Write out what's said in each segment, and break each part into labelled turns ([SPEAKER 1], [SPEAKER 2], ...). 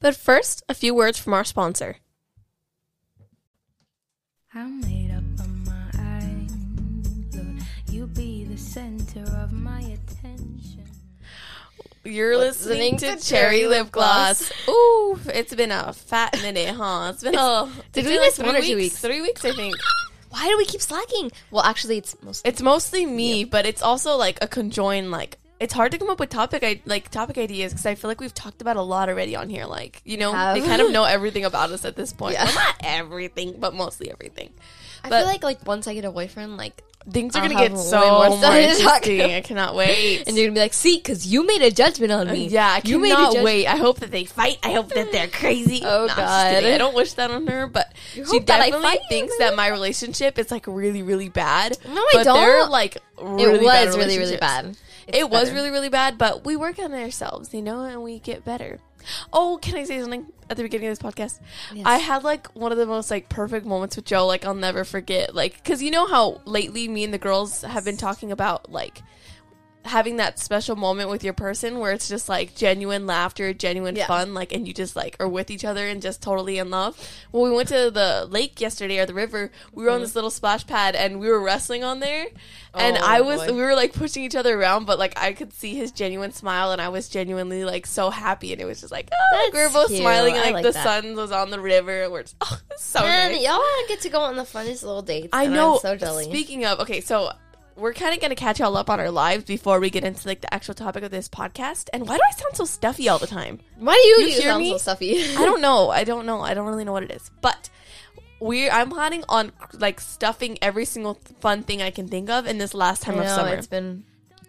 [SPEAKER 1] But first, a few words from our sponsor.
[SPEAKER 2] I made up on my eyes, Lord, you be the center of my attention.
[SPEAKER 1] You're listening, to, Cherry Lip Gloss. Ooh, it's been a fat minute, huh? It's been a.
[SPEAKER 3] did
[SPEAKER 1] it's
[SPEAKER 3] we
[SPEAKER 1] been
[SPEAKER 3] miss one or
[SPEAKER 1] three
[SPEAKER 3] two weeks?
[SPEAKER 1] Three weeks, I think.
[SPEAKER 3] Why do we keep slacking? Well, actually, it's mostly
[SPEAKER 1] It's mostly me, but it's also like a conjoined like. It's hard to come up with topic I like topic ideas because I feel like we've talked about a lot already on here. Like you know,
[SPEAKER 3] have.
[SPEAKER 1] they kind of know everything about us at this point.
[SPEAKER 3] Yeah.
[SPEAKER 1] Well, not everything, but mostly everything.
[SPEAKER 3] I
[SPEAKER 1] but-
[SPEAKER 3] feel like like once I get a boyfriend, like
[SPEAKER 1] Things are
[SPEAKER 3] I'll
[SPEAKER 1] gonna get
[SPEAKER 3] have
[SPEAKER 1] so
[SPEAKER 3] way more
[SPEAKER 1] more,
[SPEAKER 3] stuff to talk
[SPEAKER 1] interesting.
[SPEAKER 3] about.
[SPEAKER 1] I cannot wait.
[SPEAKER 3] and you're gonna be like, see, because you made a judgment on me.
[SPEAKER 1] Yeah, I
[SPEAKER 3] you
[SPEAKER 1] cannot
[SPEAKER 3] judg-
[SPEAKER 1] wait. I hope that they fight. I hope that they're crazy.
[SPEAKER 3] Oh,
[SPEAKER 1] No, I'm just kidding.
[SPEAKER 3] God.
[SPEAKER 1] I don't wish that on her, but
[SPEAKER 3] You
[SPEAKER 1] she
[SPEAKER 3] hope that I
[SPEAKER 1] definitely
[SPEAKER 3] fight you,
[SPEAKER 1] thinks
[SPEAKER 3] really?
[SPEAKER 1] that my relationship is like really, really bad.
[SPEAKER 3] No, I
[SPEAKER 1] but They're
[SPEAKER 3] don't.
[SPEAKER 1] like
[SPEAKER 3] It
[SPEAKER 1] really bad
[SPEAKER 3] was really really
[SPEAKER 1] relationships.
[SPEAKER 3] bad. It's
[SPEAKER 1] it was
[SPEAKER 3] better.
[SPEAKER 1] really, really bad, but we work on ourselves, you know, and we get better. Oh, can I say something at the beginning of this podcast?
[SPEAKER 3] Yes.
[SPEAKER 1] I had like one of the most like perfect moments with Joe, like I'll never forget. Like, cause you know how lately me and the girls have been talking about like having that special moment with your person where it's just like genuine laughter, genuine
[SPEAKER 3] Yeah.
[SPEAKER 1] fun, like, and you just like are with each other and just totally in love. When we went to the lake yesterday or the river, we were on
[SPEAKER 3] Mm-hmm.
[SPEAKER 1] this little splash pad and we were wrestling on there. And
[SPEAKER 3] Oh,
[SPEAKER 1] I was,
[SPEAKER 3] boy.
[SPEAKER 1] we were like pushing each other around, but like I could see his genuine smile and I was genuinely like so happy. And it was just like, oh, like, we were
[SPEAKER 3] That's
[SPEAKER 1] both
[SPEAKER 3] cute.
[SPEAKER 1] smiling and
[SPEAKER 3] I
[SPEAKER 1] like,
[SPEAKER 3] like
[SPEAKER 1] the
[SPEAKER 3] that.
[SPEAKER 1] sun was on the river. And we're just, oh, it's so
[SPEAKER 3] Man,
[SPEAKER 1] nice.
[SPEAKER 3] y'all get to go on the funnest little dates.
[SPEAKER 1] I
[SPEAKER 3] and
[SPEAKER 1] know.
[SPEAKER 3] I'm so jelly.
[SPEAKER 1] Speaking of, okay, so we're kind of going to catch y'all up on our lives before we get into like the actual topic of this podcast. And why do I sound so stuffy all the time?
[SPEAKER 3] Why do you,
[SPEAKER 1] You hear
[SPEAKER 3] sound
[SPEAKER 1] me?
[SPEAKER 3] so stuffy?
[SPEAKER 1] I don't know. I don't know. I don't really know what it is. But we I'm planning on like stuffing every single th- fun thing I can think of in this last time of
[SPEAKER 3] know,
[SPEAKER 1] summer.
[SPEAKER 3] It's been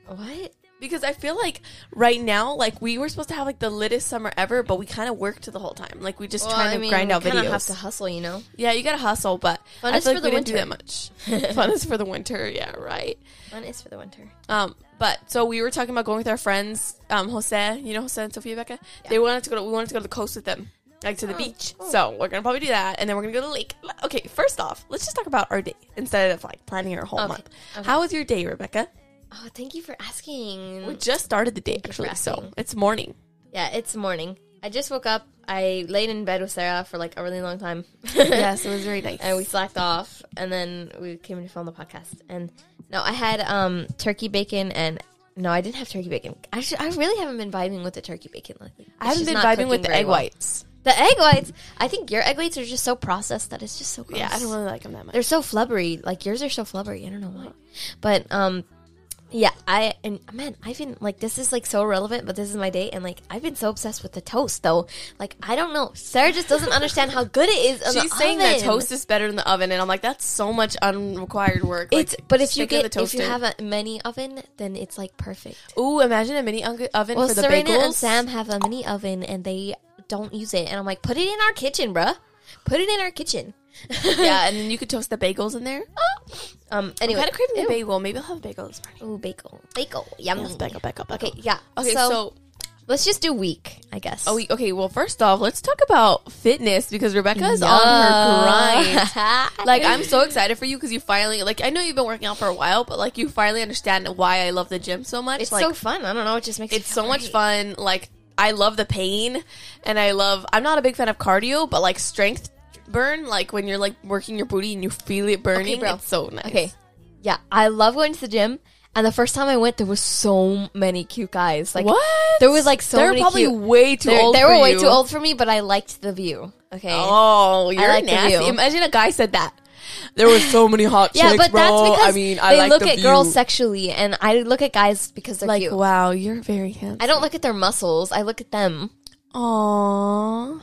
[SPEAKER 3] what?
[SPEAKER 1] because I feel like right now like we were supposed to have like the littest summer ever, but we kind of worked the whole time. Like we just
[SPEAKER 3] Well,
[SPEAKER 1] trying
[SPEAKER 3] I
[SPEAKER 1] to
[SPEAKER 3] mean,
[SPEAKER 1] grind out
[SPEAKER 3] we kinda
[SPEAKER 1] videos.
[SPEAKER 3] Have to hustle, you know.
[SPEAKER 1] yeah, you got to hustle, but
[SPEAKER 3] Fun
[SPEAKER 1] I
[SPEAKER 3] is
[SPEAKER 1] feel
[SPEAKER 3] for
[SPEAKER 1] like
[SPEAKER 3] the
[SPEAKER 1] we didn't do
[SPEAKER 3] winter.
[SPEAKER 1] that much. Fun is for the winter. Yeah, right.
[SPEAKER 3] Fun is for the winter.
[SPEAKER 1] Um, but so we were talking about going with our friends, um, Jose, you know Jose and Sofia Becca. They wanted to go. To, we wanted to go to the coast with them, like
[SPEAKER 3] Oh,
[SPEAKER 1] to the beach. So we're gonna probably do that, and then we're gonna go to the lake. Okay, first off, let's just talk about our day instead of like planning our whole
[SPEAKER 3] Okay,
[SPEAKER 1] month.
[SPEAKER 3] okay.
[SPEAKER 1] How was your day, Rebecca?
[SPEAKER 3] Oh, thank you for asking.
[SPEAKER 1] We just started the day
[SPEAKER 3] you for
[SPEAKER 1] actually, so
[SPEAKER 3] asking.
[SPEAKER 1] it's morning.
[SPEAKER 3] yeah, it's morning. I just woke up. I laid in bed with Sarah for like a really long time.
[SPEAKER 1] it was very nice.
[SPEAKER 3] and we slacked off, and then we came to film the podcast. And no, I had um turkey bacon, and no, I didn't have turkey bacon. I should, I really haven't been vibing with the turkey bacon lately.
[SPEAKER 1] I
[SPEAKER 3] It's
[SPEAKER 1] haven't
[SPEAKER 3] just
[SPEAKER 1] been
[SPEAKER 3] not
[SPEAKER 1] vibing
[SPEAKER 3] cooking
[SPEAKER 1] with the
[SPEAKER 3] very
[SPEAKER 1] egg
[SPEAKER 3] well.
[SPEAKER 1] whites.
[SPEAKER 3] The egg whites. I think your egg whites are just so processed that it's just so gross.
[SPEAKER 1] Yeah, I don't really like them that much.
[SPEAKER 3] They're so flubbery. Like yours are so flubbery. I don't know why. But um yeah, I and man, I've been like this is like so relevant, but this is my day and like I've been so obsessed with the toast though. Like I don't know. Sarah just doesn't understand how good it is. in
[SPEAKER 1] She's
[SPEAKER 3] the
[SPEAKER 1] saying that
[SPEAKER 3] oven.
[SPEAKER 1] toast is better in the oven, and I'm like, that's so much unrequired work. Like,
[SPEAKER 3] it's but if you
[SPEAKER 1] stick it in
[SPEAKER 3] get
[SPEAKER 1] the
[SPEAKER 3] if you
[SPEAKER 1] toaster.
[SPEAKER 3] have a mini oven, then it's like perfect.
[SPEAKER 1] Ooh, imagine a mini un- oven
[SPEAKER 3] Well,
[SPEAKER 1] for the
[SPEAKER 3] Serena
[SPEAKER 1] bagels.
[SPEAKER 3] and Sam have a mini oven and they don't use it, and I'm like, put it in our kitchen, bruh. Put it in our kitchen.
[SPEAKER 1] yeah, and then you could toast the bagels in there.
[SPEAKER 3] Um. Anyway,
[SPEAKER 1] kind of craving
[SPEAKER 3] Ew.
[SPEAKER 1] a bagel. Maybe I'll have a bagel this morning.
[SPEAKER 3] Ooh, bagel, bagel, yummy.
[SPEAKER 1] bagel, bagel, bagel.
[SPEAKER 3] Okay, yeah.
[SPEAKER 1] Okay, so,
[SPEAKER 3] so, let's just do week, I guess.
[SPEAKER 1] oh, we- okay. Well, first off, let's talk about fitness because Rebecca is on her grind.
[SPEAKER 3] grind.
[SPEAKER 1] Like I'm so excited for you because you finally like I know you've been working out for a while, but like you finally understand why I love the gym so much.
[SPEAKER 3] it's
[SPEAKER 1] like
[SPEAKER 3] so fun. I don't know. It just makes
[SPEAKER 1] it's so much fun. Like I love the pain, and I love. I'm not a big fan of cardio, but like strength burn, like when you're like working your booty and you feel it burning,
[SPEAKER 3] bro.
[SPEAKER 1] it's so nice.
[SPEAKER 3] Okay, yeah, I love going to the gym. And the first time I went, there was so many cute guys. Like
[SPEAKER 1] What?
[SPEAKER 3] There was like so
[SPEAKER 1] They're
[SPEAKER 3] many.
[SPEAKER 1] probably
[SPEAKER 3] cute-
[SPEAKER 1] way too
[SPEAKER 3] They're-
[SPEAKER 1] old
[SPEAKER 3] They
[SPEAKER 1] for
[SPEAKER 3] were way
[SPEAKER 1] you.
[SPEAKER 3] too old for me, but I liked the view. Okay.
[SPEAKER 1] Oh, you're
[SPEAKER 3] like the
[SPEAKER 1] nasty.
[SPEAKER 3] view.
[SPEAKER 1] Imagine a guy said that. There were so many hot
[SPEAKER 3] yeah,
[SPEAKER 1] chicks,
[SPEAKER 3] but that's
[SPEAKER 1] bro.
[SPEAKER 3] because
[SPEAKER 1] I mean, I
[SPEAKER 3] they
[SPEAKER 1] like
[SPEAKER 3] look
[SPEAKER 1] the
[SPEAKER 3] at girls
[SPEAKER 1] view.
[SPEAKER 3] sexually, and I look at guys because they're
[SPEAKER 1] like,
[SPEAKER 3] cute.
[SPEAKER 1] wow, you're very handsome.
[SPEAKER 3] I don't look at their muscles. I look at them.
[SPEAKER 1] Aww.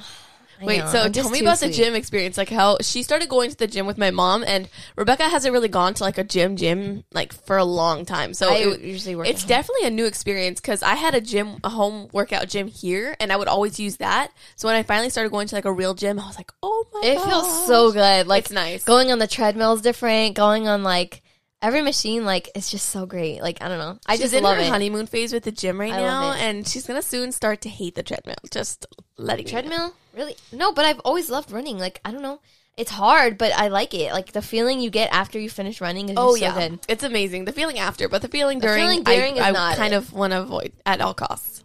[SPEAKER 3] I
[SPEAKER 1] Wait,
[SPEAKER 3] know,
[SPEAKER 1] so
[SPEAKER 3] I'm
[SPEAKER 1] tell
[SPEAKER 3] just
[SPEAKER 1] me
[SPEAKER 3] too
[SPEAKER 1] about the
[SPEAKER 3] sweet.
[SPEAKER 1] gym experience. Like how she started going to the gym with my mom, and Rebecca hasn't really gone to like a gym gym like for a long time. So
[SPEAKER 3] I
[SPEAKER 1] it-
[SPEAKER 3] usually work.
[SPEAKER 1] it's
[SPEAKER 3] at home.
[SPEAKER 1] definitely a new experience because I had a gym, a home workout gym here, and I would always use that. So when I finally started going to like a real gym, I was like, oh my,
[SPEAKER 3] It feels so good. Like
[SPEAKER 1] It's nice.
[SPEAKER 3] Going on the treadmill is different. Going on like every machine, like it's just so great. Like I don't know. I
[SPEAKER 1] she's
[SPEAKER 3] just
[SPEAKER 1] in
[SPEAKER 3] love
[SPEAKER 1] her
[SPEAKER 3] it.
[SPEAKER 1] honeymoon phase with the gym right
[SPEAKER 3] I love
[SPEAKER 1] now,
[SPEAKER 3] it.
[SPEAKER 1] and she's gonna soon start to hate the treadmill. Just letting you know.
[SPEAKER 3] Treadmill, really? No, but I've always loved running. Like I don't know. It's hard, but I like it. Like the feeling you get after you finish running is
[SPEAKER 1] Oh
[SPEAKER 3] just so
[SPEAKER 1] yeah,
[SPEAKER 3] good.
[SPEAKER 1] it's amazing. The feeling after, but the feeling during,
[SPEAKER 3] feeling during
[SPEAKER 1] I,
[SPEAKER 3] is
[SPEAKER 1] I
[SPEAKER 3] not
[SPEAKER 1] kind
[SPEAKER 3] it.
[SPEAKER 1] of want to avoid at all costs.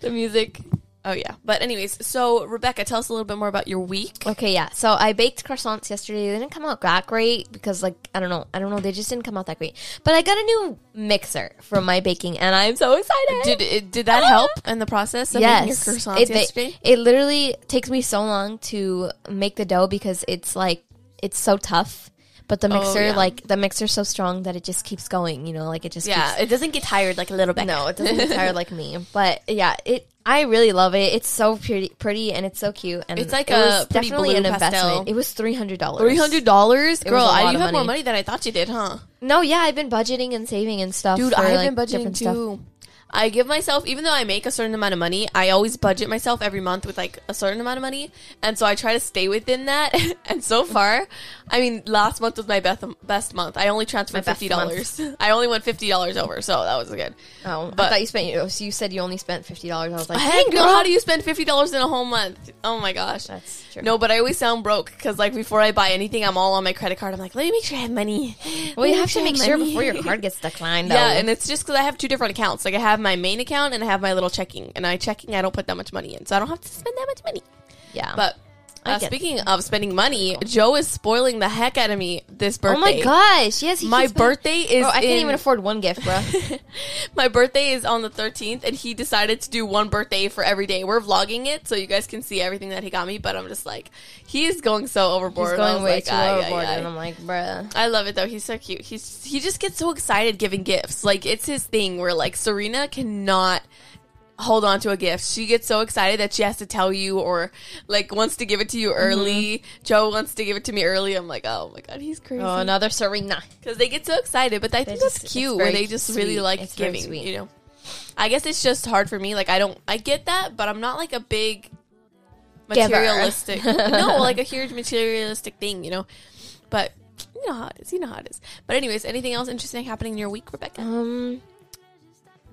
[SPEAKER 3] The music.
[SPEAKER 1] Oh yeah. But anyways, so Rebecca, tell us a little bit more about your week.
[SPEAKER 3] Okay, yeah. So I baked croissants yesterday. They didn't come out that great because, like, I don't know, I don't know. They just didn't come out that great. But I got a new mixer for my baking, and I'm so excited.
[SPEAKER 1] Did it, did that help in the process of making your
[SPEAKER 3] yes,
[SPEAKER 1] croissants
[SPEAKER 3] it,
[SPEAKER 1] yesterday?
[SPEAKER 3] it, it literally takes me so long to make the dough because it's like it's so tough. But the mixer,
[SPEAKER 1] Oh, yeah.
[SPEAKER 3] like the mixer's so strong that it just keeps going. You know, like it just keeps
[SPEAKER 1] yeah, it doesn't get tired like a little bit.
[SPEAKER 3] No, it doesn't get tired like me. But yeah, it. I really love it. It's so pretty, pretty, and it's so cute. And
[SPEAKER 1] It's like
[SPEAKER 3] it
[SPEAKER 1] a
[SPEAKER 3] was
[SPEAKER 1] pretty
[SPEAKER 3] definitely an
[SPEAKER 1] blue
[SPEAKER 3] investment.
[SPEAKER 1] pastel.
[SPEAKER 3] It was three hundred dollars.
[SPEAKER 1] Three hundred dollars,
[SPEAKER 3] was
[SPEAKER 1] girl.
[SPEAKER 3] a
[SPEAKER 1] I,
[SPEAKER 3] lot
[SPEAKER 1] you
[SPEAKER 3] of
[SPEAKER 1] have more
[SPEAKER 3] money.
[SPEAKER 1] money than I thought you did, huh?
[SPEAKER 3] No, yeah, I've been budgeting and saving and stuff.
[SPEAKER 1] Dude,
[SPEAKER 3] for,
[SPEAKER 1] I've
[SPEAKER 3] like,
[SPEAKER 1] been budgeting
[SPEAKER 3] different
[SPEAKER 1] too.
[SPEAKER 3] stuff.
[SPEAKER 1] I give myself, even though I make a certain amount of money, I always budget myself every month with like a certain amount of money, and so I try to stay within that. and so far, I mean, last month was my best best month. I only transferred
[SPEAKER 3] best
[SPEAKER 1] fifty dollars. I only went fifty dollars over, so that was good.
[SPEAKER 3] Oh,
[SPEAKER 1] But-
[SPEAKER 3] I thought you spent. You, so you said you only spent fifty dollars. I was like,
[SPEAKER 1] Heck,
[SPEAKER 3] dang,
[SPEAKER 1] girl,
[SPEAKER 3] girl.
[SPEAKER 1] how do you spend fifty dollars in a whole month? Oh my gosh,
[SPEAKER 3] That's true.
[SPEAKER 1] No, but I always sound broke because like before I buy anything, I'm all on my credit card. I'm like, let me make sure I have money.
[SPEAKER 3] Well,
[SPEAKER 1] Let
[SPEAKER 3] you
[SPEAKER 1] me
[SPEAKER 3] have to
[SPEAKER 1] have
[SPEAKER 3] make sure
[SPEAKER 1] money.
[SPEAKER 3] before your card gets declined.
[SPEAKER 1] Yeah,
[SPEAKER 3] though.
[SPEAKER 1] and it's just because I have two different accounts. Like I have my main account and I have my little checking. And I checking, I don't put that much money in, so I don't have to spend that much money.
[SPEAKER 3] yeah.
[SPEAKER 1] But
[SPEAKER 3] Oh. I
[SPEAKER 1] uh,
[SPEAKER 3] get-
[SPEAKER 1] speaking of spending money, Joe is spoiling the heck out of me this birthday.
[SPEAKER 3] oh my gosh, yes, he
[SPEAKER 1] My
[SPEAKER 3] keeps buying-
[SPEAKER 1] birthday is.
[SPEAKER 3] Bro, I can't
[SPEAKER 1] in-
[SPEAKER 3] even afford one gift, bro.
[SPEAKER 1] my birthday is on the 13th, and he decided to do one birthday for every day. We're vlogging it, so you guys can see everything that he got me. But I'm just like, he is going so overboard.
[SPEAKER 3] He's
[SPEAKER 1] I
[SPEAKER 3] going
[SPEAKER 1] was
[SPEAKER 3] way
[SPEAKER 1] like,
[SPEAKER 3] too
[SPEAKER 1] "Ay, ay,
[SPEAKER 3] overboard,
[SPEAKER 1] ay."
[SPEAKER 3] and I'm like, bruh.
[SPEAKER 1] I love it though. He's so cute. He's he just gets so excited giving gifts. Like it's his thing where like Serena cannot hold on to a gift. She gets so excited that she has to tell you or like wants to give it to you early. Joe wants to give it to me early. I'm like, "Oh my god, he's crazy."
[SPEAKER 3] Oh, another Serena.
[SPEAKER 1] Cuz they get so excited, but I think
[SPEAKER 3] just-
[SPEAKER 1] that's
[SPEAKER 3] it's
[SPEAKER 1] cute
[SPEAKER 3] very
[SPEAKER 1] where they just really
[SPEAKER 3] sweet.
[SPEAKER 1] like
[SPEAKER 3] It's very
[SPEAKER 1] giving,
[SPEAKER 3] sweet.
[SPEAKER 1] you know. I guess it's just hard for me. Like I don't I get that, but I'm not like a big
[SPEAKER 3] Giver.
[SPEAKER 1] materialistic. no, like a huge materialistic thing, you know. But you know how it is. You know how it is. But anyways, anything else interesting happening in your week, Rebecca?
[SPEAKER 3] Um,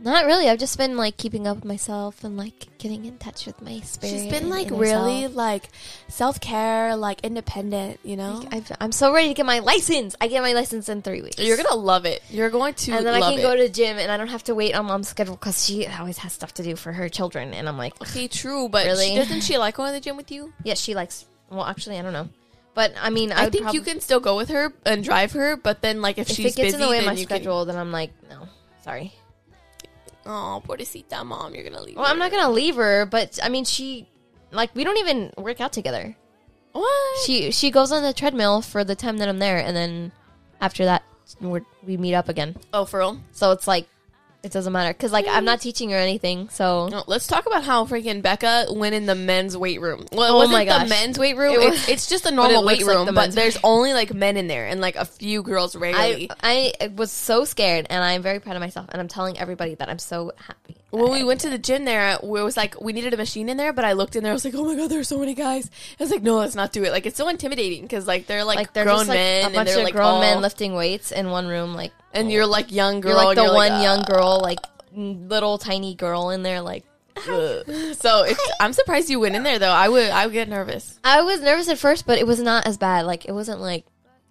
[SPEAKER 3] not really. I've just been like keeping up with myself and like getting in touch with my spirit.
[SPEAKER 1] She's been
[SPEAKER 3] and
[SPEAKER 1] like
[SPEAKER 3] inner
[SPEAKER 1] really
[SPEAKER 3] self.
[SPEAKER 1] like self care, like independent. You know,
[SPEAKER 3] I've, I'm so ready to get my license. I get my license in three weeks.
[SPEAKER 1] you're gonna love it. You're going to
[SPEAKER 3] and then I
[SPEAKER 1] love
[SPEAKER 3] can
[SPEAKER 1] it.
[SPEAKER 3] go to the gym, and I don't have to wait on mom's schedule because she always has stuff to do for her children. And I'm like, ugh.
[SPEAKER 1] okay, true, but she-
[SPEAKER 3] Really?
[SPEAKER 1] doesn't she like going to the gym with you?
[SPEAKER 3] yeah, she likes. Well, actually, I don't know, but I mean, I,
[SPEAKER 1] I,
[SPEAKER 3] would
[SPEAKER 1] think you
[SPEAKER 3] prob-
[SPEAKER 1] can still go with her and drive her, but then like if,
[SPEAKER 3] If
[SPEAKER 1] she's
[SPEAKER 3] it gets
[SPEAKER 1] busy,
[SPEAKER 3] in the way of
[SPEAKER 1] then
[SPEAKER 3] my
[SPEAKER 1] you can-
[SPEAKER 3] schedule, then I'm like, no, sorry.
[SPEAKER 1] oh, pobrecita mom, you're gonna leave.
[SPEAKER 3] Well, I'm
[SPEAKER 1] her.
[SPEAKER 3] not gonna leave her, but I mean, she like we don't even work out together.
[SPEAKER 1] What?
[SPEAKER 3] She she goes on the treadmill for the time that I'm there, and then after that, we're, we meet up again.
[SPEAKER 1] oh, for real?
[SPEAKER 3] So it's like it doesn't matter because like I'm not teaching her anything. So
[SPEAKER 1] No, let's talk about how freaking Becca went in the men's weight room. Well, it
[SPEAKER 3] Oh
[SPEAKER 1] wasn't
[SPEAKER 3] my gosh.
[SPEAKER 1] the men's weight room.
[SPEAKER 3] It was-
[SPEAKER 1] it's, it's just a normal
[SPEAKER 3] it
[SPEAKER 1] weight
[SPEAKER 3] looks like
[SPEAKER 1] room,
[SPEAKER 3] the
[SPEAKER 1] but
[SPEAKER 3] men's-
[SPEAKER 1] there's only like men in there and like a few girls
[SPEAKER 3] I
[SPEAKER 1] rarely.
[SPEAKER 3] I was so scared, and I'm very proud of myself, and I'm telling everybody that I'm so happy.
[SPEAKER 1] when we went to the gym there, we was like, we needed a machine in there, but I looked in there, I was like, oh my god, there are so many guys. I was like, no, let's not do it. Like, it's so intimidating because like they're like,
[SPEAKER 3] like they're
[SPEAKER 1] grown
[SPEAKER 3] just like
[SPEAKER 1] men
[SPEAKER 3] a bunch
[SPEAKER 1] and they're
[SPEAKER 3] of
[SPEAKER 1] like
[SPEAKER 3] grown men
[SPEAKER 1] all-
[SPEAKER 3] lifting weights in one room, like
[SPEAKER 1] and you're like young girl,
[SPEAKER 3] you're like uh,
[SPEAKER 1] and you're
[SPEAKER 3] the one
[SPEAKER 1] like,
[SPEAKER 3] young
[SPEAKER 1] "Ah."
[SPEAKER 3] girl, like little tiny girl in there, like.
[SPEAKER 1] So it's, I'm surprised you went in there though. I would, I would get nervous.
[SPEAKER 3] I was nervous at first, but it was not as bad. Like it wasn't like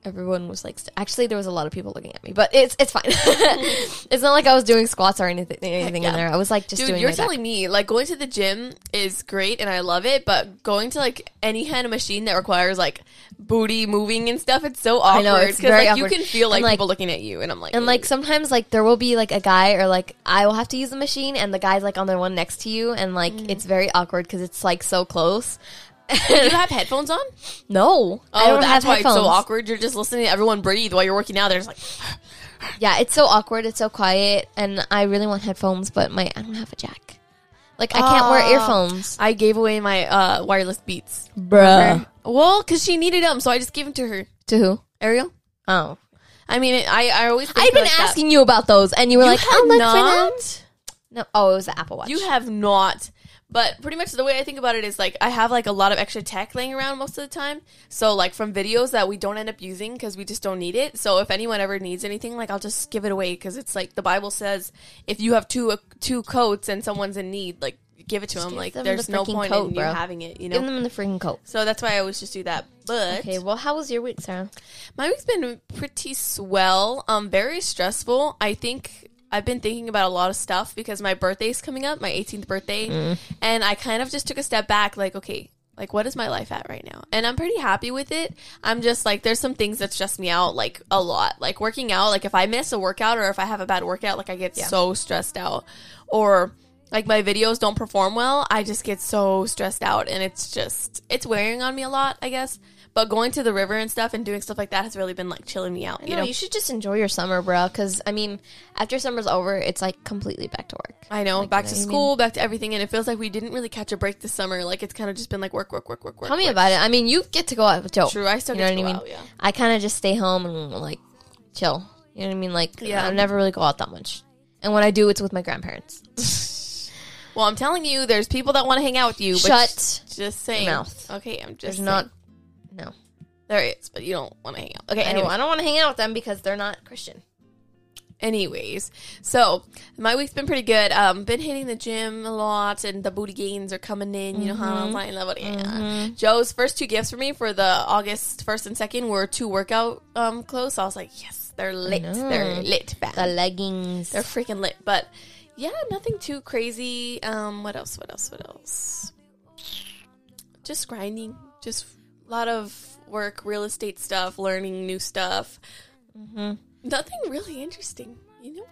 [SPEAKER 3] everyone was like. St- Actually, there was a lot of people looking at me, but it's it's fine. it's not like I was doing squats or anything anything
[SPEAKER 1] yeah.
[SPEAKER 3] in there. I was like just
[SPEAKER 1] Dude,
[SPEAKER 3] doing.
[SPEAKER 1] you're
[SPEAKER 3] my back.
[SPEAKER 1] telling me like going to the gym is great and I love it, but going to like any kind of machine that requires like booty moving and stuff, it's so awkward.
[SPEAKER 3] know, it's
[SPEAKER 1] 'cause,
[SPEAKER 3] very
[SPEAKER 1] like,
[SPEAKER 3] awkward.
[SPEAKER 1] You can feel like,
[SPEAKER 3] And, like-
[SPEAKER 1] people looking at you, and I'm like,
[SPEAKER 3] And like sometimes like there will be like a guy or like I will have to use the machine and the guy's like on the one next to you and like it's very awkward because it's like so close.
[SPEAKER 1] do you have headphones on?
[SPEAKER 3] no,
[SPEAKER 1] Oh,
[SPEAKER 3] I don't
[SPEAKER 1] that's
[SPEAKER 3] have
[SPEAKER 1] why
[SPEAKER 3] headphones.
[SPEAKER 1] it's so awkward. You're just listening to everyone breathe while you're working out. They're just like,
[SPEAKER 3] Yeah, it's so awkward. It's so quiet, and I really want headphones, but my I don't have a jack. Like I can't
[SPEAKER 1] Aw.
[SPEAKER 3] wear earphones,
[SPEAKER 1] I gave away my uh, wireless Beats. Um,
[SPEAKER 3] bruh.
[SPEAKER 1] Well, because she needed them, so I just gave them to her.
[SPEAKER 3] To who?
[SPEAKER 1] Ariel.
[SPEAKER 3] Oh,
[SPEAKER 1] I mean, it, I I always think
[SPEAKER 3] I've been
[SPEAKER 1] like that.
[SPEAKER 3] asking you about those, and you were
[SPEAKER 1] You
[SPEAKER 3] like,
[SPEAKER 1] have
[SPEAKER 3] "I'll look
[SPEAKER 1] not?
[SPEAKER 3] for them." No, oh, it was the Apple Watch.
[SPEAKER 1] You have not. But pretty much the way I think about it is like I have like a lot of extra tech laying around most of the time. So like from videos that we don't end up using because we just don't need it. So if anyone ever needs anything, like I'll just give it away because it's like the Bible says if you have two two coats and someone's in need, like give it to them.
[SPEAKER 3] give
[SPEAKER 1] Like
[SPEAKER 3] them
[SPEAKER 1] there's
[SPEAKER 3] the
[SPEAKER 1] no
[SPEAKER 3] freaking
[SPEAKER 1] point
[SPEAKER 3] coat,
[SPEAKER 1] in you
[SPEAKER 3] bro.
[SPEAKER 1] having it, you know.
[SPEAKER 3] Give them in the freaking coat.
[SPEAKER 1] so that's why I always just do that. But
[SPEAKER 3] Okay, well, how was your week, Sarah?
[SPEAKER 1] my week's been pretty swell. Um, very stressful. I think I've been thinking about a lot of stuff because my birthday's coming up, my 18th birthday, and I kind of just took a step back like, okay, like what is my life at right now? And I'm pretty happy with it. I'm just like there's some things that stress me out like a lot. Like working out, like if I miss a workout or if I have a bad workout, like I get so stressed out or like my videos don't perform well, I just get so stressed out and it's just it's wearing on me a lot, I guess. But going to the river and stuff and doing stuff like that has really been like chilling me out, you
[SPEAKER 3] No,
[SPEAKER 1] know.
[SPEAKER 3] you should just enjoy your summer, bruh. Because I mean, after summer's over, it's like completely back to work.
[SPEAKER 1] I know, back
[SPEAKER 3] you
[SPEAKER 1] to
[SPEAKER 3] know what I mean?
[SPEAKER 1] school, back to everything, and it feels like we didn't really catch a break this summer. Like it's kind of just been like work, work, work, work, work.
[SPEAKER 3] Tell me
[SPEAKER 1] work.
[SPEAKER 3] about it. I mean, you get to go out with Joe.
[SPEAKER 1] True, I still
[SPEAKER 3] you know
[SPEAKER 1] get
[SPEAKER 3] what I mean.
[SPEAKER 1] to go out, yeah.
[SPEAKER 3] I kind of just stay home and like chill. You know what I mean? Like,
[SPEAKER 1] Yeah.
[SPEAKER 3] I never really go out that much. And when I do, it's with my grandparents.
[SPEAKER 1] Well, I'm telling you, there's people that want to hang out with you. But
[SPEAKER 3] Shut
[SPEAKER 1] j- Just saying.
[SPEAKER 3] mouth.
[SPEAKER 1] Okay, I'm just
[SPEAKER 3] There's
[SPEAKER 1] saying.
[SPEAKER 3] not. No.
[SPEAKER 1] There is, but you don't want to hang out. Okay,
[SPEAKER 3] Okay. Anyway,
[SPEAKER 1] anyway.
[SPEAKER 3] I don't want to hang out with them because they're not Christian.
[SPEAKER 1] Anyways, so my week's been pretty good. Um, been hitting the gym a lot, and the booty gains are coming in. You know how I'm lying about it. Joe's first two gifts for me for the August first and second were two workout um clothes. So I was like, yes, they're lit.
[SPEAKER 3] know.
[SPEAKER 1] They're lit, fam.
[SPEAKER 3] The leggings.
[SPEAKER 1] They're freaking lit. But yeah, nothing too crazy. Um, what else? What else? What else? Just grinding. Just a lot of work, real estate stuff, learning new stuff. Nothing really interesting, you know.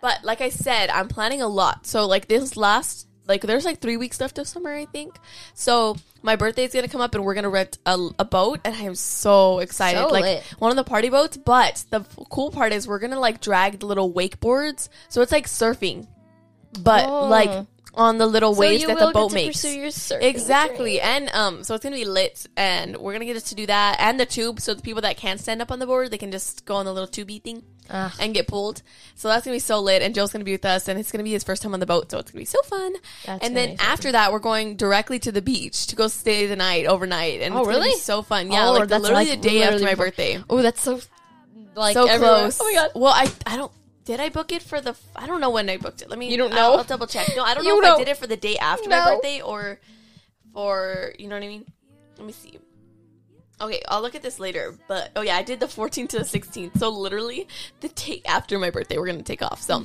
[SPEAKER 1] But like I said, I'm planning a lot. So like this last. Like there's like three weeks left of summer, I think. So my birthday is gonna come up, and we're gonna rent a, a boat, and I am so excited.
[SPEAKER 3] So
[SPEAKER 1] like
[SPEAKER 3] lit.
[SPEAKER 1] one of the party boats. But the f- cool part is we're gonna like drag the little wakeboards, so it's like surfing, but
[SPEAKER 3] Oh.
[SPEAKER 1] like on the little
[SPEAKER 3] So
[SPEAKER 1] waves
[SPEAKER 3] you
[SPEAKER 1] that the
[SPEAKER 3] will
[SPEAKER 1] boat
[SPEAKER 3] get to
[SPEAKER 1] makes.
[SPEAKER 3] pursue your surfing
[SPEAKER 1] Exactly, and um, so it's gonna be lit, and we're gonna get us to do that, and the tube, so the people that can't stand up on the board, they can just go on the little tubey thing
[SPEAKER 3] Ah.
[SPEAKER 1] and get pulled. So that's gonna be so lit, and Joe's gonna be with us, and it's gonna be his first time on the boat, so it's gonna be so fun.
[SPEAKER 3] That's
[SPEAKER 1] and
[SPEAKER 3] gonna
[SPEAKER 1] then
[SPEAKER 3] be so
[SPEAKER 1] after that, we're going directly to the beach to go stay the night overnight, and
[SPEAKER 3] Oh,
[SPEAKER 1] it's gonna be
[SPEAKER 3] really?
[SPEAKER 1] so fun. Yeah,
[SPEAKER 3] Oh,
[SPEAKER 1] like
[SPEAKER 3] that's
[SPEAKER 1] literally the
[SPEAKER 3] like
[SPEAKER 1] day
[SPEAKER 3] literally
[SPEAKER 1] after my
[SPEAKER 3] before-
[SPEAKER 1] birthday
[SPEAKER 3] Oh, that's so like
[SPEAKER 1] so
[SPEAKER 3] everywhere.
[SPEAKER 1] close.
[SPEAKER 3] Oh my god.
[SPEAKER 1] Well, I I don't. Did I book it for the? f- I don't know when I booked it. Let me.
[SPEAKER 3] You don't
[SPEAKER 1] I'll,
[SPEAKER 3] know?
[SPEAKER 1] I'll double check. No, I don't know
[SPEAKER 3] You
[SPEAKER 1] if I
[SPEAKER 3] don't
[SPEAKER 1] did it for the day after my
[SPEAKER 3] know.
[SPEAKER 1] birthday or for you know what I mean. Let me see. Okay, I'll look at this later. But oh yeah, I did the 14th to the 16th. So literally the day after my birthday, we're gonna take off. So.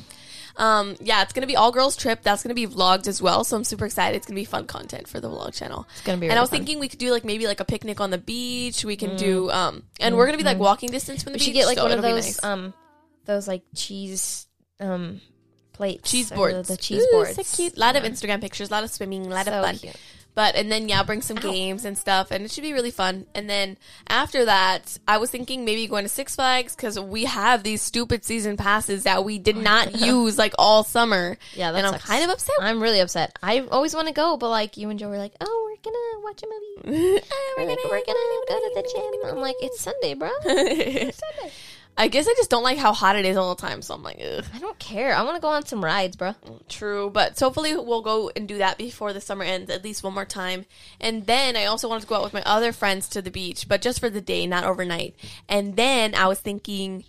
[SPEAKER 1] Um, yeah, it's gonna be all girls trip. That's gonna be vlogged as well, so I'm super excited. It's gonna be fun content for the vlog channel. It's
[SPEAKER 3] gonna be
[SPEAKER 1] And
[SPEAKER 3] really
[SPEAKER 1] I was
[SPEAKER 3] fun. Mm.
[SPEAKER 1] thinking we could do like maybe like a picnic on the beach. We can do um, and we're gonna be like walking distance from the
[SPEAKER 3] We
[SPEAKER 1] beach.
[SPEAKER 3] should get like
[SPEAKER 1] so
[SPEAKER 3] one of
[SPEAKER 1] it'll be
[SPEAKER 3] those
[SPEAKER 1] nice.
[SPEAKER 3] um those like cheese um plates.
[SPEAKER 1] cheese
[SPEAKER 3] or
[SPEAKER 1] boards.
[SPEAKER 3] The, the cheese
[SPEAKER 1] Ooh,
[SPEAKER 3] boards.
[SPEAKER 1] So cute. A lot of Instagram pictures, a lot of swimming, a lot
[SPEAKER 3] So
[SPEAKER 1] of fun.
[SPEAKER 3] cute.
[SPEAKER 1] But and then yeah, bring some games and stuff, and it should be really fun. And then after that, I was thinking maybe going to Six Flags because we have these stupid season passes that we did not use like all summer.
[SPEAKER 3] Yeah, that
[SPEAKER 1] and
[SPEAKER 3] sucks.
[SPEAKER 1] I'm kind of upset.
[SPEAKER 3] I'm really upset. I always want to go, but like you and Joe were like, "Oh, we're gonna watch a movie. "Ah, we're, gonna, we're gonna go to the gym." I'm like, "It's Sunday, bro.
[SPEAKER 1] I guess I just don't like how hot it is all the time, so I'm like, ugh.
[SPEAKER 3] I don't care. I want to go on some rides, bro."
[SPEAKER 1] True, but so hopefully we'll go and do that before the summer ends at least one more time. And then I also wanted to go out with my other friends to the beach, but just for the day, not overnight. And then I was thinking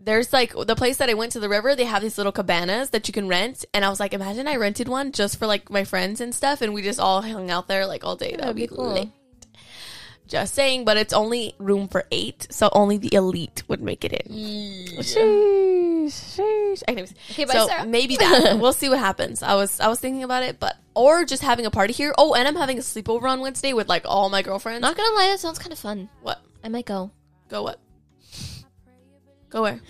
[SPEAKER 1] there's like the place that I went to the river, they have these little cabanas that you can rent. And I was like, imagine I rented one just for like my friends and stuff, and we just all hung out there like all day. that would be, cool. Just saying, but it's only room for eight, so only the elite would make it in. Sheesh, sheesh. Anyways,
[SPEAKER 3] Okay, bye,
[SPEAKER 1] so
[SPEAKER 3] Sarah.
[SPEAKER 1] maybe that we'll see what happens. I was I was thinking about it, but or just having a party here. Oh, and I'm having a sleepover on Wednesday with like all my girlfriends.
[SPEAKER 3] Not gonna lie, that sounds kind of fun.
[SPEAKER 1] what?
[SPEAKER 3] I might go.
[SPEAKER 1] Go what? Go where?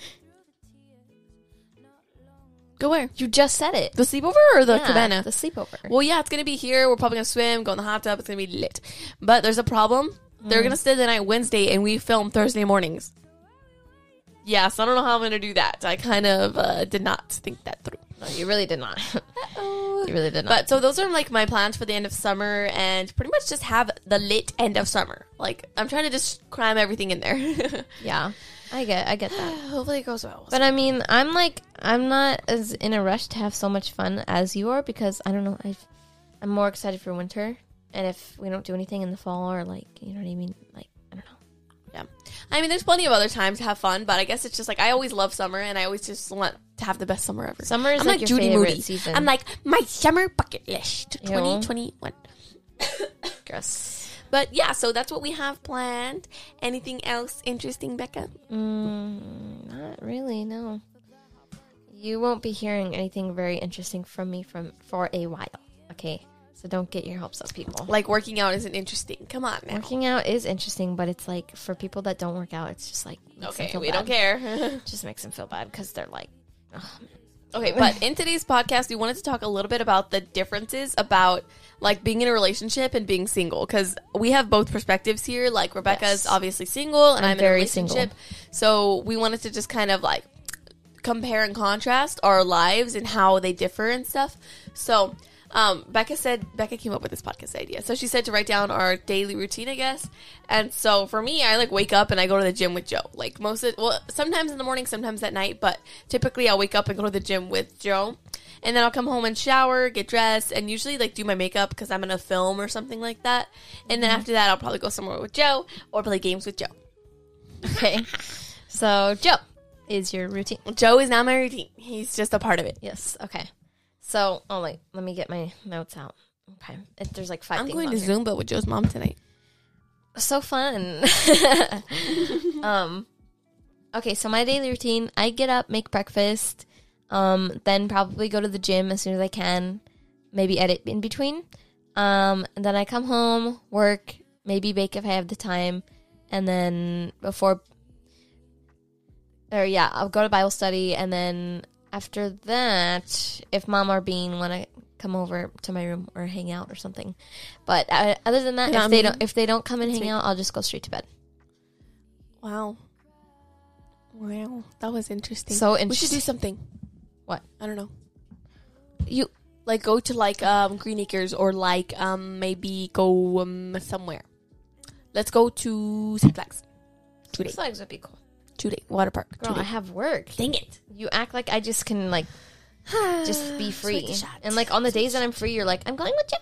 [SPEAKER 1] Go where?
[SPEAKER 3] You just said it.
[SPEAKER 1] The sleepover or the
[SPEAKER 3] Yeah,
[SPEAKER 1] cabana?
[SPEAKER 3] the sleepover.
[SPEAKER 1] Well, yeah, it's gonna be here. We're probably gonna swim, go in the hot tub. It's gonna be lit. But there's a problem. They're gonna stay the night Wednesday, and we film Thursday mornings. Yeah, so I don't know how I'm gonna do that. I kind of uh, did not think that through.
[SPEAKER 3] No, you really did not.
[SPEAKER 1] Oh.
[SPEAKER 3] you really did not.
[SPEAKER 1] But so those are like my plans for the end of summer, and pretty much just have the lit end of summer. Like I'm trying to just cram everything in there. uh,
[SPEAKER 3] yeah, I get, I get that.
[SPEAKER 1] Hopefully it goes well.
[SPEAKER 3] But I mean, I'm like, I'm not as in a rush to have so much fun as you are because I don't know. i I'm more excited for winter, and if we don't do anything in the fall or like, you know what I mean? Like, I don't know.
[SPEAKER 1] Yeah. I mean, there's plenty of other times to have fun, but I guess it's just like I always love summer and I always just want to have the best summer ever.
[SPEAKER 3] Summer is
[SPEAKER 1] I'm
[SPEAKER 3] like, your favorite season.
[SPEAKER 1] I'm like, my summer bucket list
[SPEAKER 3] Ew.
[SPEAKER 1] 2021.
[SPEAKER 3] gross.
[SPEAKER 1] But yeah, so that's what we have planned. Anything else interesting, Becca?
[SPEAKER 3] Mm, not really. No. you won't be hearing anything very interesting from me from for a while. Okay, so don't get your hopes up, people.
[SPEAKER 1] Like working out isn't interesting. Come on now.
[SPEAKER 3] Working out is interesting, but it's like for people that don't work out, it's just like makes them
[SPEAKER 1] Okay,
[SPEAKER 3] feel
[SPEAKER 1] we don't
[SPEAKER 3] bad.
[SPEAKER 1] care.
[SPEAKER 3] Just makes them feel bad because they're like, oh, man.
[SPEAKER 1] okay, but in today's podcast, we wanted to talk a little bit about the differences about like being in a relationship and being single because we have both perspectives here. Like Rebecca is
[SPEAKER 3] Yes.
[SPEAKER 1] obviously single, and I'm,
[SPEAKER 3] I'm
[SPEAKER 1] in a
[SPEAKER 3] very single.
[SPEAKER 1] relationship. So we wanted to just kind of like compare and contrast our lives and how they differ and stuff. So, um, Becca said Becca came up with this podcast idea. So she said to write down our daily routine, I guess. And so for me, I like wake up and I go to the gym with Joe. Like most of well, sometimes in the morning, sometimes at night, but typically I'll wake up and go to the gym with Joe. And then I'll come home and shower, get dressed, and usually like do my makeup because I'm in a film or something like that. And
[SPEAKER 3] Mm-hmm.
[SPEAKER 1] then after that, I'll probably go somewhere with Joe or play games with Joe.
[SPEAKER 3] okay. so Joe is your routine.
[SPEAKER 1] Joe is not my routine; he's just a part of it.
[SPEAKER 3] Yes. Okay. So, oh wait, let me get my notes out. Okay. If there's like 5
[SPEAKER 1] I'm
[SPEAKER 3] things
[SPEAKER 1] going
[SPEAKER 3] on
[SPEAKER 1] to
[SPEAKER 3] here.
[SPEAKER 1] Zumba with Joe's mom tonight.
[SPEAKER 3] so fun. um okay, so my daily routine, I get up, make breakfast, um then probably go to the gym as soon as I can, maybe edit in between. Um and then I come home, work, maybe bake if I have the time, and then before or yeah, I'll go to Bible study and then after that, if mom or Bean want to come over to my room or hang out or something. But uh, other than that,
[SPEAKER 1] Yeah,
[SPEAKER 3] if they
[SPEAKER 1] I mean-
[SPEAKER 3] don't if they don't come and hang
[SPEAKER 1] Sweet.
[SPEAKER 3] out, I'll just go straight to bed.
[SPEAKER 1] Wow. Wow. That was interesting.
[SPEAKER 3] So
[SPEAKER 1] we should
[SPEAKER 3] interesting.
[SPEAKER 1] do something.
[SPEAKER 3] What?
[SPEAKER 1] I don't know.
[SPEAKER 3] You
[SPEAKER 1] Like go to like um Green Acres or like um maybe go um somewhere. Let's go to Six Flags. Two day.
[SPEAKER 3] flags would be cool.
[SPEAKER 1] Two day. Water park. Two
[SPEAKER 3] Girl, I
[SPEAKER 1] day.
[SPEAKER 3] have work.
[SPEAKER 1] Dang it.
[SPEAKER 3] You act like I just can like just be free.
[SPEAKER 1] Sweet shot.
[SPEAKER 3] And like on the days that I'm free, you're like, I'm going with you.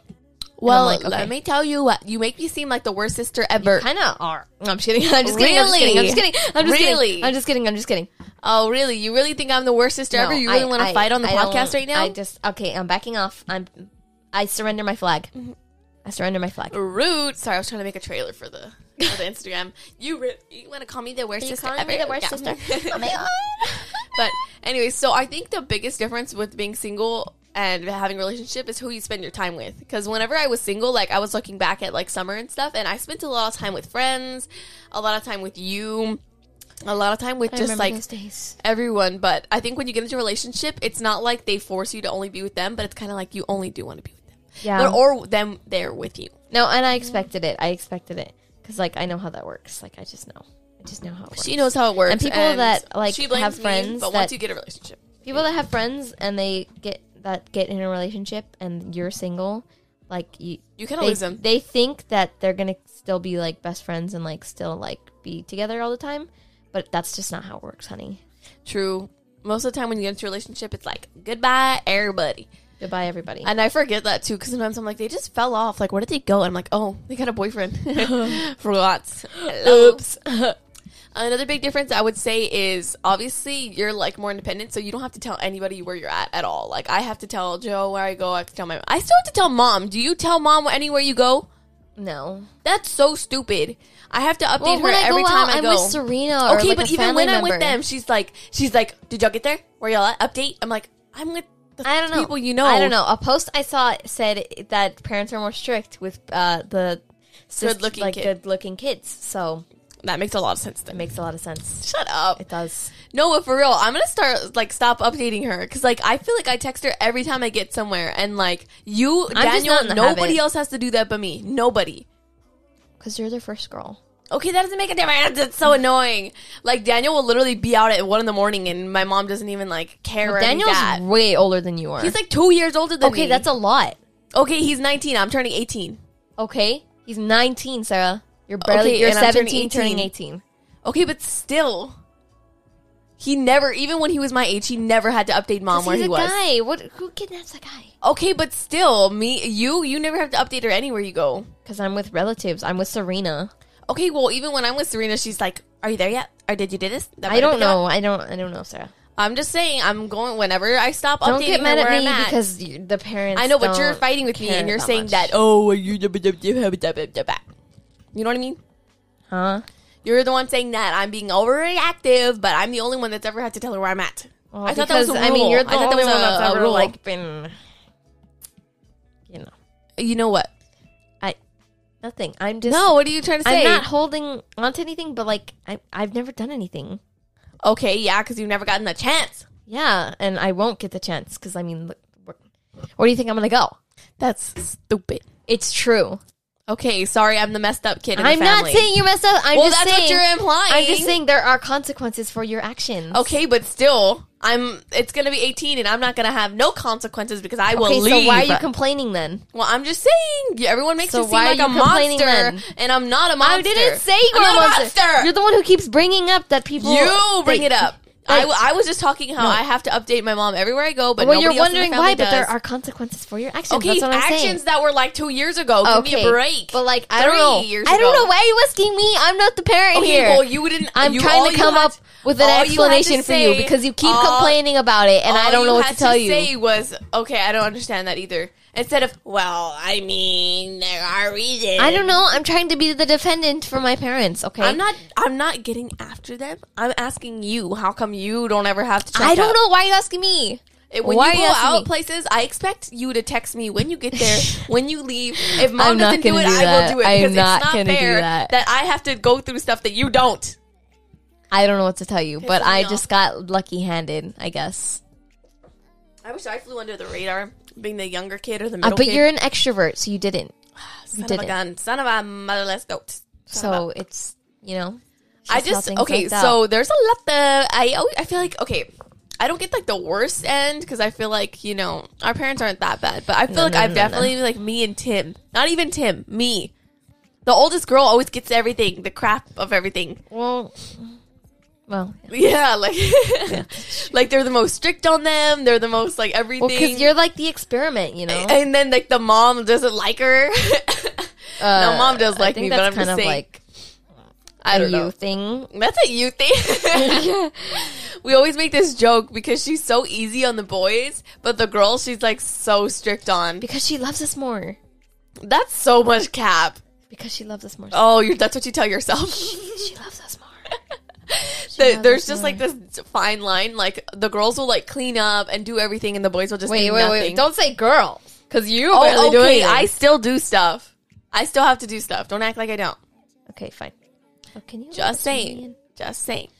[SPEAKER 1] Well,
[SPEAKER 3] like, okay.
[SPEAKER 1] let me tell you what. You make me seem like the worst sister ever.
[SPEAKER 3] Kind of are. No, I'm just kidding. I'm just kidding. I'm just kidding. I'm just kidding. I'm just kidding.
[SPEAKER 1] Really?
[SPEAKER 3] I'm just kidding. I'm just kidding.
[SPEAKER 1] oh, really? You really think I'm the worst sister ever?
[SPEAKER 3] No,
[SPEAKER 1] You really
[SPEAKER 3] I-
[SPEAKER 1] want to
[SPEAKER 3] I-
[SPEAKER 1] fight on the
[SPEAKER 3] I
[SPEAKER 1] podcast
[SPEAKER 3] don't-
[SPEAKER 1] right now?
[SPEAKER 3] I just okay. I'm backing off. I'm. I surrender my flag. I surrender my flag.
[SPEAKER 1] Rude. Sorry, I was trying to make a trailer for the for the Instagram. You re- you want to call me the worst sister
[SPEAKER 3] calling
[SPEAKER 1] ever?
[SPEAKER 3] me the worst
[SPEAKER 1] Yeah.
[SPEAKER 3] sister? Oh my God.
[SPEAKER 1] but anyway, so I think the biggest difference with being single and having a relationship is who you spend your time with. Because whenever I was single, like I was looking back at like summer and stuff, and I spent a lot of time with friends, a lot of time with you, a lot of time with
[SPEAKER 3] I
[SPEAKER 1] just
[SPEAKER 3] remember
[SPEAKER 1] like
[SPEAKER 3] those days.
[SPEAKER 1] everyone. But I think when you get into a relationship, it's not like they force you to only be with them, but it's kind of like you only do want to be with them,
[SPEAKER 3] Yeah.
[SPEAKER 1] But- or them there with you.
[SPEAKER 3] no, and I expected it. I expected it because like I know how that works. Like I just know. I just know how it works.
[SPEAKER 1] She knows how it works.
[SPEAKER 3] And people that, like,
[SPEAKER 1] blames
[SPEAKER 3] have
[SPEAKER 1] me,
[SPEAKER 3] friends
[SPEAKER 1] but
[SPEAKER 3] that-
[SPEAKER 1] once you get a relationship,
[SPEAKER 3] people that have friends and they get that get in a relationship and you're single like you
[SPEAKER 1] you kind of
[SPEAKER 3] they,
[SPEAKER 1] lose them.
[SPEAKER 3] they think that they're gonna still be like best friends and like still like be together all the time but that's just not how it works honey
[SPEAKER 1] True. Most of the time when you get into a relationship, it's like goodbye everybody,
[SPEAKER 3] goodbye everybody
[SPEAKER 1] and I forget that too because sometimes I'm like they just fell off. Like where did they go? And I'm like oh they got a boyfriend. Forgot. Oops. Another big difference I would say is obviously you're like more independent, so you don't have to tell anybody where you're at at all. Like I have to tell Joe where I go. I have to tell my. I still have to tell mom. Do you tell mom anywhere you go?
[SPEAKER 3] no
[SPEAKER 1] That's so stupid. I have to update
[SPEAKER 3] well
[SPEAKER 1] her
[SPEAKER 3] when I go
[SPEAKER 1] every time
[SPEAKER 3] out
[SPEAKER 1] I
[SPEAKER 3] I'm
[SPEAKER 1] go.
[SPEAKER 3] with Serena or
[SPEAKER 1] okay,
[SPEAKER 3] like
[SPEAKER 1] but
[SPEAKER 3] a
[SPEAKER 1] even
[SPEAKER 3] family
[SPEAKER 1] when I'm with
[SPEAKER 3] member.
[SPEAKER 1] them, she's like, she's like, did y'all get there? Where y'all at? Update. I'm like, I'm with the
[SPEAKER 3] I don't know
[SPEAKER 1] people you know.
[SPEAKER 3] I don't know a post I saw said that parents are more strict with uh the cis-
[SPEAKER 1] Good-looking
[SPEAKER 3] like
[SPEAKER 1] kid.
[SPEAKER 3] good looking kids so
[SPEAKER 1] That makes a lot of sense.
[SPEAKER 3] it
[SPEAKER 1] Then
[SPEAKER 3] makes a lot of sense
[SPEAKER 1] shut up.
[SPEAKER 3] it does
[SPEAKER 1] No, but for real, I'm gonna start like stop updating her because like I feel like I text her every time I get somewhere, and like you,
[SPEAKER 3] I'm just
[SPEAKER 1] Daniel,
[SPEAKER 3] not in the
[SPEAKER 1] nobody
[SPEAKER 3] habit.
[SPEAKER 1] else has to do that but me. Nobody.
[SPEAKER 3] because you're their first girl
[SPEAKER 1] Okay, that doesn't make a difference. It's so annoying. Like Daniel will literally be out at one in the morning, and my mom doesn't even like care. where
[SPEAKER 3] Daniel's
[SPEAKER 1] he's at.
[SPEAKER 3] way older than you are.
[SPEAKER 1] He's like two years older than me.
[SPEAKER 3] okay, that's a lot.
[SPEAKER 1] okay. He's 19. I'm turning 18.
[SPEAKER 3] Okay, he's 19, Sarah. You're barely
[SPEAKER 1] Okay,
[SPEAKER 3] you're
[SPEAKER 1] and I'm turning
[SPEAKER 3] 17, turning 18.
[SPEAKER 1] Okay, but still, he never. Even when he was my age, he never had to update mom where he
[SPEAKER 3] he's a
[SPEAKER 1] was.
[SPEAKER 3] guy. What? Who kidnaps a guy?
[SPEAKER 1] Okay, but still, me, you, you never have to update her anywhere you go.
[SPEAKER 3] Because I'm with relatives. I'm with Serena.
[SPEAKER 1] Okay, well, even when I'm with Serena, she's like, "Are you there yet? Or did you do this?" That
[SPEAKER 3] I don't
[SPEAKER 1] might have
[SPEAKER 3] know. I don't. I don't know, Sarah.
[SPEAKER 1] been- I'm just saying, I'm going whenever I stop.
[SPEAKER 3] Don't
[SPEAKER 1] updating
[SPEAKER 3] get
[SPEAKER 1] her
[SPEAKER 3] mad
[SPEAKER 1] where
[SPEAKER 3] at
[SPEAKER 1] I'm
[SPEAKER 3] me because you, the parents.
[SPEAKER 1] I know, but you're
[SPEAKER 3] don't
[SPEAKER 1] fighting with me,
[SPEAKER 3] care
[SPEAKER 1] and you're
[SPEAKER 3] that
[SPEAKER 1] saying
[SPEAKER 3] much.
[SPEAKER 1] that. Oh, you, you know what I mean?
[SPEAKER 3] huh?
[SPEAKER 1] You're the one saying that I'm being overreactive, but I'm the only one that's ever had to tell her where I'm at.
[SPEAKER 3] Well,
[SPEAKER 1] I thought that was
[SPEAKER 3] because,
[SPEAKER 1] a
[SPEAKER 3] I mean, you're
[SPEAKER 1] rule.
[SPEAKER 3] the
[SPEAKER 1] I thought that
[SPEAKER 3] only
[SPEAKER 1] was
[SPEAKER 3] one
[SPEAKER 1] a-
[SPEAKER 3] that's
[SPEAKER 1] a
[SPEAKER 3] ever
[SPEAKER 1] rule.
[SPEAKER 3] like been, you know,
[SPEAKER 1] You know what?
[SPEAKER 3] nothing. I'm just
[SPEAKER 1] no, what are you trying to
[SPEAKER 3] I'm
[SPEAKER 1] say?
[SPEAKER 3] not holding on to anything, but like I, I've never done anything.
[SPEAKER 1] okay, yeah, because you've never gotten a chance.
[SPEAKER 3] Yeah, and I won't get the chance because I mean, look, where, where do you think I'm gonna go?
[SPEAKER 1] That's stupid.
[SPEAKER 3] It's true.
[SPEAKER 1] Okay, sorry, I'm the messed up kid. In
[SPEAKER 3] I'm
[SPEAKER 1] the
[SPEAKER 3] not
[SPEAKER 1] family.
[SPEAKER 3] saying you messed up. I'm
[SPEAKER 1] well,
[SPEAKER 3] just
[SPEAKER 1] that's
[SPEAKER 3] saying.
[SPEAKER 1] what you're implying.
[SPEAKER 3] I'm just saying there are consequences for your actions.
[SPEAKER 1] Okay, but still, I'm. It's gonna be 18, and I'm not gonna have no consequences because I will
[SPEAKER 3] Okay.
[SPEAKER 1] leave.
[SPEAKER 3] So why are you complaining then?
[SPEAKER 1] well, I'm just saying. yeah, Everyone makes
[SPEAKER 3] So
[SPEAKER 1] it seem
[SPEAKER 3] why are
[SPEAKER 1] like
[SPEAKER 3] you
[SPEAKER 1] a
[SPEAKER 3] complaining
[SPEAKER 1] monster,
[SPEAKER 3] then?
[SPEAKER 1] and I'm not a monster.
[SPEAKER 3] I didn't say you
[SPEAKER 1] I'm
[SPEAKER 3] were
[SPEAKER 1] not
[SPEAKER 3] a monster. You're
[SPEAKER 1] monster.
[SPEAKER 3] the one who keeps bringing up that people.
[SPEAKER 1] You bring
[SPEAKER 3] they-
[SPEAKER 1] it up. I, w- I was just talking how
[SPEAKER 3] No.
[SPEAKER 1] I have to update my mom everywhere I go, but
[SPEAKER 3] Well, you're
[SPEAKER 1] nobody else in the
[SPEAKER 3] wondering why,
[SPEAKER 1] family
[SPEAKER 3] but there
[SPEAKER 1] does.
[SPEAKER 3] are consequences for your actions.
[SPEAKER 1] okay
[SPEAKER 3] That's what I'm
[SPEAKER 1] actions
[SPEAKER 3] saying.
[SPEAKER 1] that were like two years ago. Give me a break.
[SPEAKER 3] But like, I don't
[SPEAKER 1] Three
[SPEAKER 3] know.
[SPEAKER 1] years
[SPEAKER 3] I don't
[SPEAKER 1] ago.
[SPEAKER 3] know why you asking me. I'm not the parent
[SPEAKER 1] okay,
[SPEAKER 3] here.
[SPEAKER 1] well, you didn't.
[SPEAKER 3] I'm
[SPEAKER 1] you- all
[SPEAKER 3] trying to
[SPEAKER 1] you
[SPEAKER 3] come
[SPEAKER 1] had
[SPEAKER 3] up with an
[SPEAKER 1] all you had
[SPEAKER 3] explanation
[SPEAKER 1] to
[SPEAKER 3] for you
[SPEAKER 1] say-
[SPEAKER 3] because you keep
[SPEAKER 1] all-
[SPEAKER 3] complaining about it, and I
[SPEAKER 1] all
[SPEAKER 3] don't know
[SPEAKER 1] you
[SPEAKER 3] what
[SPEAKER 1] had
[SPEAKER 3] to tell you.
[SPEAKER 1] Say was okay. I don't understand that either. Instead of well, I mean, there are reasons.
[SPEAKER 3] I don't know. I'm trying to be the defendant for my parents. Okay,
[SPEAKER 1] I'm not. I'm not getting after them. I'm asking you. How come you don't ever have to? Check
[SPEAKER 3] I don't
[SPEAKER 1] up?
[SPEAKER 3] know why you asking me.
[SPEAKER 1] It- When
[SPEAKER 3] Why are
[SPEAKER 1] you
[SPEAKER 3] you
[SPEAKER 1] go
[SPEAKER 3] asking
[SPEAKER 1] out
[SPEAKER 3] me?
[SPEAKER 1] places, I expect you to text me when you get there, when you leave. If mom
[SPEAKER 3] I'm not
[SPEAKER 1] doesn't do
[SPEAKER 3] gonna
[SPEAKER 1] it,
[SPEAKER 3] do
[SPEAKER 1] I
[SPEAKER 3] that.
[SPEAKER 1] will do it
[SPEAKER 3] I am
[SPEAKER 1] because
[SPEAKER 3] not
[SPEAKER 1] it's not
[SPEAKER 3] gonna do
[SPEAKER 1] fair
[SPEAKER 3] that.
[SPEAKER 1] I have to go through stuff that you don't.
[SPEAKER 3] I don't know what to tell you, but
[SPEAKER 1] Pissing
[SPEAKER 3] I
[SPEAKER 1] me
[SPEAKER 3] just got lucky-handed, I guess.
[SPEAKER 1] I wish I flew under the radar, being the younger kid or the
[SPEAKER 3] Uh,
[SPEAKER 1] middle
[SPEAKER 3] but
[SPEAKER 1] kid.
[SPEAKER 3] you're an extrovert, so you didn't.
[SPEAKER 1] son of a
[SPEAKER 3] didn't.
[SPEAKER 1] gun, son of a motherless goat. Son of a-
[SPEAKER 3] So it's you know.
[SPEAKER 1] I
[SPEAKER 3] just how
[SPEAKER 1] just
[SPEAKER 3] things
[SPEAKER 1] okay.
[SPEAKER 3] worked out.
[SPEAKER 1] So there's a lot that I always, I feel like okay. I don't get like the worst end because I feel like you know our parents aren't that bad, but I feel
[SPEAKER 3] No,
[SPEAKER 1] like
[SPEAKER 3] no,
[SPEAKER 1] I've
[SPEAKER 3] no, no,
[SPEAKER 1] definitely like me and Tim, not even Tim, me. The oldest girl always gets everything, the crap of everything.
[SPEAKER 3] Well, well,
[SPEAKER 1] Yeah, like, like they're the most strict on them. They're the most like everything.
[SPEAKER 3] well, because you're like the experiment, you know.
[SPEAKER 1] and then like the mom doesn't like her.
[SPEAKER 3] Uh,
[SPEAKER 1] no, mom does
[SPEAKER 3] I
[SPEAKER 1] like
[SPEAKER 3] think
[SPEAKER 1] me, but
[SPEAKER 3] that's
[SPEAKER 1] I'm
[SPEAKER 3] kind
[SPEAKER 1] just
[SPEAKER 3] of
[SPEAKER 1] saying.
[SPEAKER 3] like
[SPEAKER 1] I
[SPEAKER 3] a
[SPEAKER 1] don't
[SPEAKER 3] you
[SPEAKER 1] know.
[SPEAKER 3] thing.
[SPEAKER 1] That's a you thing. we always make this joke because she's so easy on the boys, but the girls she's like so strict on.
[SPEAKER 3] Because she loves us more.
[SPEAKER 1] That's so much cap.
[SPEAKER 3] Because she loves us more.
[SPEAKER 1] Oh, you that's what you tell yourself.
[SPEAKER 3] She loves us more.
[SPEAKER 1] The-
[SPEAKER 3] loves
[SPEAKER 1] there's
[SPEAKER 3] us
[SPEAKER 1] just like this fine line. Like the girls will like clean up and do everything, and the boys will just
[SPEAKER 3] Wait,
[SPEAKER 1] do
[SPEAKER 3] wait,
[SPEAKER 1] nothing.
[SPEAKER 3] wait. Don't say girl. Because you oh,
[SPEAKER 1] oh,
[SPEAKER 3] barely
[SPEAKER 1] okay.
[SPEAKER 3] do anything.
[SPEAKER 1] I still do stuff. I still have to do stuff. Don't act like I don't.
[SPEAKER 3] Okay, fine. Oh, can you let
[SPEAKER 1] Just
[SPEAKER 3] us be
[SPEAKER 1] saying.
[SPEAKER 3] in?
[SPEAKER 1] Just saying.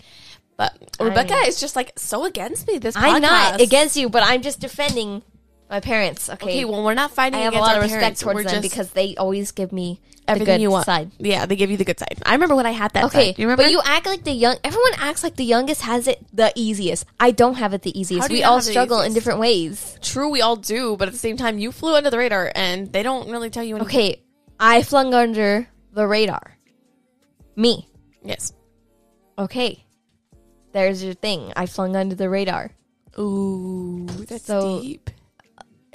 [SPEAKER 1] But
[SPEAKER 3] I
[SPEAKER 1] Rebecca
[SPEAKER 3] mean-
[SPEAKER 1] is just like so against me. This
[SPEAKER 3] I'm not
[SPEAKER 1] podcast.
[SPEAKER 3] against you, but I'm just defending my parents. Okay.
[SPEAKER 1] Okay, well, we're not fighting
[SPEAKER 3] I have a
[SPEAKER 1] against
[SPEAKER 3] lot
[SPEAKER 1] our
[SPEAKER 3] of respect
[SPEAKER 1] parents.
[SPEAKER 3] towards
[SPEAKER 1] We're just
[SPEAKER 3] them because they always give me the
[SPEAKER 1] everything
[SPEAKER 3] good
[SPEAKER 1] you want.
[SPEAKER 3] side.
[SPEAKER 1] Yeah, they give you the good side. I remember when I had that.
[SPEAKER 3] Okay,
[SPEAKER 1] side. you remember?
[SPEAKER 3] but you act like the young. Everyone acts like the youngest has it the easiest. I don't have it the easiest.
[SPEAKER 1] do
[SPEAKER 3] We
[SPEAKER 1] you not
[SPEAKER 3] all
[SPEAKER 1] have the
[SPEAKER 3] struggle in
[SPEAKER 1] easiest?
[SPEAKER 3] different ways.
[SPEAKER 1] true, we all do, but at the same time, you flew under the radar, and they don't really tell you anything.
[SPEAKER 3] Okay, I flung under the radar. Me.
[SPEAKER 1] Yes.
[SPEAKER 3] Okay. There's your thing. I flung under the radar.
[SPEAKER 1] Ooh, that's
[SPEAKER 3] So-
[SPEAKER 1] deep.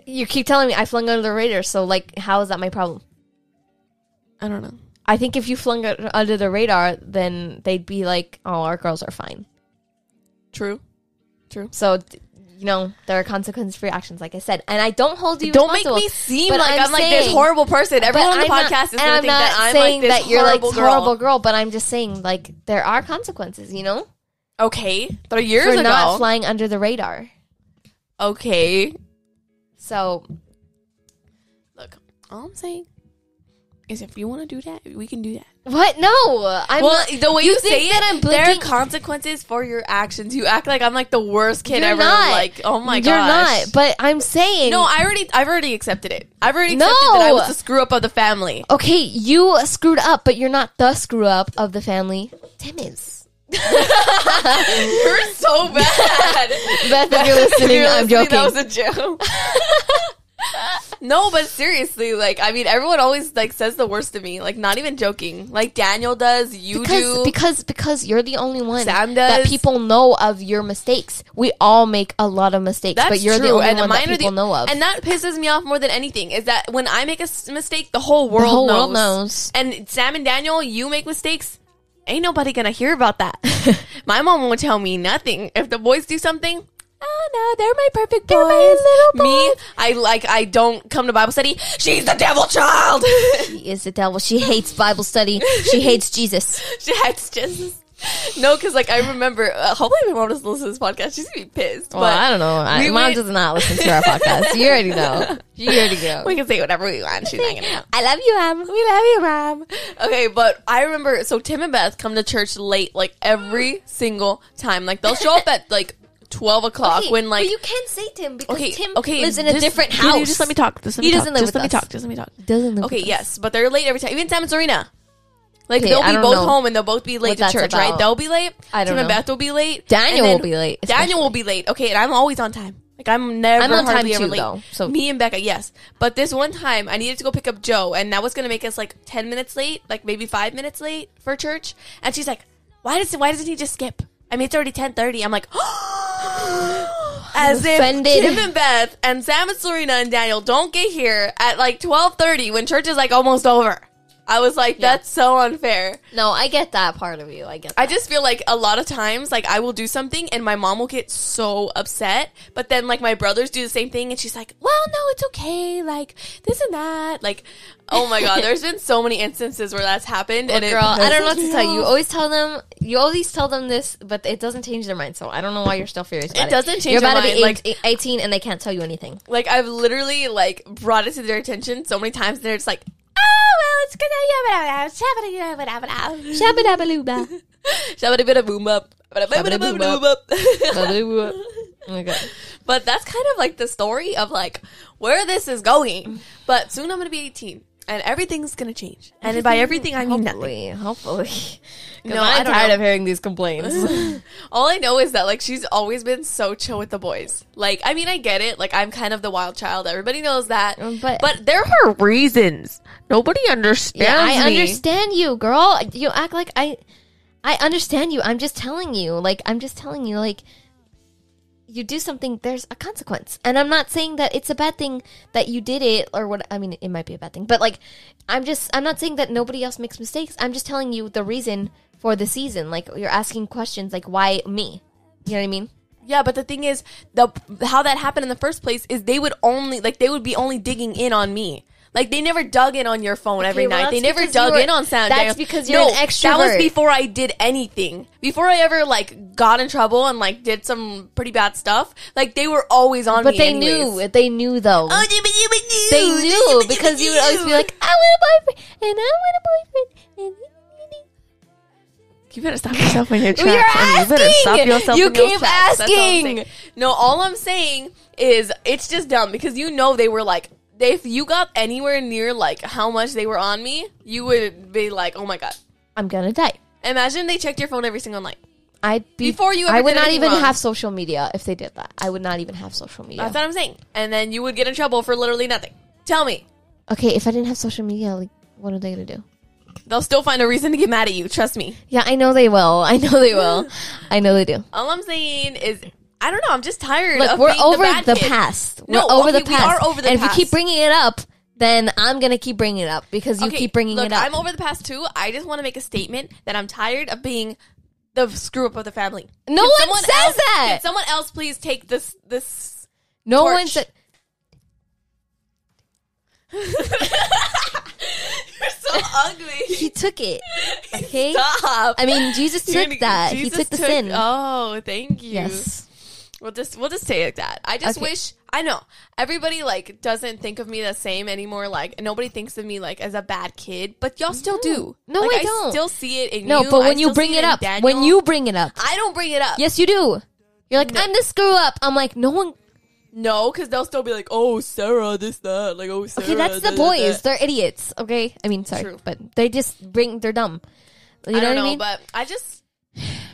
[SPEAKER 3] You keep telling me I flung under the radar, so like how is that my problem?
[SPEAKER 1] I don't know.
[SPEAKER 3] I think if you flung it under the radar, then they'd be like, "Oh, our girls are fine."
[SPEAKER 1] True.
[SPEAKER 3] So, th- you know, there are consequences for your actions, like I said, and I don't hold you.
[SPEAKER 1] Don't make me
[SPEAKER 3] responsible,
[SPEAKER 1] seem
[SPEAKER 3] but
[SPEAKER 1] like I'm, like this
[SPEAKER 3] saying-
[SPEAKER 1] horrible person.
[SPEAKER 3] but
[SPEAKER 1] Everyone on the
[SPEAKER 3] I'm not-
[SPEAKER 1] podcast is
[SPEAKER 3] and
[SPEAKER 1] going to
[SPEAKER 3] I'm
[SPEAKER 1] think
[SPEAKER 3] not
[SPEAKER 1] that I'm like
[SPEAKER 3] saying
[SPEAKER 1] this
[SPEAKER 3] that you're
[SPEAKER 1] horrible
[SPEAKER 3] like
[SPEAKER 1] girl.
[SPEAKER 3] horrible girl, but I'm just saying like there are consequences, you know,
[SPEAKER 1] Okay, three years
[SPEAKER 3] for
[SPEAKER 1] ago.
[SPEAKER 3] not flying under the radar.
[SPEAKER 1] okay,
[SPEAKER 3] So
[SPEAKER 1] look, all I'm saying is if you want to do that, we can do that.
[SPEAKER 3] what? No, I'm
[SPEAKER 1] well,
[SPEAKER 3] not,
[SPEAKER 1] the way you, say
[SPEAKER 3] think
[SPEAKER 1] it,
[SPEAKER 3] that I'm
[SPEAKER 1] there are
[SPEAKER 3] blinking-
[SPEAKER 1] consequences for your actions. You act like I'm like the worst kid
[SPEAKER 3] You're
[SPEAKER 1] ever.
[SPEAKER 3] not.
[SPEAKER 1] Like, oh my
[SPEAKER 3] You're
[SPEAKER 1] gosh.
[SPEAKER 3] not, but I'm saying
[SPEAKER 1] no, I already, I've already accepted it. I've already
[SPEAKER 3] No.
[SPEAKER 1] accepted that I was the screw up of the family.
[SPEAKER 3] Okay, you screwed up, but you're not the screw up of the family. Tim is.
[SPEAKER 1] You're so bad.
[SPEAKER 3] Beth, if you're listening,
[SPEAKER 1] You're
[SPEAKER 3] I'm
[SPEAKER 1] listening,
[SPEAKER 3] joking.
[SPEAKER 1] That was a joke. no, but seriously, like I mean, everyone always like says the worst to me. Like, not even joking. Like Daniel does, you
[SPEAKER 3] because
[SPEAKER 1] do.
[SPEAKER 3] because because you're the only one
[SPEAKER 1] Sam
[SPEAKER 3] that
[SPEAKER 1] does.
[SPEAKER 3] people know of your mistakes. We all make a lot of mistakes, but you're the only one that
[SPEAKER 1] are
[SPEAKER 3] people know of.
[SPEAKER 1] And that pisses me off more than anything is that when I make a s- mistake, the whole world
[SPEAKER 3] whole
[SPEAKER 1] knows.
[SPEAKER 3] world knows.
[SPEAKER 1] And Sam and Daniel, you make mistakes. Ain't nobody gonna hear about that. my mom won't tell me nothing. If the boys do something, oh no, they're my perfect boys.
[SPEAKER 3] little
[SPEAKER 1] Me, I like I don't come to Bible study. She's the devil child.
[SPEAKER 3] she is the devil. She hates Bible study. She hates Jesus.
[SPEAKER 1] That's just No, because like I remember. Uh, hopefully, my mom doesn't listen to this podcast. She's gonna be pissed.
[SPEAKER 3] Well, I don't know. I,
[SPEAKER 1] we
[SPEAKER 3] mom
[SPEAKER 1] would-
[SPEAKER 3] does not listen to our podcast. You already know. You already know.
[SPEAKER 1] We can say whatever we want. She's not gonna know.
[SPEAKER 3] I love you, Em.
[SPEAKER 1] We love you, mom. Okay, but I remember. So Tim and Beth come to church late, like
[SPEAKER 3] Mm.
[SPEAKER 1] every single time. Like they'll show up at like twelve o'clock
[SPEAKER 3] Okay,
[SPEAKER 1] when like.
[SPEAKER 3] but you can't say Tim because
[SPEAKER 1] Okay,
[SPEAKER 3] Tim
[SPEAKER 1] okay,
[SPEAKER 3] lives in a
[SPEAKER 1] this-
[SPEAKER 3] different
[SPEAKER 1] Can you
[SPEAKER 3] house.
[SPEAKER 1] just let me talk. Just let me
[SPEAKER 3] He
[SPEAKER 1] talk.
[SPEAKER 3] doesn't live
[SPEAKER 1] just
[SPEAKER 3] with
[SPEAKER 1] let
[SPEAKER 3] us.
[SPEAKER 1] me talk. Just let me talk.
[SPEAKER 3] doesn't live.
[SPEAKER 1] Okay, yes, but they're late every time. Even Sam and Serena. Like
[SPEAKER 3] Okay,
[SPEAKER 1] they'll
[SPEAKER 3] I
[SPEAKER 1] be
[SPEAKER 3] don't
[SPEAKER 1] both
[SPEAKER 3] know
[SPEAKER 1] home and they'll both be late
[SPEAKER 3] what
[SPEAKER 1] to
[SPEAKER 3] that's
[SPEAKER 1] church, right?
[SPEAKER 3] about.
[SPEAKER 1] They'll be late.
[SPEAKER 3] I don't
[SPEAKER 1] Tim and
[SPEAKER 3] know.
[SPEAKER 1] Beth will be late.
[SPEAKER 3] Daniel
[SPEAKER 1] And then
[SPEAKER 3] will be late,
[SPEAKER 1] Daniel will be late. Okay, and I'm always on time. Like I'm never
[SPEAKER 3] I'm on
[SPEAKER 1] hardly
[SPEAKER 3] time
[SPEAKER 1] ever
[SPEAKER 3] too,
[SPEAKER 1] late.
[SPEAKER 3] though, so-
[SPEAKER 1] me and Becca, yes. But this one time, I needed to go pick up Joe, and that was going to make us like ten minutes late, like maybe five minutes late for church. And she's like, "Why does why doesn't he just skip?" I mean, it's already ten thirty. I'm like, as if
[SPEAKER 3] offended.
[SPEAKER 1] Tim and Beth and Sam and Serena and Daniel don't get here at like twelve thirty when church is like almost over. I was like, that's so unfair.
[SPEAKER 3] No, I get that part of you. I get. That.
[SPEAKER 1] I just feel like a lot of times, like I will do something and my mom will get so upset, but then like my brothers do the same thing and she's like, "Well, no, it's okay," like this and that. Like, oh my god, there's been so many instances where that's happened. and it
[SPEAKER 3] girl, I don't know what
[SPEAKER 1] pisses
[SPEAKER 3] to
[SPEAKER 1] me
[SPEAKER 3] tell you. You
[SPEAKER 1] off.
[SPEAKER 3] always tell them. You always tell them this, but it doesn't change their mind. So I don't know why you're still furious. About it,
[SPEAKER 1] doesn't change
[SPEAKER 3] You're
[SPEAKER 1] their
[SPEAKER 3] about to be
[SPEAKER 1] mind,
[SPEAKER 3] eight- eighteen, and they can't tell you anything.
[SPEAKER 1] Like I've literally like brought it to their attention so many times, and they're just like, "Oh, well, it's good."
[SPEAKER 3] Shabba-dabba-looba.
[SPEAKER 1] Shabba bit boom up.
[SPEAKER 3] Ba-doo-whoop. oh my god.
[SPEAKER 1] But that's kind of like the story of like where this is going. But soon I'm gonna be 18, and everything's gonna change. And by everything I mean nothing.
[SPEAKER 3] Hopefully, hopefully.
[SPEAKER 1] No,
[SPEAKER 3] No,
[SPEAKER 1] I
[SPEAKER 3] I'm
[SPEAKER 1] don't
[SPEAKER 3] tired
[SPEAKER 1] know.
[SPEAKER 3] of hearing these complaints.
[SPEAKER 1] All I know is that like she's always been so chill with the boys. Like I mean I get it. Like I'm kind of the wild child. Everybody knows that.
[SPEAKER 3] Um, but-
[SPEAKER 1] but there are reasons. Nobody understands.
[SPEAKER 3] yeah, I
[SPEAKER 1] me.
[SPEAKER 3] understand you, girl. You act like I. I understand you. I'm just telling you. Like I'm just telling you. Like you do something, there's a consequence. And I'm not saying that it's a bad thing that you did it or what. I mean, it might be a bad thing, but like I'm just. I'm not saying that nobody else makes mistakes. I'm just telling you the reason for the season. Like you're asking questions, like why me? You know what I mean?
[SPEAKER 1] Yeah, but the thing is, the how that happened in the first place is they would only like they would be only digging in on me. Like they never dug in on your phone every
[SPEAKER 3] well,
[SPEAKER 1] night. They
[SPEAKER 3] that's
[SPEAKER 1] never
[SPEAKER 3] because
[SPEAKER 1] dug
[SPEAKER 3] you were-
[SPEAKER 1] in on Sam.
[SPEAKER 3] that's
[SPEAKER 1] Daniels.
[SPEAKER 3] because you're an
[SPEAKER 1] That was
[SPEAKER 3] extrovert.
[SPEAKER 1] before I did anything. Before I ever like got in trouble and like did some pretty bad stuff. Like they were always on
[SPEAKER 3] But
[SPEAKER 1] me.
[SPEAKER 3] they
[SPEAKER 1] anyways.
[SPEAKER 3] knew. They knew though.
[SPEAKER 1] Oh, you- you- you- you-
[SPEAKER 3] they
[SPEAKER 1] you-
[SPEAKER 3] knew
[SPEAKER 1] you-
[SPEAKER 3] because you would always be like, I want a boyfriend and I want a boyfriend and.
[SPEAKER 1] You better stop yourself when you're
[SPEAKER 3] You're asking. You keep asking.
[SPEAKER 1] no, all I'm saying is it's just dumb because you know they were like, if you got anywhere near like how much they were on me, you would be like, oh my god.
[SPEAKER 3] I'm gonna die.
[SPEAKER 1] Imagine they checked your phone every single night.
[SPEAKER 3] I'd be
[SPEAKER 1] Before you ever
[SPEAKER 3] I would
[SPEAKER 1] did
[SPEAKER 3] not
[SPEAKER 1] anything
[SPEAKER 3] even
[SPEAKER 1] wrong.
[SPEAKER 3] have social media if they did that. I would not even have social media.
[SPEAKER 1] That's what I'm saying. And then you would get in trouble for literally nothing. Tell me,
[SPEAKER 3] okay, if I didn't have social media, like, what are they gonna do?
[SPEAKER 1] they'll still find a reason to get mad at you. Trust me.
[SPEAKER 3] Yeah, I know they will. I know they will. I know they do.
[SPEAKER 1] All I'm saying is, I don't know. I'm just tired.
[SPEAKER 3] Look,
[SPEAKER 1] of
[SPEAKER 3] we're
[SPEAKER 1] being
[SPEAKER 3] over
[SPEAKER 1] bad
[SPEAKER 3] the,
[SPEAKER 1] kid.
[SPEAKER 3] past.
[SPEAKER 1] No,
[SPEAKER 3] we're over
[SPEAKER 1] okay,
[SPEAKER 3] the
[SPEAKER 1] we
[SPEAKER 3] past.
[SPEAKER 1] are over the
[SPEAKER 3] and
[SPEAKER 1] past.
[SPEAKER 3] if you keep bringing it up, then I'm gonna keep bringing it up because you
[SPEAKER 1] Okay,
[SPEAKER 3] keep bringing
[SPEAKER 1] look,
[SPEAKER 3] it up.
[SPEAKER 1] I'm over the past two. I just want to make a statement that I'm tired of being the screw up of the family.
[SPEAKER 3] no
[SPEAKER 1] Can
[SPEAKER 3] one
[SPEAKER 1] someone
[SPEAKER 3] says
[SPEAKER 1] else-
[SPEAKER 3] that.
[SPEAKER 1] Can someone else please take this this
[SPEAKER 3] No
[SPEAKER 1] torch.
[SPEAKER 3] one said.
[SPEAKER 1] You're so ugly.
[SPEAKER 3] He took it. Okay.
[SPEAKER 1] Stop.
[SPEAKER 3] I mean, Jesus
[SPEAKER 1] You're
[SPEAKER 3] took
[SPEAKER 1] gonna-
[SPEAKER 3] that.
[SPEAKER 1] Jesus
[SPEAKER 3] he took the sin.
[SPEAKER 1] Oh, thank you.
[SPEAKER 3] yes.
[SPEAKER 1] We'll just we'll just say it like that. I just
[SPEAKER 3] Okay.
[SPEAKER 1] wish I know everybody like doesn't think of me the same anymore. Like nobody thinks of me like as a bad kid, but y'all still do.
[SPEAKER 3] No,
[SPEAKER 1] Like,
[SPEAKER 3] I don't.
[SPEAKER 1] still see it in
[SPEAKER 3] No,
[SPEAKER 1] you.
[SPEAKER 3] but
[SPEAKER 1] I
[SPEAKER 3] when you
[SPEAKER 1] still see
[SPEAKER 3] bring it
[SPEAKER 1] in
[SPEAKER 3] up,
[SPEAKER 1] Daniel.
[SPEAKER 3] when you bring it up,
[SPEAKER 1] I don't bring it up.
[SPEAKER 3] Yes, you do. You're like, I'm the screw up. I'm like, no one.
[SPEAKER 1] No, because they'll still be like, "Oh, Sarah, this, that." Like, "Oh, Sarah."
[SPEAKER 3] Okay, that's the
[SPEAKER 1] da, da,
[SPEAKER 3] boys.
[SPEAKER 1] da."
[SPEAKER 3] They're idiots. Okay, I mean, sorry,
[SPEAKER 1] True.
[SPEAKER 3] but they just bring. They're dumb. You know
[SPEAKER 1] I don't
[SPEAKER 3] what
[SPEAKER 1] know,
[SPEAKER 3] I mean?
[SPEAKER 1] but I just,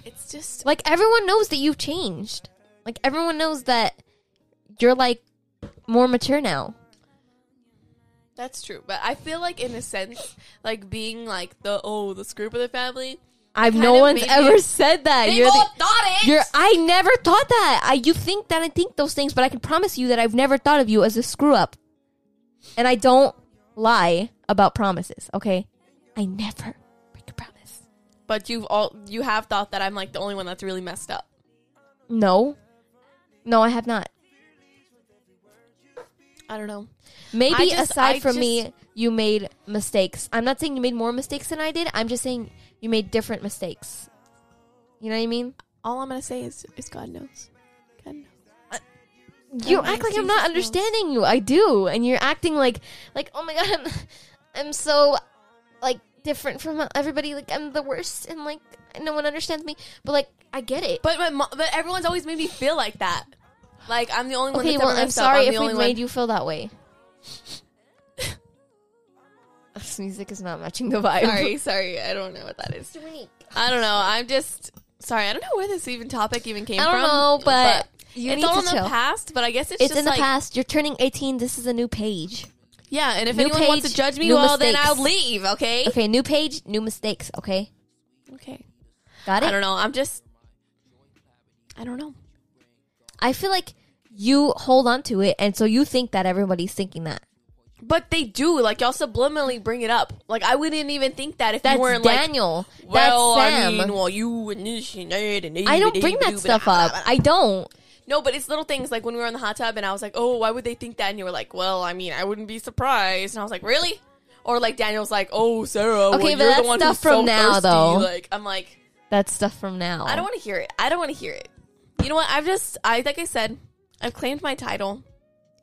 [SPEAKER 1] it's just
[SPEAKER 3] like everyone knows that you've changed. Like everyone knows that you're like more mature now.
[SPEAKER 1] that's true. But I feel like, in a sense, like being like the oh, the screw of the family.
[SPEAKER 3] I've
[SPEAKER 1] kind
[SPEAKER 3] no
[SPEAKER 1] of
[SPEAKER 3] one's
[SPEAKER 1] made
[SPEAKER 3] ever
[SPEAKER 1] me-
[SPEAKER 3] said that.
[SPEAKER 1] They
[SPEAKER 3] You're
[SPEAKER 1] all
[SPEAKER 3] the,
[SPEAKER 1] thought it.
[SPEAKER 3] you're. I never thought that. I you think that I think those things, but I can promise you that I've never thought of you as a screw up, and I don't lie about promises. Okay, I never break a promise.
[SPEAKER 1] but you've all you have thought that I'm like the only one that's really messed up.
[SPEAKER 3] No. No, I have not.
[SPEAKER 1] I don't know. I
[SPEAKER 3] Maybe
[SPEAKER 1] just-
[SPEAKER 3] aside
[SPEAKER 1] I
[SPEAKER 3] from me, you made mistakes. I'm not saying you made more mistakes than I did. I'm just saying you made different mistakes. You know what I mean?
[SPEAKER 1] All I'm gonna say is, is God knows. God knows.
[SPEAKER 3] You
[SPEAKER 1] know,
[SPEAKER 3] act like I'm
[SPEAKER 1] Jesus
[SPEAKER 3] not
[SPEAKER 1] knows.
[SPEAKER 3] understanding you. I do, and you're acting like, like, oh my god, I'm, I'm so, like, different from everybody. Like, I'm the worst, and like, no one understands me. But like, I get it.
[SPEAKER 1] But my mo- but everyone's always made me feel like that. Like I'm the only one.
[SPEAKER 3] okay,
[SPEAKER 1] that's
[SPEAKER 3] well,
[SPEAKER 1] ever
[SPEAKER 3] I'm
[SPEAKER 1] messed up.
[SPEAKER 3] sorry
[SPEAKER 1] I'm
[SPEAKER 3] if
[SPEAKER 1] the
[SPEAKER 3] we
[SPEAKER 1] only
[SPEAKER 3] made
[SPEAKER 1] one-
[SPEAKER 3] you feel that way. this music is not matching the vibe.
[SPEAKER 1] Sorry, sorry. I don't know what that is. I don't know. I'm just sorry. I don't know where this even topic even came
[SPEAKER 3] I don't
[SPEAKER 1] from.
[SPEAKER 3] know, but you
[SPEAKER 1] it's
[SPEAKER 3] need
[SPEAKER 1] all
[SPEAKER 3] to
[SPEAKER 1] in
[SPEAKER 3] chill.
[SPEAKER 1] the past. But I guess it's,
[SPEAKER 3] It's
[SPEAKER 1] just
[SPEAKER 3] in the
[SPEAKER 1] like,
[SPEAKER 3] past. You're turning 18. This is a new page.
[SPEAKER 1] Yeah, and if
[SPEAKER 3] New
[SPEAKER 1] anyone wants
[SPEAKER 3] page,
[SPEAKER 1] to judge me,
[SPEAKER 3] new
[SPEAKER 1] well, then
[SPEAKER 3] mistakes.
[SPEAKER 1] I'll leave. Okay.
[SPEAKER 3] Okay, new page, new mistakes. Okay,
[SPEAKER 1] Okay.
[SPEAKER 3] got it.
[SPEAKER 1] I don't know. I'm just. I don't know.
[SPEAKER 3] I feel like you hold on to it, and so you think that everybody's thinking that.
[SPEAKER 1] But they do like y'all subliminally bring it up. Like I wouldn't even think that if
[SPEAKER 3] That's
[SPEAKER 1] you weren't like.
[SPEAKER 3] Daniel.
[SPEAKER 1] Well,
[SPEAKER 3] That's
[SPEAKER 1] I
[SPEAKER 3] Sam. I,
[SPEAKER 1] mean, well, you and this and that and
[SPEAKER 3] don't bring that stuff up. I don't.
[SPEAKER 1] No, but it's little things like when we were in the hot tub and I was like, oh, why would they think that? And you were like, well, I mean, I wouldn't be surprised. And I was like, really? Or like Daniel's like, oh, Sarah, well,
[SPEAKER 3] Okay, but
[SPEAKER 1] you're
[SPEAKER 3] that's
[SPEAKER 1] the one
[SPEAKER 3] stuff
[SPEAKER 1] who's
[SPEAKER 3] from
[SPEAKER 1] so
[SPEAKER 3] now,
[SPEAKER 1] thirsty.
[SPEAKER 3] though.
[SPEAKER 1] Like, I'm like,
[SPEAKER 3] That's stuff from now.
[SPEAKER 1] I don't want to hear it. I don't want to hear it. You know what? I've just, I like I said, I've claimed my title,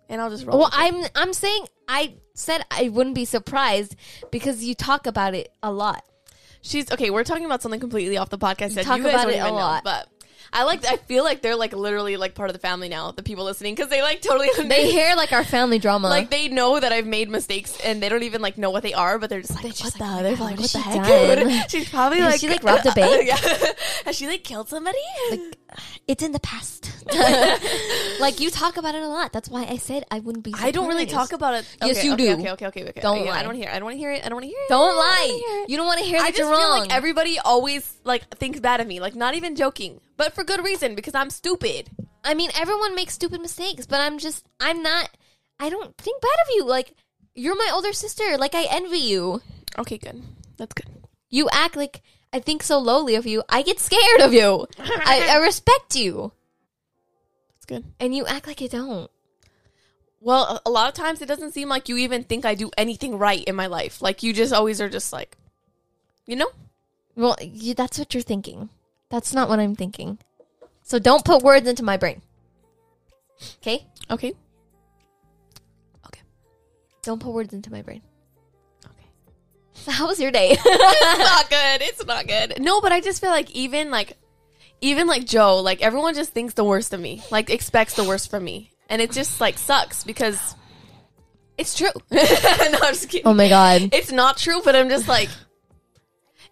[SPEAKER 1] and I'll just roll.
[SPEAKER 3] Well,
[SPEAKER 1] with it.
[SPEAKER 3] I'm I'm saying I said I wouldn't be surprised because you talk about it a lot.
[SPEAKER 1] She's okay. We're talking about something completely off the podcast. that
[SPEAKER 3] talk
[SPEAKER 1] you guys
[SPEAKER 3] about
[SPEAKER 1] don't
[SPEAKER 3] it
[SPEAKER 1] even
[SPEAKER 3] a
[SPEAKER 1] know,
[SPEAKER 3] lot.
[SPEAKER 1] but I like. I feel like they're like literally like part of the family now. The people listening because they like totally
[SPEAKER 3] They hear like our family drama.
[SPEAKER 1] like they know that I've made mistakes and they don't even like know what they are, but they're just like,
[SPEAKER 3] They're
[SPEAKER 1] what
[SPEAKER 3] just
[SPEAKER 1] the?
[SPEAKER 3] like,
[SPEAKER 1] they're
[SPEAKER 3] "Oh my
[SPEAKER 1] like,
[SPEAKER 3] God,
[SPEAKER 1] what the heck?
[SPEAKER 3] what has she done?"
[SPEAKER 1] Dude? She's probably
[SPEAKER 3] Has
[SPEAKER 1] like,
[SPEAKER 3] she, like, robbed a bank?
[SPEAKER 1] yeah. Has she like killed somebody?
[SPEAKER 3] it's in the past. like you talk about it a lot. That's why I said I wouldn't be. Surprised.
[SPEAKER 1] I don't really talk about it.
[SPEAKER 3] Yes,
[SPEAKER 1] Okay,
[SPEAKER 3] you
[SPEAKER 1] okay,
[SPEAKER 3] do.
[SPEAKER 1] Okay, okay, okay, okay.
[SPEAKER 3] Don't
[SPEAKER 1] Yeah,
[SPEAKER 3] lie.
[SPEAKER 1] I don't hear. It. I don't want to hear it. I don't want to hear it.
[SPEAKER 3] Don't
[SPEAKER 1] I wanna hear
[SPEAKER 3] lie.
[SPEAKER 1] it.
[SPEAKER 3] You don't want to hear
[SPEAKER 1] I
[SPEAKER 3] that
[SPEAKER 1] just
[SPEAKER 3] you're
[SPEAKER 1] feel
[SPEAKER 3] wrong.
[SPEAKER 1] like everybody always like thinks bad of me. Like not even joking, but for good reason because I'm stupid.
[SPEAKER 3] I mean, everyone makes stupid mistakes, but I'm just, I'm not, I don't think bad of you. Like, you're my older sister. Like, I envy you.
[SPEAKER 1] Okay, good. That's good.
[SPEAKER 3] You act like I think so lowly of you. I get scared of you. I, I respect you.
[SPEAKER 1] That's good.
[SPEAKER 3] And you act like I don't.
[SPEAKER 1] Well, a a lot of times it doesn't seem like you even think I do anything right in my life. Like you just always are just like, you know.
[SPEAKER 3] Well, you, that's what you're thinking. That's not what I'm thinking. So don't put words into my brain. Okay?
[SPEAKER 1] Okay. Okay.
[SPEAKER 3] Don't put words into my brain.
[SPEAKER 1] Okay.
[SPEAKER 3] So, how was your day?
[SPEAKER 1] It's not good. It's not good. No, but I just feel like even like even like Joe, like everyone just thinks the worst of me. Like expects the worst from me. And it just like sucks because it's true. no, I'm just kidding.
[SPEAKER 3] oh my God.
[SPEAKER 1] It's not true, but I'm just like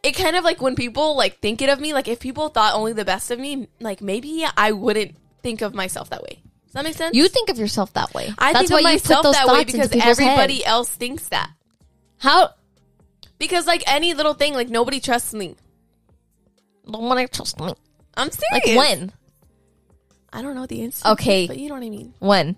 [SPEAKER 1] it kind of like when people like think it of me, like if people thought only the best of me, like maybe I wouldn't think of myself that way. Does that make sense?
[SPEAKER 3] You think of yourself that way.
[SPEAKER 1] I
[SPEAKER 3] That's
[SPEAKER 1] think of
[SPEAKER 3] why you put
[SPEAKER 1] myself
[SPEAKER 3] those
[SPEAKER 1] that
[SPEAKER 3] thoughts
[SPEAKER 1] way
[SPEAKER 3] into
[SPEAKER 1] because
[SPEAKER 3] people's heads.
[SPEAKER 1] everybody else thinks that.
[SPEAKER 3] How?
[SPEAKER 1] Because like any little thing, like nobody trusts me.
[SPEAKER 3] Don't want to trust me.
[SPEAKER 1] I'm serious.
[SPEAKER 3] Like when?
[SPEAKER 1] I don't know the instance.
[SPEAKER 3] Okay.
[SPEAKER 1] But you know what I mean.
[SPEAKER 3] When?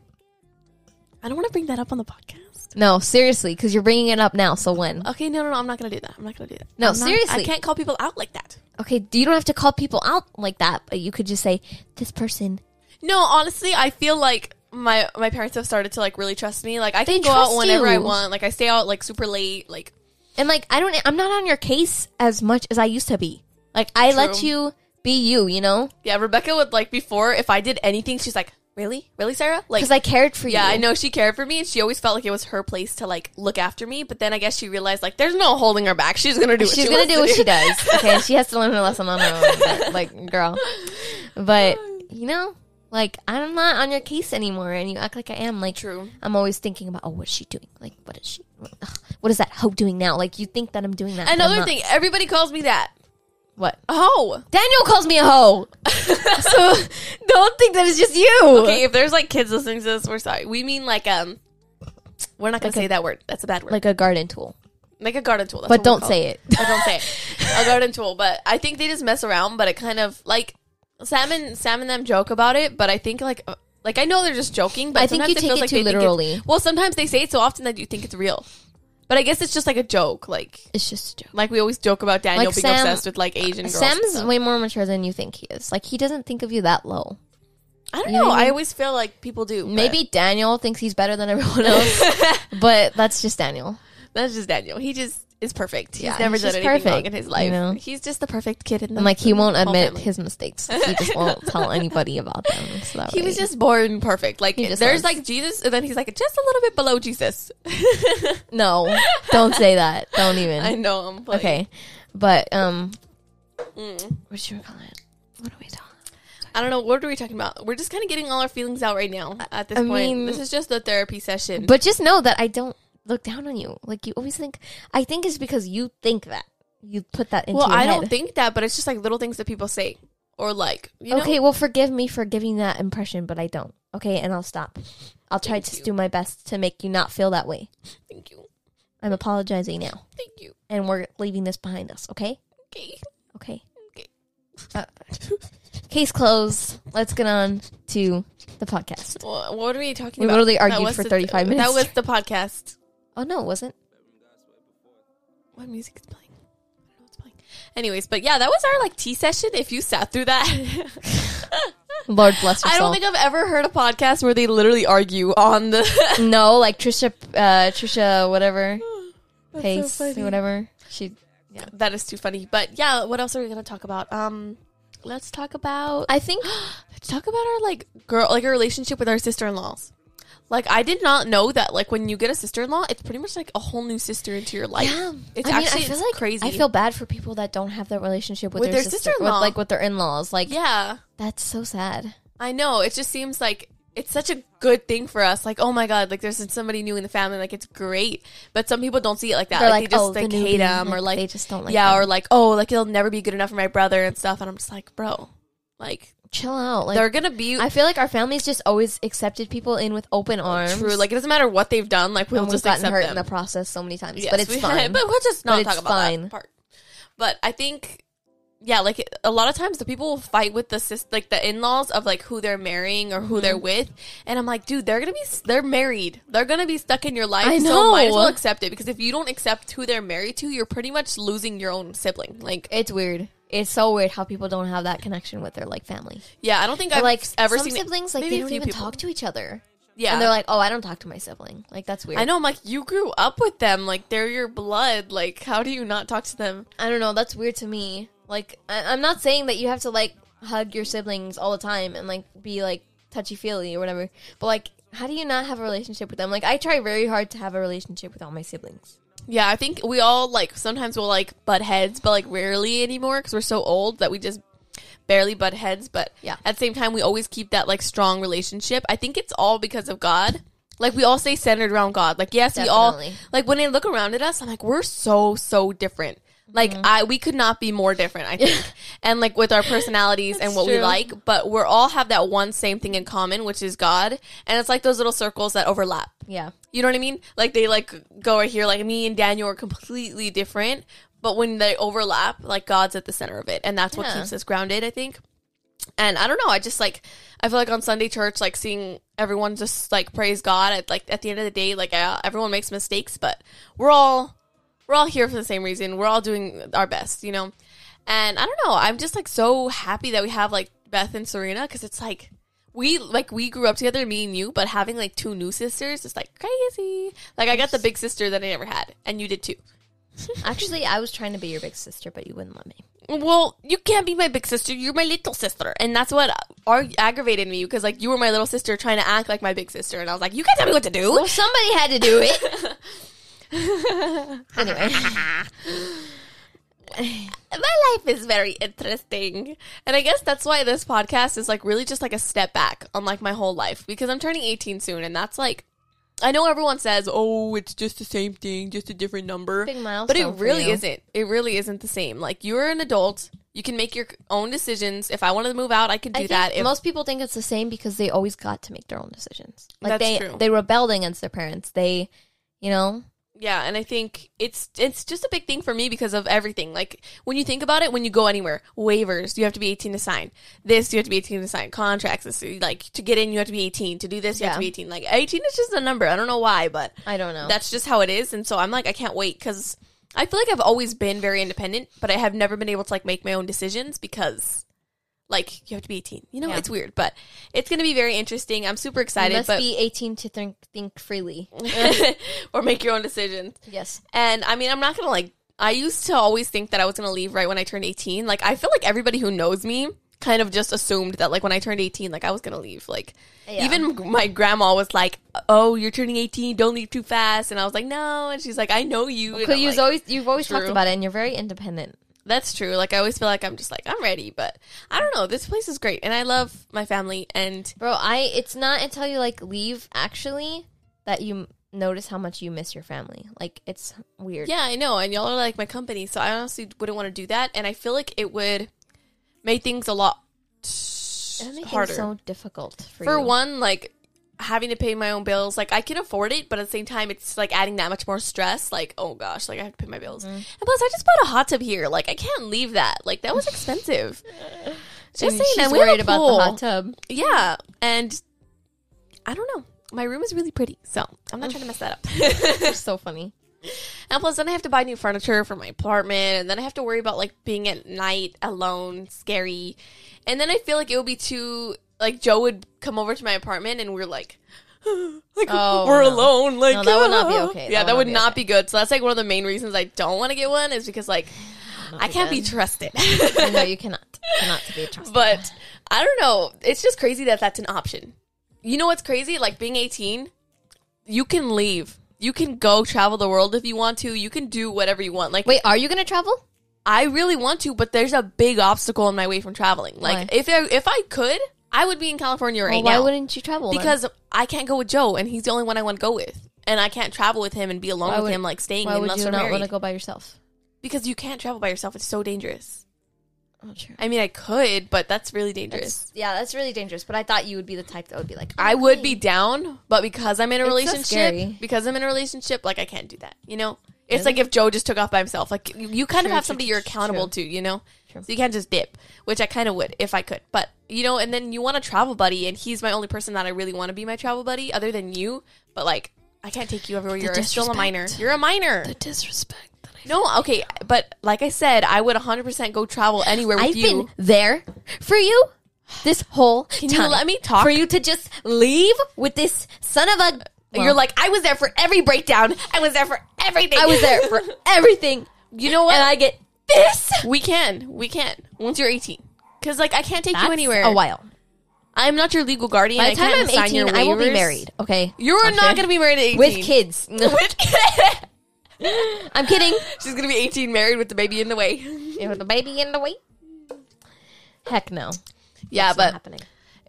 [SPEAKER 1] I don't want to bring that up on the podcast.
[SPEAKER 3] No, seriously, because you're bringing it up now. So when?
[SPEAKER 1] Okay, no, no, no. I'm not going to do that. I'm not going to do that.
[SPEAKER 3] No,
[SPEAKER 1] I'm not-
[SPEAKER 3] seriously.
[SPEAKER 1] I can't call people out like that.
[SPEAKER 3] Okay, do- you don't have to call people out like that, but you could just say this person.
[SPEAKER 1] No, honestly, I feel like my my parents have started to like really trust me. Like I
[SPEAKER 3] They
[SPEAKER 1] can go out
[SPEAKER 3] trust
[SPEAKER 1] whenever I
[SPEAKER 3] you.
[SPEAKER 1] want. Like I stay out like super late. Like
[SPEAKER 3] And like, I don't. I'm not on your case as much as I used to be. Like, I let
[SPEAKER 1] True.
[SPEAKER 3] you be you. You know,
[SPEAKER 1] yeah, Rebecca would like before if I did anything, she's like, "Really? Really, Sarah?" Like
[SPEAKER 3] because I cared for
[SPEAKER 1] Yeah,
[SPEAKER 3] you.
[SPEAKER 1] I know she cared for me and she always felt like it was her place to like look after me, but then I guess she realized like there's no holding her back. She's going to do what
[SPEAKER 3] She's
[SPEAKER 1] she
[SPEAKER 3] gonna
[SPEAKER 1] wants
[SPEAKER 3] do
[SPEAKER 1] to
[SPEAKER 3] what she does. Okay, she has to learn her lesson on her own. but, Like, girl. But you know, like, I'm not on your case anymore, and you act like I am. Like,
[SPEAKER 1] True.
[SPEAKER 3] I'm always thinking about, oh, what's she doing? Like, what is she? ugh, What is that hoe doing now? Like, you think that I'm doing that? but I'm
[SPEAKER 1] Another
[SPEAKER 3] not.
[SPEAKER 1] thing, everybody calls me that.
[SPEAKER 3] what?
[SPEAKER 1] Oh.
[SPEAKER 3] Daniel calls me a hoe. so don't think that it's just you.
[SPEAKER 1] Okay, if there's like kids listening to this, we're sorry. We mean like um, we're not gonna say that word. That's a bad word. Like,
[SPEAKER 3] Like a garden tool,
[SPEAKER 1] a garden tool. That's
[SPEAKER 3] but don't say it.
[SPEAKER 1] But don't say it. a garden tool. But I think they just mess around. But it kind of like Sam and Sam and them joke about it. But I think like uh, like I know they're just joking. But
[SPEAKER 3] I think
[SPEAKER 1] sometimes
[SPEAKER 3] you
[SPEAKER 1] it
[SPEAKER 3] take
[SPEAKER 1] feels
[SPEAKER 3] it
[SPEAKER 1] like
[SPEAKER 3] too
[SPEAKER 1] they think it's-
[SPEAKER 3] literally.
[SPEAKER 1] well, sometimes they say it so often that you think it's real. But I guess it's just like a joke. Like
[SPEAKER 3] It's just a joke.
[SPEAKER 1] like we always joke about Daniel
[SPEAKER 3] Like
[SPEAKER 1] being
[SPEAKER 3] Sam-
[SPEAKER 1] obsessed with like Asian girls. and
[SPEAKER 3] Sam's
[SPEAKER 1] stuff.
[SPEAKER 3] way more mature than you think he is. Like he doesn't think of you that low.
[SPEAKER 1] I don't
[SPEAKER 3] you know
[SPEAKER 1] know.
[SPEAKER 3] what I
[SPEAKER 1] I
[SPEAKER 3] mean?
[SPEAKER 1] always feel like people do. but-
[SPEAKER 3] Maybe Daniel thinks he's better than everyone else, but that's just Daniel.
[SPEAKER 1] That's just Daniel. He just is perfect. He's
[SPEAKER 3] Yeah,
[SPEAKER 1] never
[SPEAKER 3] he's
[SPEAKER 1] done
[SPEAKER 3] just
[SPEAKER 1] anything wrong
[SPEAKER 3] perfect,
[SPEAKER 1] in his
[SPEAKER 3] you
[SPEAKER 1] life.
[SPEAKER 3] know?
[SPEAKER 1] He's just the perfect kid in the
[SPEAKER 3] And like he won't
[SPEAKER 1] whole
[SPEAKER 3] admit
[SPEAKER 1] family.
[SPEAKER 3] his mistakes. He just won't tell anybody about them. So that
[SPEAKER 1] He was
[SPEAKER 3] way-
[SPEAKER 1] just born perfect. Like
[SPEAKER 3] He just
[SPEAKER 1] there's
[SPEAKER 3] was.
[SPEAKER 1] like Jesus, and then he's like just a little bit below Jesus.
[SPEAKER 3] no. Don't say that. Don't even.
[SPEAKER 1] I know. I'm playing.
[SPEAKER 3] okay, but um,
[SPEAKER 1] Mm.
[SPEAKER 3] what should we call it? What are we talking?
[SPEAKER 1] I don't know. What are we talking about? We're just kind of getting all our feelings out right now. At this
[SPEAKER 3] I
[SPEAKER 1] point,
[SPEAKER 3] mean-
[SPEAKER 1] this is just the therapy session.
[SPEAKER 3] But just know that I don't look down on you. Like you always think. I think it's because you think that you put that into.
[SPEAKER 1] well,
[SPEAKER 3] your
[SPEAKER 1] I don't
[SPEAKER 3] head.
[SPEAKER 1] think that, but it's just like little things that people say or like. You know?
[SPEAKER 3] okay, well, forgive me for giving that impression, but I don't. Okay, and I'll stop. I'll try
[SPEAKER 1] Thank
[SPEAKER 3] to
[SPEAKER 1] you.
[SPEAKER 3] do my best to make you not feel that way.
[SPEAKER 1] Thank you.
[SPEAKER 3] I'm apologizing now,
[SPEAKER 1] Thank you.
[SPEAKER 3] and we're leaving this behind us. Okay,
[SPEAKER 1] Okay.
[SPEAKER 3] okay.
[SPEAKER 1] Okay.
[SPEAKER 3] Uh, case closed. Let's get on to the podcast.
[SPEAKER 1] Well, what are we talking
[SPEAKER 3] We
[SPEAKER 1] about?
[SPEAKER 3] literally
[SPEAKER 1] That
[SPEAKER 3] argued
[SPEAKER 1] was
[SPEAKER 3] for
[SPEAKER 1] the-
[SPEAKER 3] 35 minutes.
[SPEAKER 1] That was the podcast.
[SPEAKER 3] Oh no, it wasn't.
[SPEAKER 1] What music is playing? I don't know what's playing. Anyways, but yeah, that was our like tea session. If you sat through that,
[SPEAKER 3] Lord bless your
[SPEAKER 1] I
[SPEAKER 3] soul.
[SPEAKER 1] don't think I've ever heard a podcast where they literally argue on the.
[SPEAKER 3] no, like Trisha, uh, Trisha, whatever,
[SPEAKER 1] That's Oh, so
[SPEAKER 3] Pace,
[SPEAKER 1] funny.
[SPEAKER 3] whatever. She.
[SPEAKER 1] That is too funny. But yeah, what else are we gonna talk about? Um, let's talk about
[SPEAKER 3] I think
[SPEAKER 1] let's talk about our like girl like our relationship with our sister in laws. Like I did not know that like when you get a sister in law, it's pretty much like a whole new sister into your life.
[SPEAKER 3] Yeah.
[SPEAKER 1] It's
[SPEAKER 3] I mean,
[SPEAKER 1] actually
[SPEAKER 3] I feel
[SPEAKER 1] it's
[SPEAKER 3] like
[SPEAKER 1] crazy.
[SPEAKER 3] I feel bad for people that don't have that relationship with,
[SPEAKER 1] With
[SPEAKER 3] their,
[SPEAKER 1] their
[SPEAKER 3] sister, with,
[SPEAKER 1] sister-in-law.
[SPEAKER 3] like with their in-laws. Like
[SPEAKER 1] yeah.
[SPEAKER 3] that's so sad.
[SPEAKER 1] I know. It just seems like it's such a good thing for us. Like, oh my god, like there's somebody new in the family. Like it's great. But some people don't see it like that.
[SPEAKER 3] They're
[SPEAKER 1] like,
[SPEAKER 3] like,
[SPEAKER 1] they just
[SPEAKER 3] "Oh, the
[SPEAKER 1] like hate
[SPEAKER 3] newbie,"
[SPEAKER 1] them or
[SPEAKER 3] like,
[SPEAKER 1] like
[SPEAKER 3] they just don't like
[SPEAKER 1] yeah
[SPEAKER 3] them.
[SPEAKER 1] or like oh like it'll never be good enough for my brother and stuff. And I'm just like, bro, like,
[SPEAKER 3] Chill out. Like
[SPEAKER 1] they're gonna be
[SPEAKER 3] I feel like our families just always accepted people in with open arms.
[SPEAKER 1] true. Like it doesn't matter what they've done. Like we'll
[SPEAKER 3] and we've
[SPEAKER 1] just
[SPEAKER 3] gotten
[SPEAKER 1] accept
[SPEAKER 3] hurt
[SPEAKER 1] them.
[SPEAKER 3] in the process so many times,
[SPEAKER 1] Yes,
[SPEAKER 3] but it's
[SPEAKER 1] we-
[SPEAKER 3] fine.
[SPEAKER 1] But we'll just not
[SPEAKER 3] it's
[SPEAKER 1] talk about
[SPEAKER 3] fine.
[SPEAKER 1] that part. But I think, yeah, like a lot of times the people will fight with the sis, like the in laws of like who they're marrying or who they're
[SPEAKER 3] Mm-hmm.
[SPEAKER 1] with, and I'm like, dude, they're gonna be they're married, they're gonna be stuck in your life,
[SPEAKER 3] I
[SPEAKER 1] so might as
[SPEAKER 3] know.
[SPEAKER 1] well accept it because if you don't accept who they're married to, you're pretty much losing your own sibling. Like,
[SPEAKER 3] it's weird. It's so weird how people don't have that connection with their like family.
[SPEAKER 1] yeah, I don't think
[SPEAKER 3] Or,
[SPEAKER 1] I've
[SPEAKER 3] like
[SPEAKER 1] ever
[SPEAKER 3] some
[SPEAKER 1] seen it-
[SPEAKER 3] siblings, like
[SPEAKER 1] maybe
[SPEAKER 3] they
[SPEAKER 1] a
[SPEAKER 3] don't
[SPEAKER 1] few
[SPEAKER 3] even
[SPEAKER 1] people.
[SPEAKER 3] talk to each other,
[SPEAKER 1] Yeah,
[SPEAKER 3] and they're like, "Oh, I don't talk to my sibling." Like that's weird.
[SPEAKER 1] I know. I'm like, you grew up with them, like they're your blood. Like, how do you not talk to them?
[SPEAKER 3] I don't know. That's weird to me. Like, I- I'm not saying that you have to like hug your siblings all the time and like be like touchy feely or whatever. But like, how do you not have a relationship with them? Like, I try very hard to have a relationship with all my siblings.
[SPEAKER 1] Yeah, I think we all like sometimes we'll like butt heads, but like rarely anymore because we're so old that we just barely butt heads. But
[SPEAKER 3] Yeah.
[SPEAKER 1] at the same time, we always keep that like strong relationship. I think it's all because of God. Like we all stay centered around God. Like yes, we all
[SPEAKER 3] Definitely.
[SPEAKER 1] like when I look around at us, I'm like we're so so different. Like
[SPEAKER 3] Mm-hmm.
[SPEAKER 1] I we could not be more different. I think, and like with our personalities and
[SPEAKER 3] That's
[SPEAKER 1] what we
[SPEAKER 3] true.
[SPEAKER 1] like, but we're all have that one same thing in common, which is God. And it's like those little circles that overlap.
[SPEAKER 3] Yeah.
[SPEAKER 1] You know what I mean? Like they like go right here. Like me and Daniel are completely different, but when they overlap, like God's at the center of it, and that's what
[SPEAKER 3] Yeah.
[SPEAKER 1] keeps us grounded. I think. And I don't know. I just like I feel like on Sunday church, like seeing everyone just like praise God. At, like at the end of the day, like I, everyone makes mistakes, but we're all we're all here for the same reason. We're all doing our best, you know. And I don't know. I'm just like so happy that we have like Beth and Serena because it's like we like we grew up together, me and you, but having like two new sisters is like crazy. Like I got the big sister that I never had, and you did too.
[SPEAKER 3] Actually, I was trying to be your big sister, but you wouldn't let me.
[SPEAKER 1] Well, you can't be my big sister. You're my little sister, and that's what arg- aggravated me because like you were my little sister trying to act like my big sister, and I was like, you can't tell me what to do.
[SPEAKER 3] Well, somebody had to do it. anyway,
[SPEAKER 1] my life is very interesting and i guess that's why this podcast is like really just like a step back on like my whole life because i'm turning 18 soon and that's like i know everyone says oh it's just the same thing just a different number
[SPEAKER 3] Big milestone
[SPEAKER 1] but it
[SPEAKER 3] for
[SPEAKER 1] really
[SPEAKER 3] you.
[SPEAKER 1] isn't it really isn't the same like you're an adult you can make your own decisions if i wanted to move out i could do
[SPEAKER 3] I think
[SPEAKER 1] that if
[SPEAKER 3] most people think it's the same because they always got to make their own decisions. Like
[SPEAKER 1] That's
[SPEAKER 3] they
[SPEAKER 1] true.
[SPEAKER 3] they rebelled against their parents. They, you know,
[SPEAKER 1] Yeah, and I think it's it's just a big thing for me because of everything. Like when you think about it, when you go anywhere, waivers you have to be eighteen to sign. This you have to be eighteen to sign. Contracts, this, like to get in, you have to be eighteen. To do this, you have to
[SPEAKER 3] Yeah.
[SPEAKER 1] be eighteen. Like eighteen is just a number. I don't know why, but
[SPEAKER 3] I don't know.
[SPEAKER 1] that's just how it is. And so I'm like, I can't wait because I feel like I've always been very independent, but I have never been able to like make my own decisions because like you have to be 18. You know,
[SPEAKER 3] Yeah.
[SPEAKER 1] it's weird, but it's going to be very interesting. I'm super
[SPEAKER 3] You
[SPEAKER 1] excited,
[SPEAKER 3] must
[SPEAKER 1] but
[SPEAKER 3] be 18 to think think freely.
[SPEAKER 1] or make your own decisions.
[SPEAKER 3] Yes.
[SPEAKER 1] And I mean, I'm not going to like I used to always think that I was going to leave right when I turned 18. Like I feel like everybody who knows me kind of just assumed that like when I turned 18, like I was going to leave. Like
[SPEAKER 3] Yeah.
[SPEAKER 1] even my grandma was like, "Oh, you're turning 18, don't leave too fast." And I was like, "No." And she's like, "I know you." And
[SPEAKER 3] Because
[SPEAKER 1] I'm
[SPEAKER 3] you've
[SPEAKER 1] like-
[SPEAKER 3] always you've always talked
[SPEAKER 1] True.
[SPEAKER 3] about it, and you're very independent.
[SPEAKER 1] That's true. Like I always feel like I'm just like I'm ready, but I don't know. This place is great, and I love my family. And
[SPEAKER 3] Bro, I it's not until you like leave actually that you m- notice how much you miss your family. Like it's weird.
[SPEAKER 1] yeah, I know. And y'all are like my company, so I honestly wouldn't want to do that. And I feel like it would make things a lot
[SPEAKER 3] That makes
[SPEAKER 1] harder.
[SPEAKER 3] it so difficult for,
[SPEAKER 1] For
[SPEAKER 3] you.
[SPEAKER 1] one, like having to pay my own bills, like I can afford it, but at the same time, it's like adding that much more stress. Like, oh gosh, like I have to pay my bills,
[SPEAKER 3] Mm.
[SPEAKER 1] and plus, I just bought a hot tub here. Like, I can't leave that. Like, that was expensive.
[SPEAKER 3] And
[SPEAKER 1] just saying,
[SPEAKER 3] she's
[SPEAKER 1] and we have a
[SPEAKER 3] worried about
[SPEAKER 1] pool.
[SPEAKER 3] the hot tub.
[SPEAKER 1] Yeah, and I don't know. My room is really pretty, so I'm not trying to mess that up.
[SPEAKER 3] It's so funny.
[SPEAKER 1] and plus, then I have to buy new furniture for my apartment, and then I have to worry about like being at night alone, scary. And then I feel like it would be too like Joe would come over to my apartment, and we're like. Like
[SPEAKER 3] Oh,
[SPEAKER 1] we're
[SPEAKER 3] no.
[SPEAKER 1] alone. Like
[SPEAKER 3] No, that would not be okay.
[SPEAKER 1] Yeah,
[SPEAKER 3] That
[SPEAKER 1] that,
[SPEAKER 3] would
[SPEAKER 1] would
[SPEAKER 3] not be
[SPEAKER 1] not be good. So that's like one of the main reasons I don't want to get one is because like I can't be trusted.
[SPEAKER 3] no, you cannot. Cannot to be trusted.
[SPEAKER 1] But I don't know. It's just crazy that that's an option. You know what's crazy? Like being 18, you can leave. You can go travel the world if you want to. You can do whatever you want. Like
[SPEAKER 3] Wait, are you gonna travel?
[SPEAKER 1] I really want to, but there's a big obstacle in my way from traveling. Like
[SPEAKER 3] Why?
[SPEAKER 1] if I, if I could, I would be in California right
[SPEAKER 3] Well, why
[SPEAKER 1] now.
[SPEAKER 3] wouldn't you travel? then?
[SPEAKER 1] because I can't go with Joe, and he's the only one I want to go with, and I can't travel with him and be alone
[SPEAKER 3] Why
[SPEAKER 1] with
[SPEAKER 3] would-
[SPEAKER 1] him, like staying
[SPEAKER 3] why would
[SPEAKER 1] unless
[SPEAKER 3] you
[SPEAKER 1] we're
[SPEAKER 3] not
[SPEAKER 1] married.
[SPEAKER 3] want to go by yourself?
[SPEAKER 1] Because you can't travel by yourself; it's so dangerous.
[SPEAKER 3] Oh, true.
[SPEAKER 1] I mean, I could, but that's really dangerous.
[SPEAKER 3] That's, yeah, that's really dangerous. But I thought you would be the type that would be like,
[SPEAKER 1] I would be down, but because I'm in a
[SPEAKER 3] It's so
[SPEAKER 1] relationship,
[SPEAKER 3] scary.
[SPEAKER 1] because I'm in a relationship, like I can't do that. You know, it's like if Joe just took off by himself. Like you, you kind
[SPEAKER 3] True,
[SPEAKER 1] of have
[SPEAKER 3] true,
[SPEAKER 1] somebody
[SPEAKER 3] true,
[SPEAKER 1] you're
[SPEAKER 3] true,
[SPEAKER 1] accountable to. You know,
[SPEAKER 3] True.
[SPEAKER 1] so you can't just dip. Which I kind of would if I could, but you know. And then you want a travel buddy, and he's my only person that I really want to be my travel buddy, other than you. But like, I can't take you everywhere. You're still a minor.
[SPEAKER 3] disrespect.
[SPEAKER 1] You're a minor.
[SPEAKER 3] the disrespect. That I
[SPEAKER 1] no, okay, but like I said, I would 100% go travel anywhere with
[SPEAKER 3] I've
[SPEAKER 1] you.
[SPEAKER 3] been there for you this whole
[SPEAKER 1] you
[SPEAKER 3] time.
[SPEAKER 1] let me talk?
[SPEAKER 3] For you to just leave with this son of a.
[SPEAKER 1] you're like, I was there for every breakdown. I was there for everything.
[SPEAKER 3] I was there for everything.
[SPEAKER 1] you know what?
[SPEAKER 3] And I get this.
[SPEAKER 1] We can. We can. Once you're 18. Because, like, I can't take
[SPEAKER 3] That's
[SPEAKER 1] you anywhere.
[SPEAKER 3] A while.
[SPEAKER 1] I'm not your legal guardian.
[SPEAKER 3] By
[SPEAKER 1] I
[SPEAKER 3] the time
[SPEAKER 1] can't
[SPEAKER 3] I'm
[SPEAKER 1] assign your
[SPEAKER 3] 18, I will be
[SPEAKER 1] waivers.
[SPEAKER 3] married. Okay.
[SPEAKER 1] You are
[SPEAKER 3] Okay.
[SPEAKER 1] not going to be married at 18.
[SPEAKER 3] With kids. I'm kidding.
[SPEAKER 1] She's going to be 18, married with the baby in the way.
[SPEAKER 3] With a baby in the way. Heck no.
[SPEAKER 1] yeah,
[SPEAKER 3] It's not
[SPEAKER 1] but
[SPEAKER 3] happening.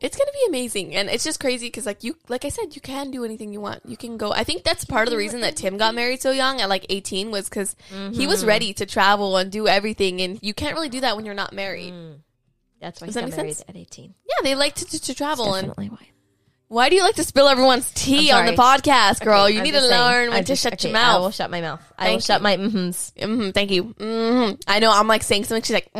[SPEAKER 1] it's going to be amazing. And it's just crazy because, like, you, like I said, you can do anything you want. You can go. I think that's part of the reason that Tim got married so young at like 18 was because he
[SPEAKER 3] Mm-hmm.
[SPEAKER 1] was ready to travel and do everything. And you can't really do that when you're not married.
[SPEAKER 3] Mm. That's why he
[SPEAKER 1] Does that
[SPEAKER 3] got
[SPEAKER 1] make
[SPEAKER 3] married
[SPEAKER 1] sense?
[SPEAKER 3] at 18.
[SPEAKER 1] Yeah, they like to, to, to travel. And
[SPEAKER 3] Definitely why.
[SPEAKER 1] Why do you like to spill everyone's tea
[SPEAKER 3] I'm
[SPEAKER 1] on the
[SPEAKER 3] sorry.
[SPEAKER 1] podcast, girl?
[SPEAKER 3] Okay,
[SPEAKER 1] you
[SPEAKER 3] I'm
[SPEAKER 1] need to
[SPEAKER 3] just saying.
[SPEAKER 1] learn when
[SPEAKER 3] I'm
[SPEAKER 1] to
[SPEAKER 3] just-
[SPEAKER 1] shut your
[SPEAKER 3] okay, I will
[SPEAKER 1] mouth.
[SPEAKER 3] shut my mouth. I will
[SPEAKER 1] Thank
[SPEAKER 3] shut
[SPEAKER 1] you.
[SPEAKER 3] my mm
[SPEAKER 1] hmm thank you. hmm I know. I'm like saying something. She's like, hmm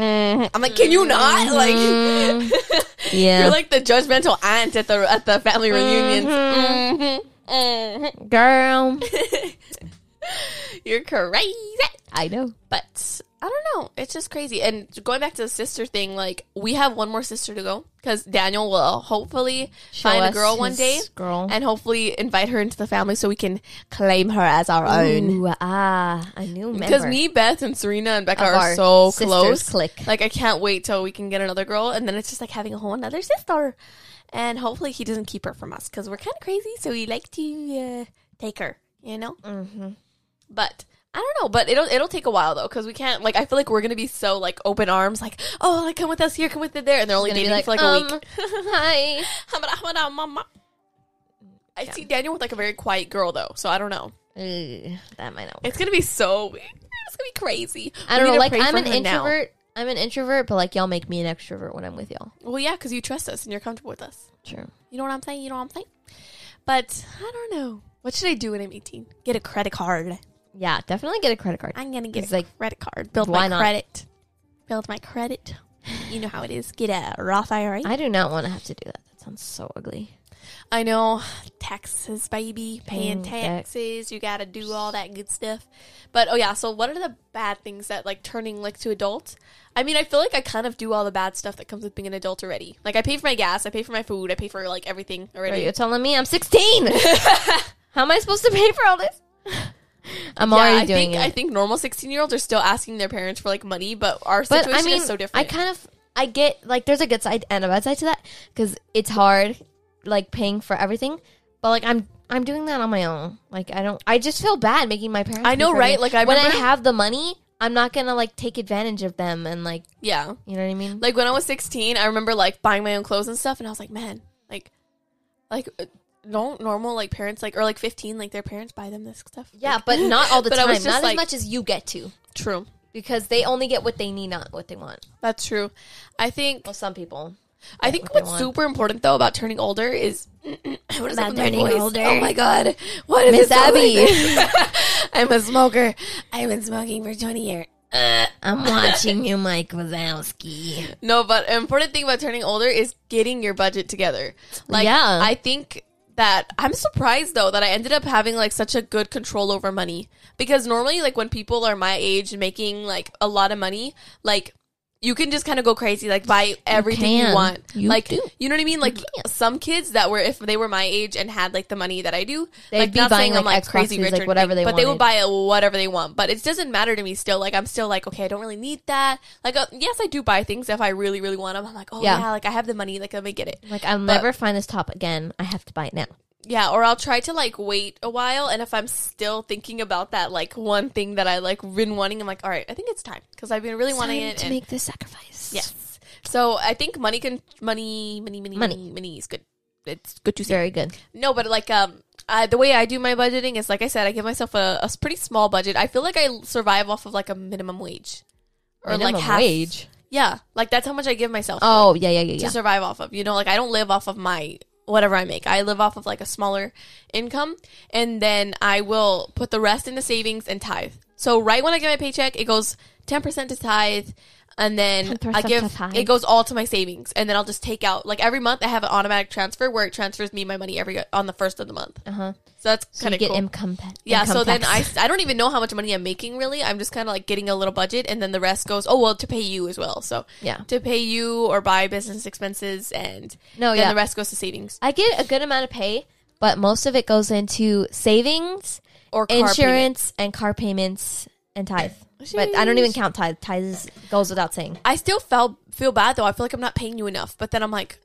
[SPEAKER 1] I'm like, can you not? Like,
[SPEAKER 3] Mm-hmm. Yeah.
[SPEAKER 1] you're like the judgmental aunt at the at the family reunions.
[SPEAKER 3] Mm-hmm.
[SPEAKER 1] Mhm. Mhm.
[SPEAKER 3] girl.
[SPEAKER 1] Mm-hmm. You're crazy.
[SPEAKER 3] I know.
[SPEAKER 1] But I don't know. It's just crazy. And going back to the sister thing, like we have one more sister to go because Daniel will hopefully
[SPEAKER 3] Show
[SPEAKER 1] find a
[SPEAKER 3] us
[SPEAKER 1] girl one
[SPEAKER 3] his
[SPEAKER 1] day,
[SPEAKER 3] girl.
[SPEAKER 1] and hopefully invite her into the family so we can claim her as our own.
[SPEAKER 3] Ooh, ah, I knew
[SPEAKER 1] Because
[SPEAKER 3] member
[SPEAKER 1] me, Beth, and Serena and Becca
[SPEAKER 3] of
[SPEAKER 1] are
[SPEAKER 3] our
[SPEAKER 1] so
[SPEAKER 3] sisters
[SPEAKER 1] close.
[SPEAKER 3] clique.
[SPEAKER 1] Like I can't wait till we can get another girl, and then it's just like having a whole another sister. And hopefully he doesn't keep her from us because we're kind of crazy, so we like to uh, take her. You know. Mm-hmm. But I don't know. But it'll it'll take a while though because we can't. Like I feel like we're gonna be so like open arms, like oh like come with us here, come with it there, and they're only
[SPEAKER 3] gonna be
[SPEAKER 1] dating
[SPEAKER 3] like,
[SPEAKER 1] for like a
[SPEAKER 3] um,
[SPEAKER 1] week.
[SPEAKER 3] hi.
[SPEAKER 1] Hamada, hamada, mama. I see Daniel with like a very quiet girl though, so I don't know.
[SPEAKER 3] Ugh, that might not work.
[SPEAKER 1] It's gonna be so. weird. It's gonna be crazy. We
[SPEAKER 3] I don't
[SPEAKER 1] need
[SPEAKER 3] know.
[SPEAKER 1] to
[SPEAKER 3] Like
[SPEAKER 1] pray
[SPEAKER 3] I'm
[SPEAKER 1] for
[SPEAKER 3] an
[SPEAKER 1] her now.
[SPEAKER 3] introvert. I'm an introvert, but like y'all make me an extrovert when I'm with y'all.
[SPEAKER 1] Well, yeah, because you trust us and you're comfortable with us.
[SPEAKER 3] True.
[SPEAKER 1] You know what I'm saying? You know what I'm saying? But I don't know. What should I do when I'm 18? Get a credit card.
[SPEAKER 3] Yeah, definitely get a credit card.
[SPEAKER 1] I'm gonna get
[SPEAKER 3] It's
[SPEAKER 1] a
[SPEAKER 3] like,
[SPEAKER 1] credit card. Build
[SPEAKER 3] why
[SPEAKER 1] my
[SPEAKER 3] not?
[SPEAKER 1] credit. Build my credit. You know how it is. Get a Roth IRA.
[SPEAKER 3] I do not want to have to do that. That sounds so ugly.
[SPEAKER 1] I know taxes, baby, paying
[SPEAKER 3] Paying tax.
[SPEAKER 1] taxes. You gotta do all that good stuff. But oh yeah, so what are the bad things that like turning like to adult? I mean, I feel like I kind of do all the bad stuff that comes with being an adult already. Like I pay for my gas, I pay for my food, I pay for like everything
[SPEAKER 3] Are
[SPEAKER 1] already.
[SPEAKER 3] you telling me I'm 16? How am I supposed to pay for all this? I'm
[SPEAKER 1] Yeah,
[SPEAKER 3] already
[SPEAKER 1] I
[SPEAKER 3] doing
[SPEAKER 1] think
[SPEAKER 3] it.
[SPEAKER 1] I think normal sixteen year olds are still asking their parents for like money, but our
[SPEAKER 3] but
[SPEAKER 1] situation
[SPEAKER 3] I mean,
[SPEAKER 1] is so
[SPEAKER 3] I
[SPEAKER 1] different.
[SPEAKER 3] kind of I get like there's a good side and a bad side to that because it's hard like paying for everything, but like I'm I'm doing that on my own. Like I don't I just feel bad making my parents.
[SPEAKER 1] I
[SPEAKER 3] pay
[SPEAKER 1] know,
[SPEAKER 3] for
[SPEAKER 1] right?
[SPEAKER 3] everything.
[SPEAKER 1] Like, I
[SPEAKER 3] when I
[SPEAKER 1] remember-
[SPEAKER 3] have the money, I'm not gonna like take advantage of them and like
[SPEAKER 1] yeah.
[SPEAKER 3] you know what I mean.
[SPEAKER 1] Like when I was 16, I remember like buying my own clothes and stuff, and I was like, man, like, like uh, no normal like parents like or like 15, like their parents buy them this stuff.
[SPEAKER 3] yeah,
[SPEAKER 1] Like,
[SPEAKER 3] but not all the
[SPEAKER 1] But I
[SPEAKER 3] time.
[SPEAKER 1] was
[SPEAKER 3] Not
[SPEAKER 1] just
[SPEAKER 3] as
[SPEAKER 1] like-
[SPEAKER 3] much as you get to
[SPEAKER 1] true.
[SPEAKER 3] because they only get what they need, not what they want.
[SPEAKER 1] That's true. I think
[SPEAKER 3] Well, some people.
[SPEAKER 1] I think
[SPEAKER 3] what they
[SPEAKER 1] what's
[SPEAKER 3] want.
[SPEAKER 1] super important though about turning older is what is up
[SPEAKER 3] About
[SPEAKER 1] with my
[SPEAKER 3] turning
[SPEAKER 1] voice?
[SPEAKER 3] older.
[SPEAKER 1] Oh my god, what is
[SPEAKER 3] Miss
[SPEAKER 1] this
[SPEAKER 3] Abby.
[SPEAKER 1] voice? I'm a smoker. I've been smoking for 20 years. Uh,
[SPEAKER 3] I'm watching you, Mike Wazowski.
[SPEAKER 1] No, but an important thing about turning older is getting your budget together. Like,
[SPEAKER 3] Yeah.
[SPEAKER 1] I think that I'm surprised though that I ended up having like such a good control over money because normally, like, when people are my age making like a lot of money, like, you can just kind of go crazy, like buy everything you,
[SPEAKER 3] can.
[SPEAKER 1] want.
[SPEAKER 3] You
[SPEAKER 1] like,
[SPEAKER 3] do.
[SPEAKER 1] you know what I mean? Like, some kids that were, if they were my age and had like the money that I do,
[SPEAKER 3] They'd
[SPEAKER 1] like,
[SPEAKER 3] be
[SPEAKER 1] not saying
[SPEAKER 3] buying,
[SPEAKER 1] I'm
[SPEAKER 3] like,
[SPEAKER 1] like crazy
[SPEAKER 3] Xboxes,
[SPEAKER 1] rich,
[SPEAKER 3] like,
[SPEAKER 1] or
[SPEAKER 3] whatever
[SPEAKER 1] anything,
[SPEAKER 3] they
[SPEAKER 1] but they would
[SPEAKER 3] wanted.
[SPEAKER 1] buy buy whatever they want, but it doesn't matter to me still. Like I'm still like, okay, I don't really need that. Like uh, yes, I do buy things if I really really want them. I'm like, oh
[SPEAKER 3] Yeah.
[SPEAKER 1] yeah, like I have the money, like let me get it.
[SPEAKER 3] Like I'll
[SPEAKER 1] But-
[SPEAKER 3] never find this top again. I have to buy it now.
[SPEAKER 1] Yeah, or I'll try to like wait a while and if I'm still thinking about that like one thing that I like been wanting, I'm like, all right, I think it's time cuz I've been really wanting it and
[SPEAKER 3] the sacrifice.
[SPEAKER 1] yes. So, I think money can money money money
[SPEAKER 3] Money.
[SPEAKER 1] money, money is good. It's good to say.
[SPEAKER 3] Very good.
[SPEAKER 1] No, but like um, I, the way I do my budgeting is like I said, I give myself a, a s- pretty small budget. I feel like I l- survive off of like a minimum wage, or like half. Yeah, like that's how much I give myself
[SPEAKER 3] Oh yeah, yeah, yeah,
[SPEAKER 1] to
[SPEAKER 3] yeah.
[SPEAKER 1] survive off of. You know, like I don't live off of my whatever I make. I live off of like a smaller income, and then I will put the rest into savings and tithe. So right when I get my paycheck, it goes ten percent to tithe. And then I
[SPEAKER 3] 10% to
[SPEAKER 1] give
[SPEAKER 3] tithe.
[SPEAKER 1] it goes all to my savings, and then I'll just take out like every month. I have an automatic transfer where it transfers me my money every on the first of the month.
[SPEAKER 3] Uh huh.
[SPEAKER 1] So that's
[SPEAKER 3] So
[SPEAKER 1] kind
[SPEAKER 3] you
[SPEAKER 1] of
[SPEAKER 3] get
[SPEAKER 1] cool.
[SPEAKER 3] income tax.
[SPEAKER 1] yeah,
[SPEAKER 3] income
[SPEAKER 1] so then I,
[SPEAKER 3] tax.
[SPEAKER 1] I don't even know how much money I'm making really. I'm just kind of like getting a little budget and then the rest goes, oh, well, to pay you as well. So
[SPEAKER 3] Yeah.
[SPEAKER 1] to pay you or buy business expenses and
[SPEAKER 3] No,
[SPEAKER 1] then
[SPEAKER 3] yeah.
[SPEAKER 1] the rest goes to savings
[SPEAKER 3] I get a good amount of pay, but most of it goes into savings,
[SPEAKER 1] or car payment.
[SPEAKER 3] insurance, and car payments and tithe. But I don't even count tithe. Tithe is- goes without saying.
[SPEAKER 1] I still felt feel bad though. I feel like I'm not paying you enough, but then I'm like,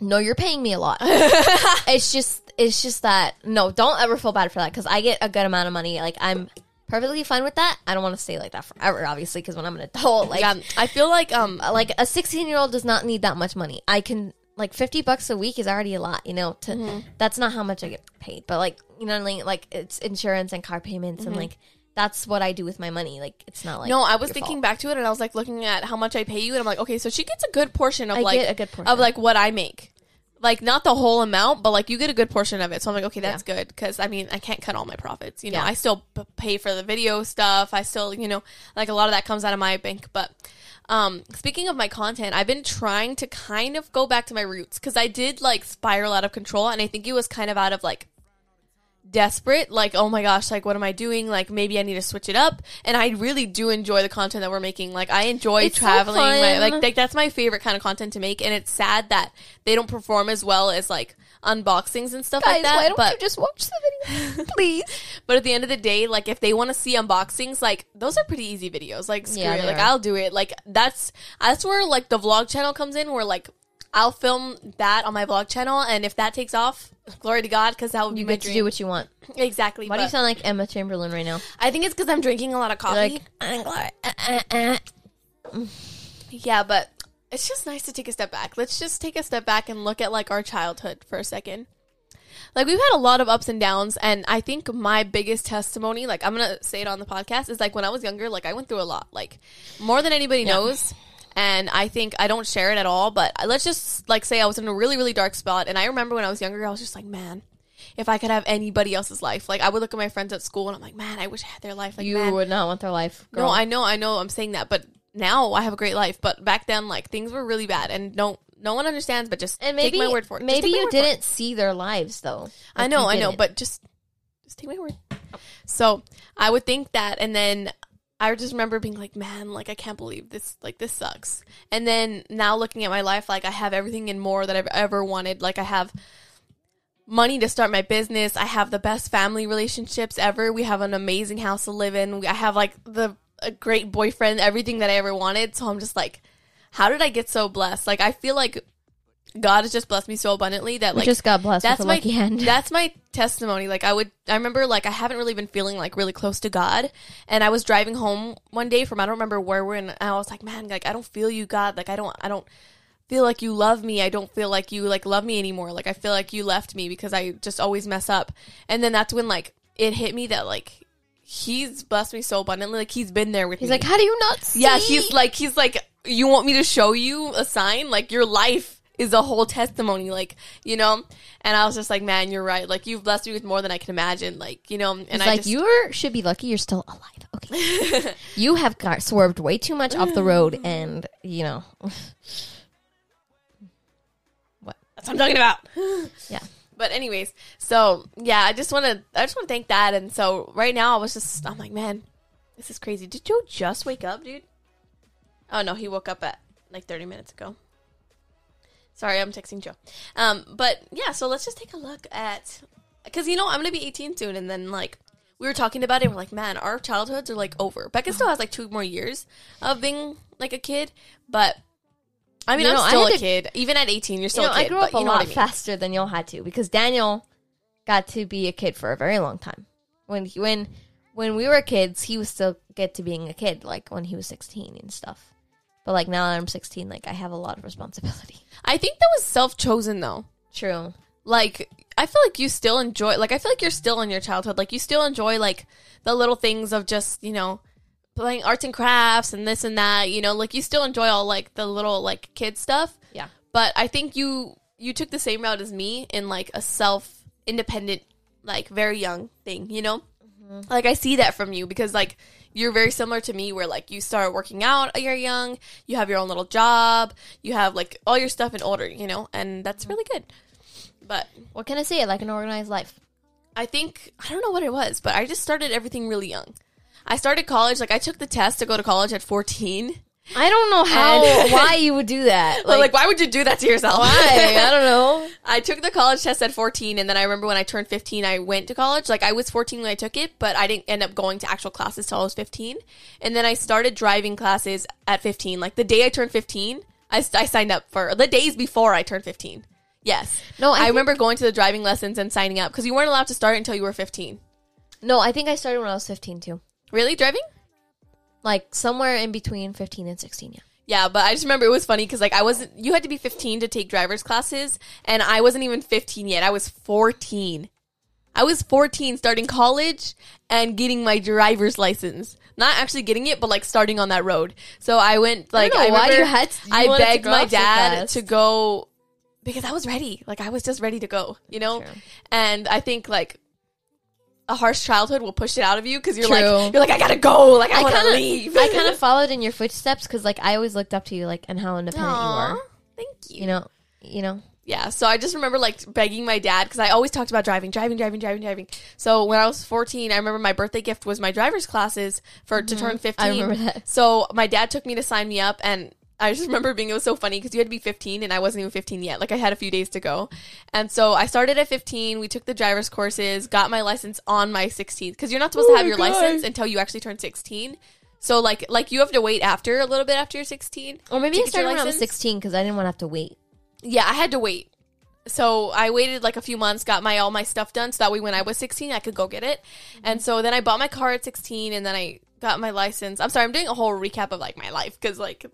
[SPEAKER 3] No, you're paying me a lot. it's just, it's just that. No, don't ever feel bad for that because I get a good amount of money. Like I'm perfectly fine with that. I don't want to stay like that forever, obviously, because when I'm an adult, like
[SPEAKER 1] yeah, I feel like um
[SPEAKER 3] uh, like a 16 year old does not need that much money i can like 50 bucks a week is already a lot you know to
[SPEAKER 1] Mm-hmm.
[SPEAKER 3] that's not how much i get paid but like you know what I mean? like it's insurance and car payments and like that's what i do with my money like it's not like
[SPEAKER 1] Mm-hmm. no, I was
[SPEAKER 3] your
[SPEAKER 1] thinking
[SPEAKER 3] fault.
[SPEAKER 1] back to it and I was like looking at how much I pay you and I'm like, okay, so she gets a good portion of
[SPEAKER 3] I
[SPEAKER 1] like
[SPEAKER 3] get a good portion.
[SPEAKER 1] of like what I make. Like not the whole amount, but like you get a good portion of it. So I'm like, okay, that's good because I mean I can't cut all my profits. You know,
[SPEAKER 3] Yeah.
[SPEAKER 1] I still p- pay for the video stuff. I still, you know, like a lot of that comes out of my bank. But um, speaking of my content, I've been trying to kind of go back to my roots because I did like spiral out of control, and I think it was kind of out of like desperate like oh my gosh like what am i doing like maybe i need to switch it up and i really do enjoy the content that we're making like i enjoy
[SPEAKER 3] It's so
[SPEAKER 1] traveling my,
[SPEAKER 3] fun.
[SPEAKER 1] like, like that's my favorite kind of content to make and it's sad that they don't perform as well as like unboxings and stuff like
[SPEAKER 3] guys
[SPEAKER 1] that
[SPEAKER 3] why don't
[SPEAKER 1] but
[SPEAKER 3] you just watch the video please
[SPEAKER 1] but at the end of the day, like if they want to see unboxings, like those are pretty easy videos. Like screw
[SPEAKER 3] Yeah,
[SPEAKER 1] it,
[SPEAKER 3] they
[SPEAKER 1] like
[SPEAKER 3] are.
[SPEAKER 1] I'll do it. Like that's that's where like the vlog channel comes in. Where like I'll film that on my vlog channel, and if that takes off, glory to God, because that would be
[SPEAKER 3] you
[SPEAKER 1] my
[SPEAKER 3] get to do
[SPEAKER 1] dream.
[SPEAKER 3] what you want
[SPEAKER 1] exactly.
[SPEAKER 3] why do you
[SPEAKER 1] but
[SPEAKER 3] sound like emma chamberlain right now
[SPEAKER 1] I think it's because I'm drinking a lot of coffee.
[SPEAKER 3] like I'm glad- uh, uh, uh.
[SPEAKER 1] yeah, but it's just nice to take a step back. Let's just take a step back and look at like our childhood for a second. Like we've had a lot of ups and downs and I think my biggest testimony, like I'm going to say it on the podcast is like when I was younger, like I went through a lot, like more than anybody knows. And I think I don't share it at all, but I- let's just like say I was in a really really dark spot and I remember when I was younger, I was just like, man, if I could have anybody else's life, like I would look at my friends at school and I'm like, man, I wish I had their life. Like,
[SPEAKER 3] you
[SPEAKER 1] man,
[SPEAKER 3] would not want their life girl.
[SPEAKER 1] no, I know, I know, I'm saying that, but now I have a great life. But back then, like things were really bad, and no, no one understands, but just
[SPEAKER 3] And maybe
[SPEAKER 1] take my word for it. Just
[SPEAKER 3] maybe
[SPEAKER 1] take my
[SPEAKER 3] you
[SPEAKER 1] word for it.
[SPEAKER 3] didn't see their lives though.
[SPEAKER 1] I
[SPEAKER 3] Like,
[SPEAKER 1] know,
[SPEAKER 3] you Oh.
[SPEAKER 1] I know,
[SPEAKER 3] didn't.
[SPEAKER 1] but just just take my word. So I would think that, and then I just remember being like, man, like I can't believe this, like this sucks. And then now looking at my life, like I have everything and more that I've ever wanted. Like I have money to start my business. I have the best family relationships ever. We have an amazing house to live in. We- I have like the a great boyfriend, everything that I ever wanted. So I'm just like, how did I get so blessed? Like I feel like God has just blessed me so abundantly that
[SPEAKER 3] We
[SPEAKER 1] like
[SPEAKER 3] just got blessed
[SPEAKER 1] that's
[SPEAKER 3] with a
[SPEAKER 1] my
[SPEAKER 3] lucky hand.
[SPEAKER 1] that's my testimony. Like I would, I remember like I haven't really been feeling like really close to God, and I was driving home one day from I don't remember where we're in. And I was like, man, like I don't feel you, God. Like I don't, I don't feel like you love me. I don't feel like you like love me anymore. Like I feel like you left me because I just always mess up. And then that's when like it hit me that like He's blessed me so abundantly. Like He's been there with
[SPEAKER 3] He's
[SPEAKER 1] me.
[SPEAKER 3] like, how do you not see?
[SPEAKER 1] Yeah, he's like he's like you want me to show you a sign? Like your life is a whole testimony, like, you know? And I was just like, Man, you're right. Like you've blessed me with more than I can imagine. Like, you know, and
[SPEAKER 3] He's
[SPEAKER 1] I
[SPEAKER 3] like,
[SPEAKER 1] just
[SPEAKER 3] you are, should be lucky you're still alive. Okay, you have got swerved way too much off the road, and you know,
[SPEAKER 1] that's what I'm talking about.
[SPEAKER 3] yeah.
[SPEAKER 1] But anyways, so yeah, I just wanna I just wanna thank that and so right now I was just I'm like, Man, this is crazy. Did Joe just wake up, dude? Oh no, he woke up at like thirty minutes ago. Sorry, I'm texting Joe. Um, but yeah, so let's just take a look at because you know I'm gonna be 18 soon, and then like we were talking about it, and we're like, man, our childhoods are like over. Becca still has like two more years of being like a kid, but I mean,
[SPEAKER 3] You
[SPEAKER 1] I'm
[SPEAKER 3] know, I
[SPEAKER 1] still
[SPEAKER 3] had
[SPEAKER 1] a
[SPEAKER 3] to-
[SPEAKER 1] kid. Even at 18, you're still
[SPEAKER 3] You know,
[SPEAKER 1] a kid.
[SPEAKER 3] I grew up
[SPEAKER 1] but
[SPEAKER 3] a
[SPEAKER 1] you know
[SPEAKER 3] lot
[SPEAKER 1] what I mean.
[SPEAKER 3] faster than y'all had to because Daniel got to be a kid for a very long time. When he, when when we were kids, he was still get to being a kid, like when he was sixteen and stuff. But like now that I'm sixteen, like I have a lot of responsibility.
[SPEAKER 1] I think that was self chosen though.
[SPEAKER 3] True.
[SPEAKER 1] like I feel like you still enjoy like I feel like you're still in your childhood. Like you still enjoy like the little things of just, you know, playing arts and crafts and this and that, you know, like you still enjoy all like the little like kid stuff.
[SPEAKER 3] Yeah.
[SPEAKER 1] But I think you you took the same route as me in like a self independent like very young thing, you know?
[SPEAKER 3] Mm-hmm.
[SPEAKER 1] Like I see that from you because like you're very similar to me where like you start working out at you're young, you have your own little job, you have like all your stuff in order, you know, and that's really good. But
[SPEAKER 3] What can I say? Like an organized life.
[SPEAKER 1] I think I don't know what it was, but I just started everything really young. I started college, like I took the test to go to college at 14.
[SPEAKER 3] I don't know how
[SPEAKER 1] And-
[SPEAKER 3] why you would do that.
[SPEAKER 1] Like, like why would you do that to yourself?
[SPEAKER 3] why? I don't know.
[SPEAKER 1] I took the college test at 14 and then I remember when I turned 15 I went to college. Like I was 14 when I took it, but I didn't end up going to actual classes till I was 15. And then I started driving classes at 15. Like the day I turned 15, I, s- I signed up for the days before I turned 15. Yes.
[SPEAKER 3] No, I
[SPEAKER 1] I,
[SPEAKER 3] think-
[SPEAKER 1] remember going to the driving lessons and signing up because you weren't allowed to start until you were 15.
[SPEAKER 3] No, I think I started when I was fifteen too.
[SPEAKER 1] Really driving?
[SPEAKER 3] Like somewhere in between fifteen and sixteen. Yeah.
[SPEAKER 1] Yeah, but I just remember it was funny because like I wasn't. You had to be 15 to take driver's classes, and I wasn't even 15 yet. I was 14. I was 14, starting college and getting my driver's license. Not actually getting it, but like starting on that road. So I went like
[SPEAKER 3] know
[SPEAKER 1] I,
[SPEAKER 3] why you
[SPEAKER 1] remember
[SPEAKER 3] had to- you
[SPEAKER 1] I
[SPEAKER 3] wanted to
[SPEAKER 1] begged
[SPEAKER 3] go
[SPEAKER 1] my
[SPEAKER 3] out so
[SPEAKER 1] dad
[SPEAKER 3] fast.
[SPEAKER 1] to go because I was ready. Like I was just ready to go, you know.
[SPEAKER 3] True.
[SPEAKER 1] And I think like a harsh childhood will push it out of you because you're
[SPEAKER 3] True.
[SPEAKER 1] like you're like I gotta go. Like I, want
[SPEAKER 3] kinda-
[SPEAKER 1] to leave.
[SPEAKER 3] I kind of followed in your footsteps because, like, I always looked up to you, like, and how independent you
[SPEAKER 1] Aw,
[SPEAKER 3] were.
[SPEAKER 1] Thank you.
[SPEAKER 3] You know, you know.
[SPEAKER 1] yeah so i just remember like begging my dad because i always talked about driving driving driving driving driving so when i was 14 i remember my birthday gift was my driver's classes for to turn 15
[SPEAKER 3] Mm-hmm. I remember that.
[SPEAKER 1] so my dad took me to sign me up and i just remember being it was so funny because you had to be 15 and i wasn't even 15 yet like i had a few days to go and so i started at 15 we took the driver's courses got my license on my 16th because you're not
[SPEAKER 3] Oh
[SPEAKER 1] supposed to have your license until you actually turn 16 so like like you have to wait after a little bit after you're 16
[SPEAKER 3] Or maybe
[SPEAKER 1] to
[SPEAKER 3] I
[SPEAKER 1] get your
[SPEAKER 3] started when I was
[SPEAKER 1] license.
[SPEAKER 3] sixteen because I didn't want to have to wait.
[SPEAKER 1] yeah, I had to wait. So I waited like a few months, got my all my stuff done, so that way when I was 16, I could go get it. And so then I bought my car at 16, and then I got my license. I'm sorry, I'm doing a whole recap of like my life because like,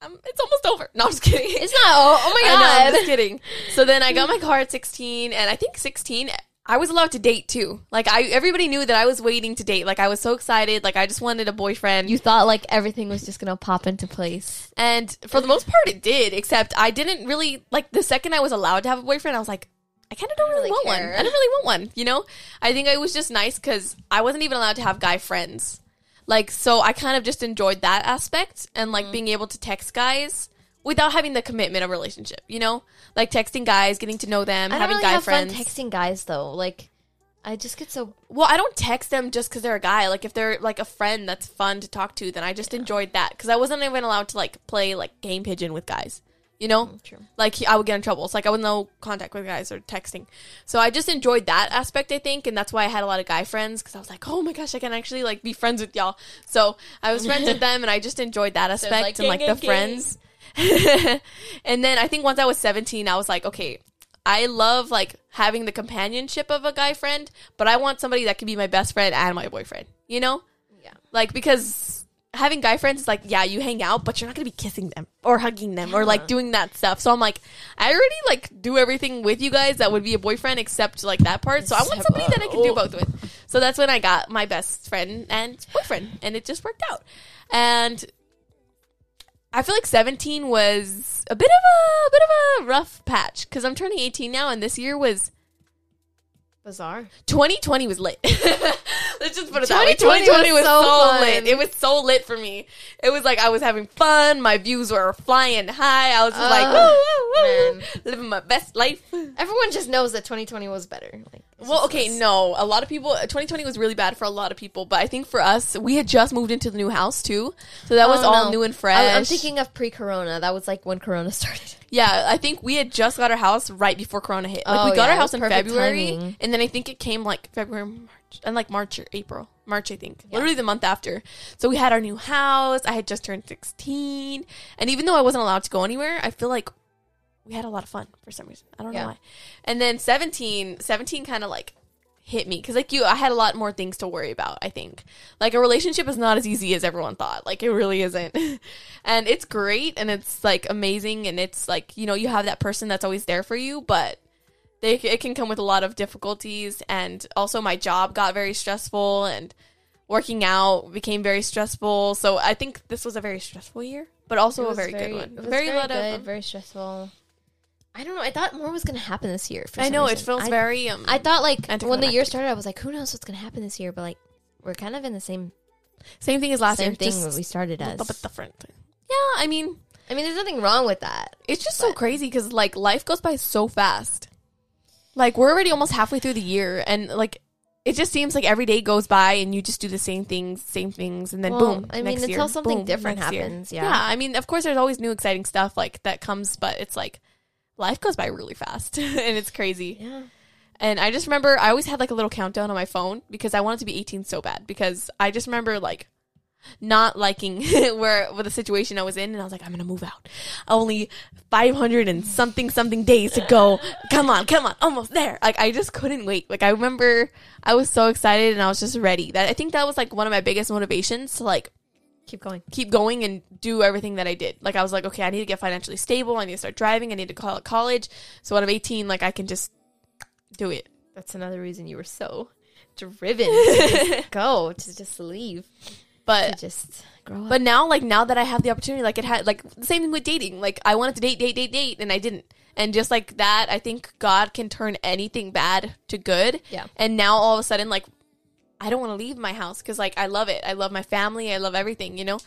[SPEAKER 1] I'm, it's almost over. No, I'm just kidding.
[SPEAKER 3] It's not. Oh, oh my
[SPEAKER 1] I know, I'm
[SPEAKER 3] god!
[SPEAKER 1] just kidding. So then I got my car at 16, and I think 16, I was allowed to date too. Like I, everybody knew that I was waiting to date. Like I was so excited. Like I just wanted a boyfriend.
[SPEAKER 3] you thought like everything was just gonna pop into place.
[SPEAKER 1] And for the most part, it did, except I didn't really like the second I was allowed to have a boyfriend, I was like, I kind of don't really,
[SPEAKER 3] really
[SPEAKER 1] want
[SPEAKER 3] care.
[SPEAKER 1] one. I don't really want one, you know? I think I was just nice because I wasn't even allowed to have guy
[SPEAKER 3] Mm-hmm.
[SPEAKER 1] friends. Like, so I kind of just enjoyed that aspect and like being able to text guys without having the commitment of a relationship, you know? Like texting guys, getting to know them,
[SPEAKER 3] I don't
[SPEAKER 1] having
[SPEAKER 3] really
[SPEAKER 1] guy
[SPEAKER 3] have
[SPEAKER 1] friends.
[SPEAKER 3] fun texting guys though. Like, I just get so
[SPEAKER 1] well, I don't text them just because they're a guy. Like if they're like a friend that's fun to talk to, then I just enjoyed that because I wasn't even allowed to like play like game pigeon with guys. You know,
[SPEAKER 3] Mm, true.
[SPEAKER 1] like he- I would get in trouble. So like I would no contact with guys or texting. So I just enjoyed that aspect, I think, and that's why I had a lot of guy friends because I was like, oh my gosh, I can actually like be friends with y'all. So I was friends with them, and I just enjoyed that aspect
[SPEAKER 3] like,
[SPEAKER 1] and like
[SPEAKER 3] gang,
[SPEAKER 1] the
[SPEAKER 3] gang,
[SPEAKER 1] friends. and then I think once I was seventeen, I was like, okay, I love like having the companionship of a guy friend, but I want somebody that can be my best friend and my boyfriend. You know?
[SPEAKER 3] Yeah.
[SPEAKER 1] Like because having guy friends is like, yeah, you hang out, but you're not gonna be kissing them or hugging them or like doing that stuff. So I'm like, I already like do everything with you guys that would be a boyfriend except like that part. So I want somebody that I can do both with. So that's when I got my best friend and boyfriend, and it just worked out. And I feel like 17 was a bit of a bit of a rough patch because I'm turning 18 now, and this year was
[SPEAKER 3] bizarre.
[SPEAKER 1] 2020 was lit. Let's just put it that way.
[SPEAKER 3] 2020
[SPEAKER 1] 2020 was,
[SPEAKER 3] was so
[SPEAKER 1] so,
[SPEAKER 3] fun.
[SPEAKER 1] lit. It was so lit for me. It was like I was having fun. My views were flying high. I was just like,
[SPEAKER 3] Oh,
[SPEAKER 1] woo, woo, woo, living my best life.
[SPEAKER 3] Everyone just knows that 2020 was better. Like, it's
[SPEAKER 1] Well,
[SPEAKER 3] just
[SPEAKER 1] okay,
[SPEAKER 3] us.
[SPEAKER 1] no. A lot of people, 2020 was really bad for a lot of people, but I think for us, we had just moved into the new house too. So that was
[SPEAKER 3] Oh,
[SPEAKER 1] all
[SPEAKER 3] no.
[SPEAKER 1] new and
[SPEAKER 3] I-
[SPEAKER 1] fresh.
[SPEAKER 3] I'm thinking of pre-corona. That was like when corona started.
[SPEAKER 1] Yeah, I think we had just got our house right before Corona hit. Like
[SPEAKER 3] Oh,
[SPEAKER 1] we got
[SPEAKER 3] yeah,
[SPEAKER 1] our
[SPEAKER 3] it
[SPEAKER 1] house
[SPEAKER 3] was
[SPEAKER 1] in
[SPEAKER 3] perfect
[SPEAKER 1] February,
[SPEAKER 3] timing.
[SPEAKER 1] and then I think it came like February, March, and like March or April, March I think,
[SPEAKER 3] Yeah.
[SPEAKER 1] literally the month after. So we had our new house. I had just turned sixteen, and even though I wasn't allowed to go anywhere, I feel like we had a lot of fun for some reason. I don't
[SPEAKER 3] Yeah.
[SPEAKER 1] know why. And then 17, 17 kind of like hit me because like you, I had a lot more things to worry about. I think like a relationship is not as easy as everyone thought. Like it really isn't, and it's great and it's like amazing and it's like you know you have that person that's always there for you, but they it can come with a lot of difficulties. And also my job got very stressful and working out became very stressful. So I think this was a very stressful year, but also a very, good one.
[SPEAKER 3] It was
[SPEAKER 1] Very,
[SPEAKER 3] very,
[SPEAKER 1] lot
[SPEAKER 3] good,
[SPEAKER 1] of
[SPEAKER 3] very stressful. I don't know. I thought more was going to happen this year. For
[SPEAKER 1] I
[SPEAKER 3] some
[SPEAKER 1] know it
[SPEAKER 3] reason.
[SPEAKER 1] feels
[SPEAKER 3] I,
[SPEAKER 1] very. Um,
[SPEAKER 3] I thought like when the year
[SPEAKER 1] anticlimactic.
[SPEAKER 3] started, I was like, who knows what's going to happen this year? But like, we're kind of in the same
[SPEAKER 1] same thing as last
[SPEAKER 3] same
[SPEAKER 1] year.
[SPEAKER 3] thing
[SPEAKER 1] just
[SPEAKER 3] that we started
[SPEAKER 1] a
[SPEAKER 3] as.
[SPEAKER 1] little bit different. Yeah, I mean,
[SPEAKER 3] I mean, there's nothing wrong with that.
[SPEAKER 1] it's just so crazy because like life goes by so fast. Like we're already almost halfway through the year, and like it just seems like every day goes by, and you just do the same things, same things, and then
[SPEAKER 3] Well,
[SPEAKER 1] boom.
[SPEAKER 3] I mean,
[SPEAKER 1] next
[SPEAKER 3] until
[SPEAKER 1] year,
[SPEAKER 3] something
[SPEAKER 1] boom,
[SPEAKER 3] different
[SPEAKER 1] next year.
[SPEAKER 3] happens, yeah.
[SPEAKER 1] yeah. I mean, of course, there's always new exciting stuff like that comes, but it's like life goes by really fast, and it's crazy.
[SPEAKER 3] Yeah.
[SPEAKER 1] And I just remember I always had like a little countdown on my phone because I wanted to be 18 so bad because I just remember like not liking where with the situation I was in and I was like I'm going to move out. Only 500 and something something days to go. Come on, come on. Almost there. Like I just couldn't wait. Like I remember I was so excited and I was just ready. That I think that was like one of my biggest motivations to like
[SPEAKER 3] Keep going.
[SPEAKER 1] keep going and do everything that I did. Like I was like, okay, I need to get financially stable. I need to start driving. I need to call it college. So when I'm 18, like I can just do it.
[SPEAKER 3] That's another reason you were so driven to just go to just leave
[SPEAKER 1] But
[SPEAKER 3] to just grow up.
[SPEAKER 1] But now, like now that I have the opportunity, like it had like the same thing with dating. Like I wanted to date, date, date, date, and I didn't. And just like that, I think God can turn anything bad to good.
[SPEAKER 3] Yeah.
[SPEAKER 1] And now all of a sudden, like I don't want to leave my house because like I love it. I love my family. I love everything. You know.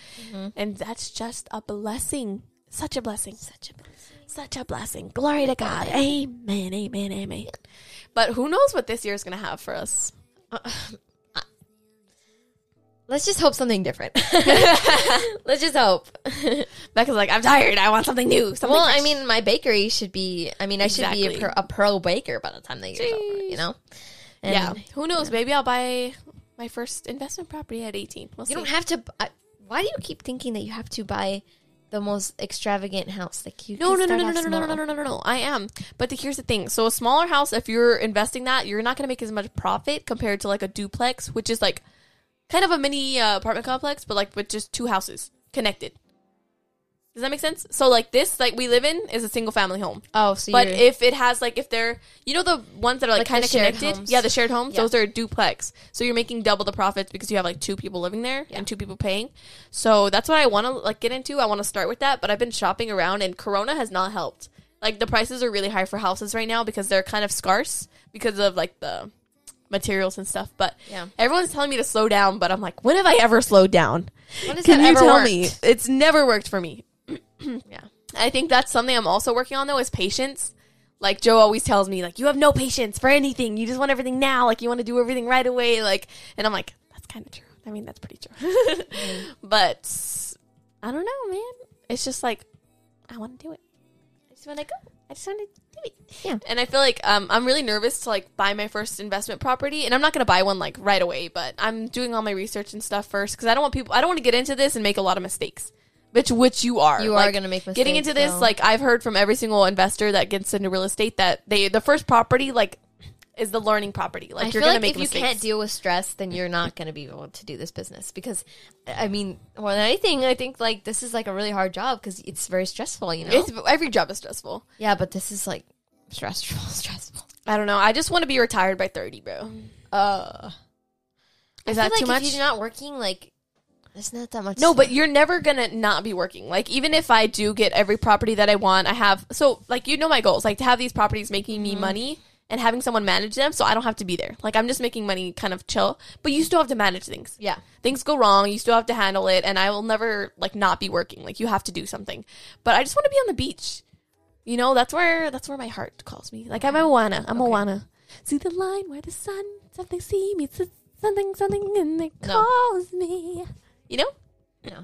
[SPEAKER 1] And that's just a blessing. Such a blessing. Such a blessing. Such a blessing. Glory to God. Amen. Amen. Amen. But who knows what this year is going to have for us?
[SPEAKER 3] Uh, Let's just hope something different. Let's just hope.
[SPEAKER 1] Becca's like, I'm tired. I want something new. Something
[SPEAKER 3] well,
[SPEAKER 1] fresh."
[SPEAKER 3] I mean, my bakery should be. I mean, I should be
[SPEAKER 1] Exactly.
[SPEAKER 3] a, pro, a pro baker by the time the year's over. You
[SPEAKER 1] Jeez.
[SPEAKER 3] know.
[SPEAKER 1] yeah.
[SPEAKER 3] And
[SPEAKER 1] Who knows? Maybe I'll buy my first investment property at 18. We'll
[SPEAKER 3] You
[SPEAKER 1] see.
[SPEAKER 3] don't have to. I, why do you keep thinking that you have to buy the most extravagant house? Like you.
[SPEAKER 1] no,
[SPEAKER 3] can
[SPEAKER 1] no, no,
[SPEAKER 3] start
[SPEAKER 1] no, no,
[SPEAKER 3] off
[SPEAKER 1] no, no, no,
[SPEAKER 3] small.
[SPEAKER 1] no, no, no, no, no. I am. But the, here's the thing. So a smaller house, if you're investing that, you're not going to make as much profit compared to like a duplex, which is like kind of a mini uh, apartment complex, but like with just two houses connected. Does that make sense? So like this, like we live in, is a single family home.
[SPEAKER 3] Oh, so
[SPEAKER 1] But
[SPEAKER 3] you're,
[SPEAKER 1] if it has like if they're you know the ones that are like,
[SPEAKER 3] Like the
[SPEAKER 1] kind of
[SPEAKER 3] shared
[SPEAKER 1] connected,
[SPEAKER 3] homes.
[SPEAKER 1] yeah, the shared homes,
[SPEAKER 3] Yeah.
[SPEAKER 1] those are duplex. So you're making double the profits because you have like two people living there and two people paying. So that's what I want to like get into. I want to start with that, but I've been shopping around and Corona has not helped. Like the prices are really high for houses right now because they're kind of scarce because of like the materials and stuff. But
[SPEAKER 3] Yeah.
[SPEAKER 1] everyone's telling me to slow down, but I'm like, when have I ever slowed down?
[SPEAKER 3] When has
[SPEAKER 1] Can
[SPEAKER 3] that
[SPEAKER 1] you
[SPEAKER 3] ever
[SPEAKER 1] tell
[SPEAKER 3] worked?
[SPEAKER 1] me? It's never worked for me.
[SPEAKER 3] yeah,
[SPEAKER 1] I think that's something I'm also working on though is patience. Like Joe always tells me, like you have no patience for anything. You just want everything now. Like you want to do everything right away. Like, and I'm like, that's kind of true. I mean, that's pretty true. But I don't know, man. It's just like I want to do it. I just want to go. I just want to do it.
[SPEAKER 3] Yeah.
[SPEAKER 1] And I feel like um, I'm really nervous to like buy my first investment property, and I'm not gonna buy one like right away. But I'm doing all my research and stuff first because I don't want people. I don't want to get into this and make a lot of mistakes. Which, which you are.
[SPEAKER 3] You are
[SPEAKER 1] Like,
[SPEAKER 3] gonna make
[SPEAKER 1] Getting
[SPEAKER 3] mistakes,
[SPEAKER 1] into this,
[SPEAKER 3] though.
[SPEAKER 1] like I've heard from every single investor that gets into real estate, that they the first property like is the learning property. Like
[SPEAKER 3] I
[SPEAKER 1] you're
[SPEAKER 3] feel
[SPEAKER 1] gonna
[SPEAKER 3] like
[SPEAKER 1] make
[SPEAKER 3] if
[SPEAKER 1] mistakes.
[SPEAKER 3] you can't deal with stress, then you're not going to be able to do this business because, I mean, more than anything, I think like this is like a really hard job because it's very stressful. You know,
[SPEAKER 1] it's, every job is stressful.
[SPEAKER 3] yeah, but this is like stressful, stressful.
[SPEAKER 1] I don't know. I just want to be retired by 30, bro.
[SPEAKER 3] Uh,
[SPEAKER 1] Is
[SPEAKER 3] I
[SPEAKER 1] that
[SPEAKER 3] feel like
[SPEAKER 1] too
[SPEAKER 3] if
[SPEAKER 1] much?
[SPEAKER 3] you're not working, like there's not that much.
[SPEAKER 1] No, but you're never gonna not be working. Like even if I do get every property that I want, I have so like you know my goals, like to have these properties making me
[SPEAKER 3] Mm-hmm.
[SPEAKER 1] money and having someone manage them, so I don't have to be there. Like I'm just making money, kind of chill, but you still have to manage things.
[SPEAKER 3] Yeah.
[SPEAKER 1] things go wrong, you still have to handle it, and I will never like not be working. Like you have to do something. But I just want to be on the beach. You know, that's where that's where my heart calls me. Like I'm a wanna, I'm a wanna. See the line where the sun something see me, s- something something, and it
[SPEAKER 3] No.
[SPEAKER 1] calls me. You know.
[SPEAKER 3] no,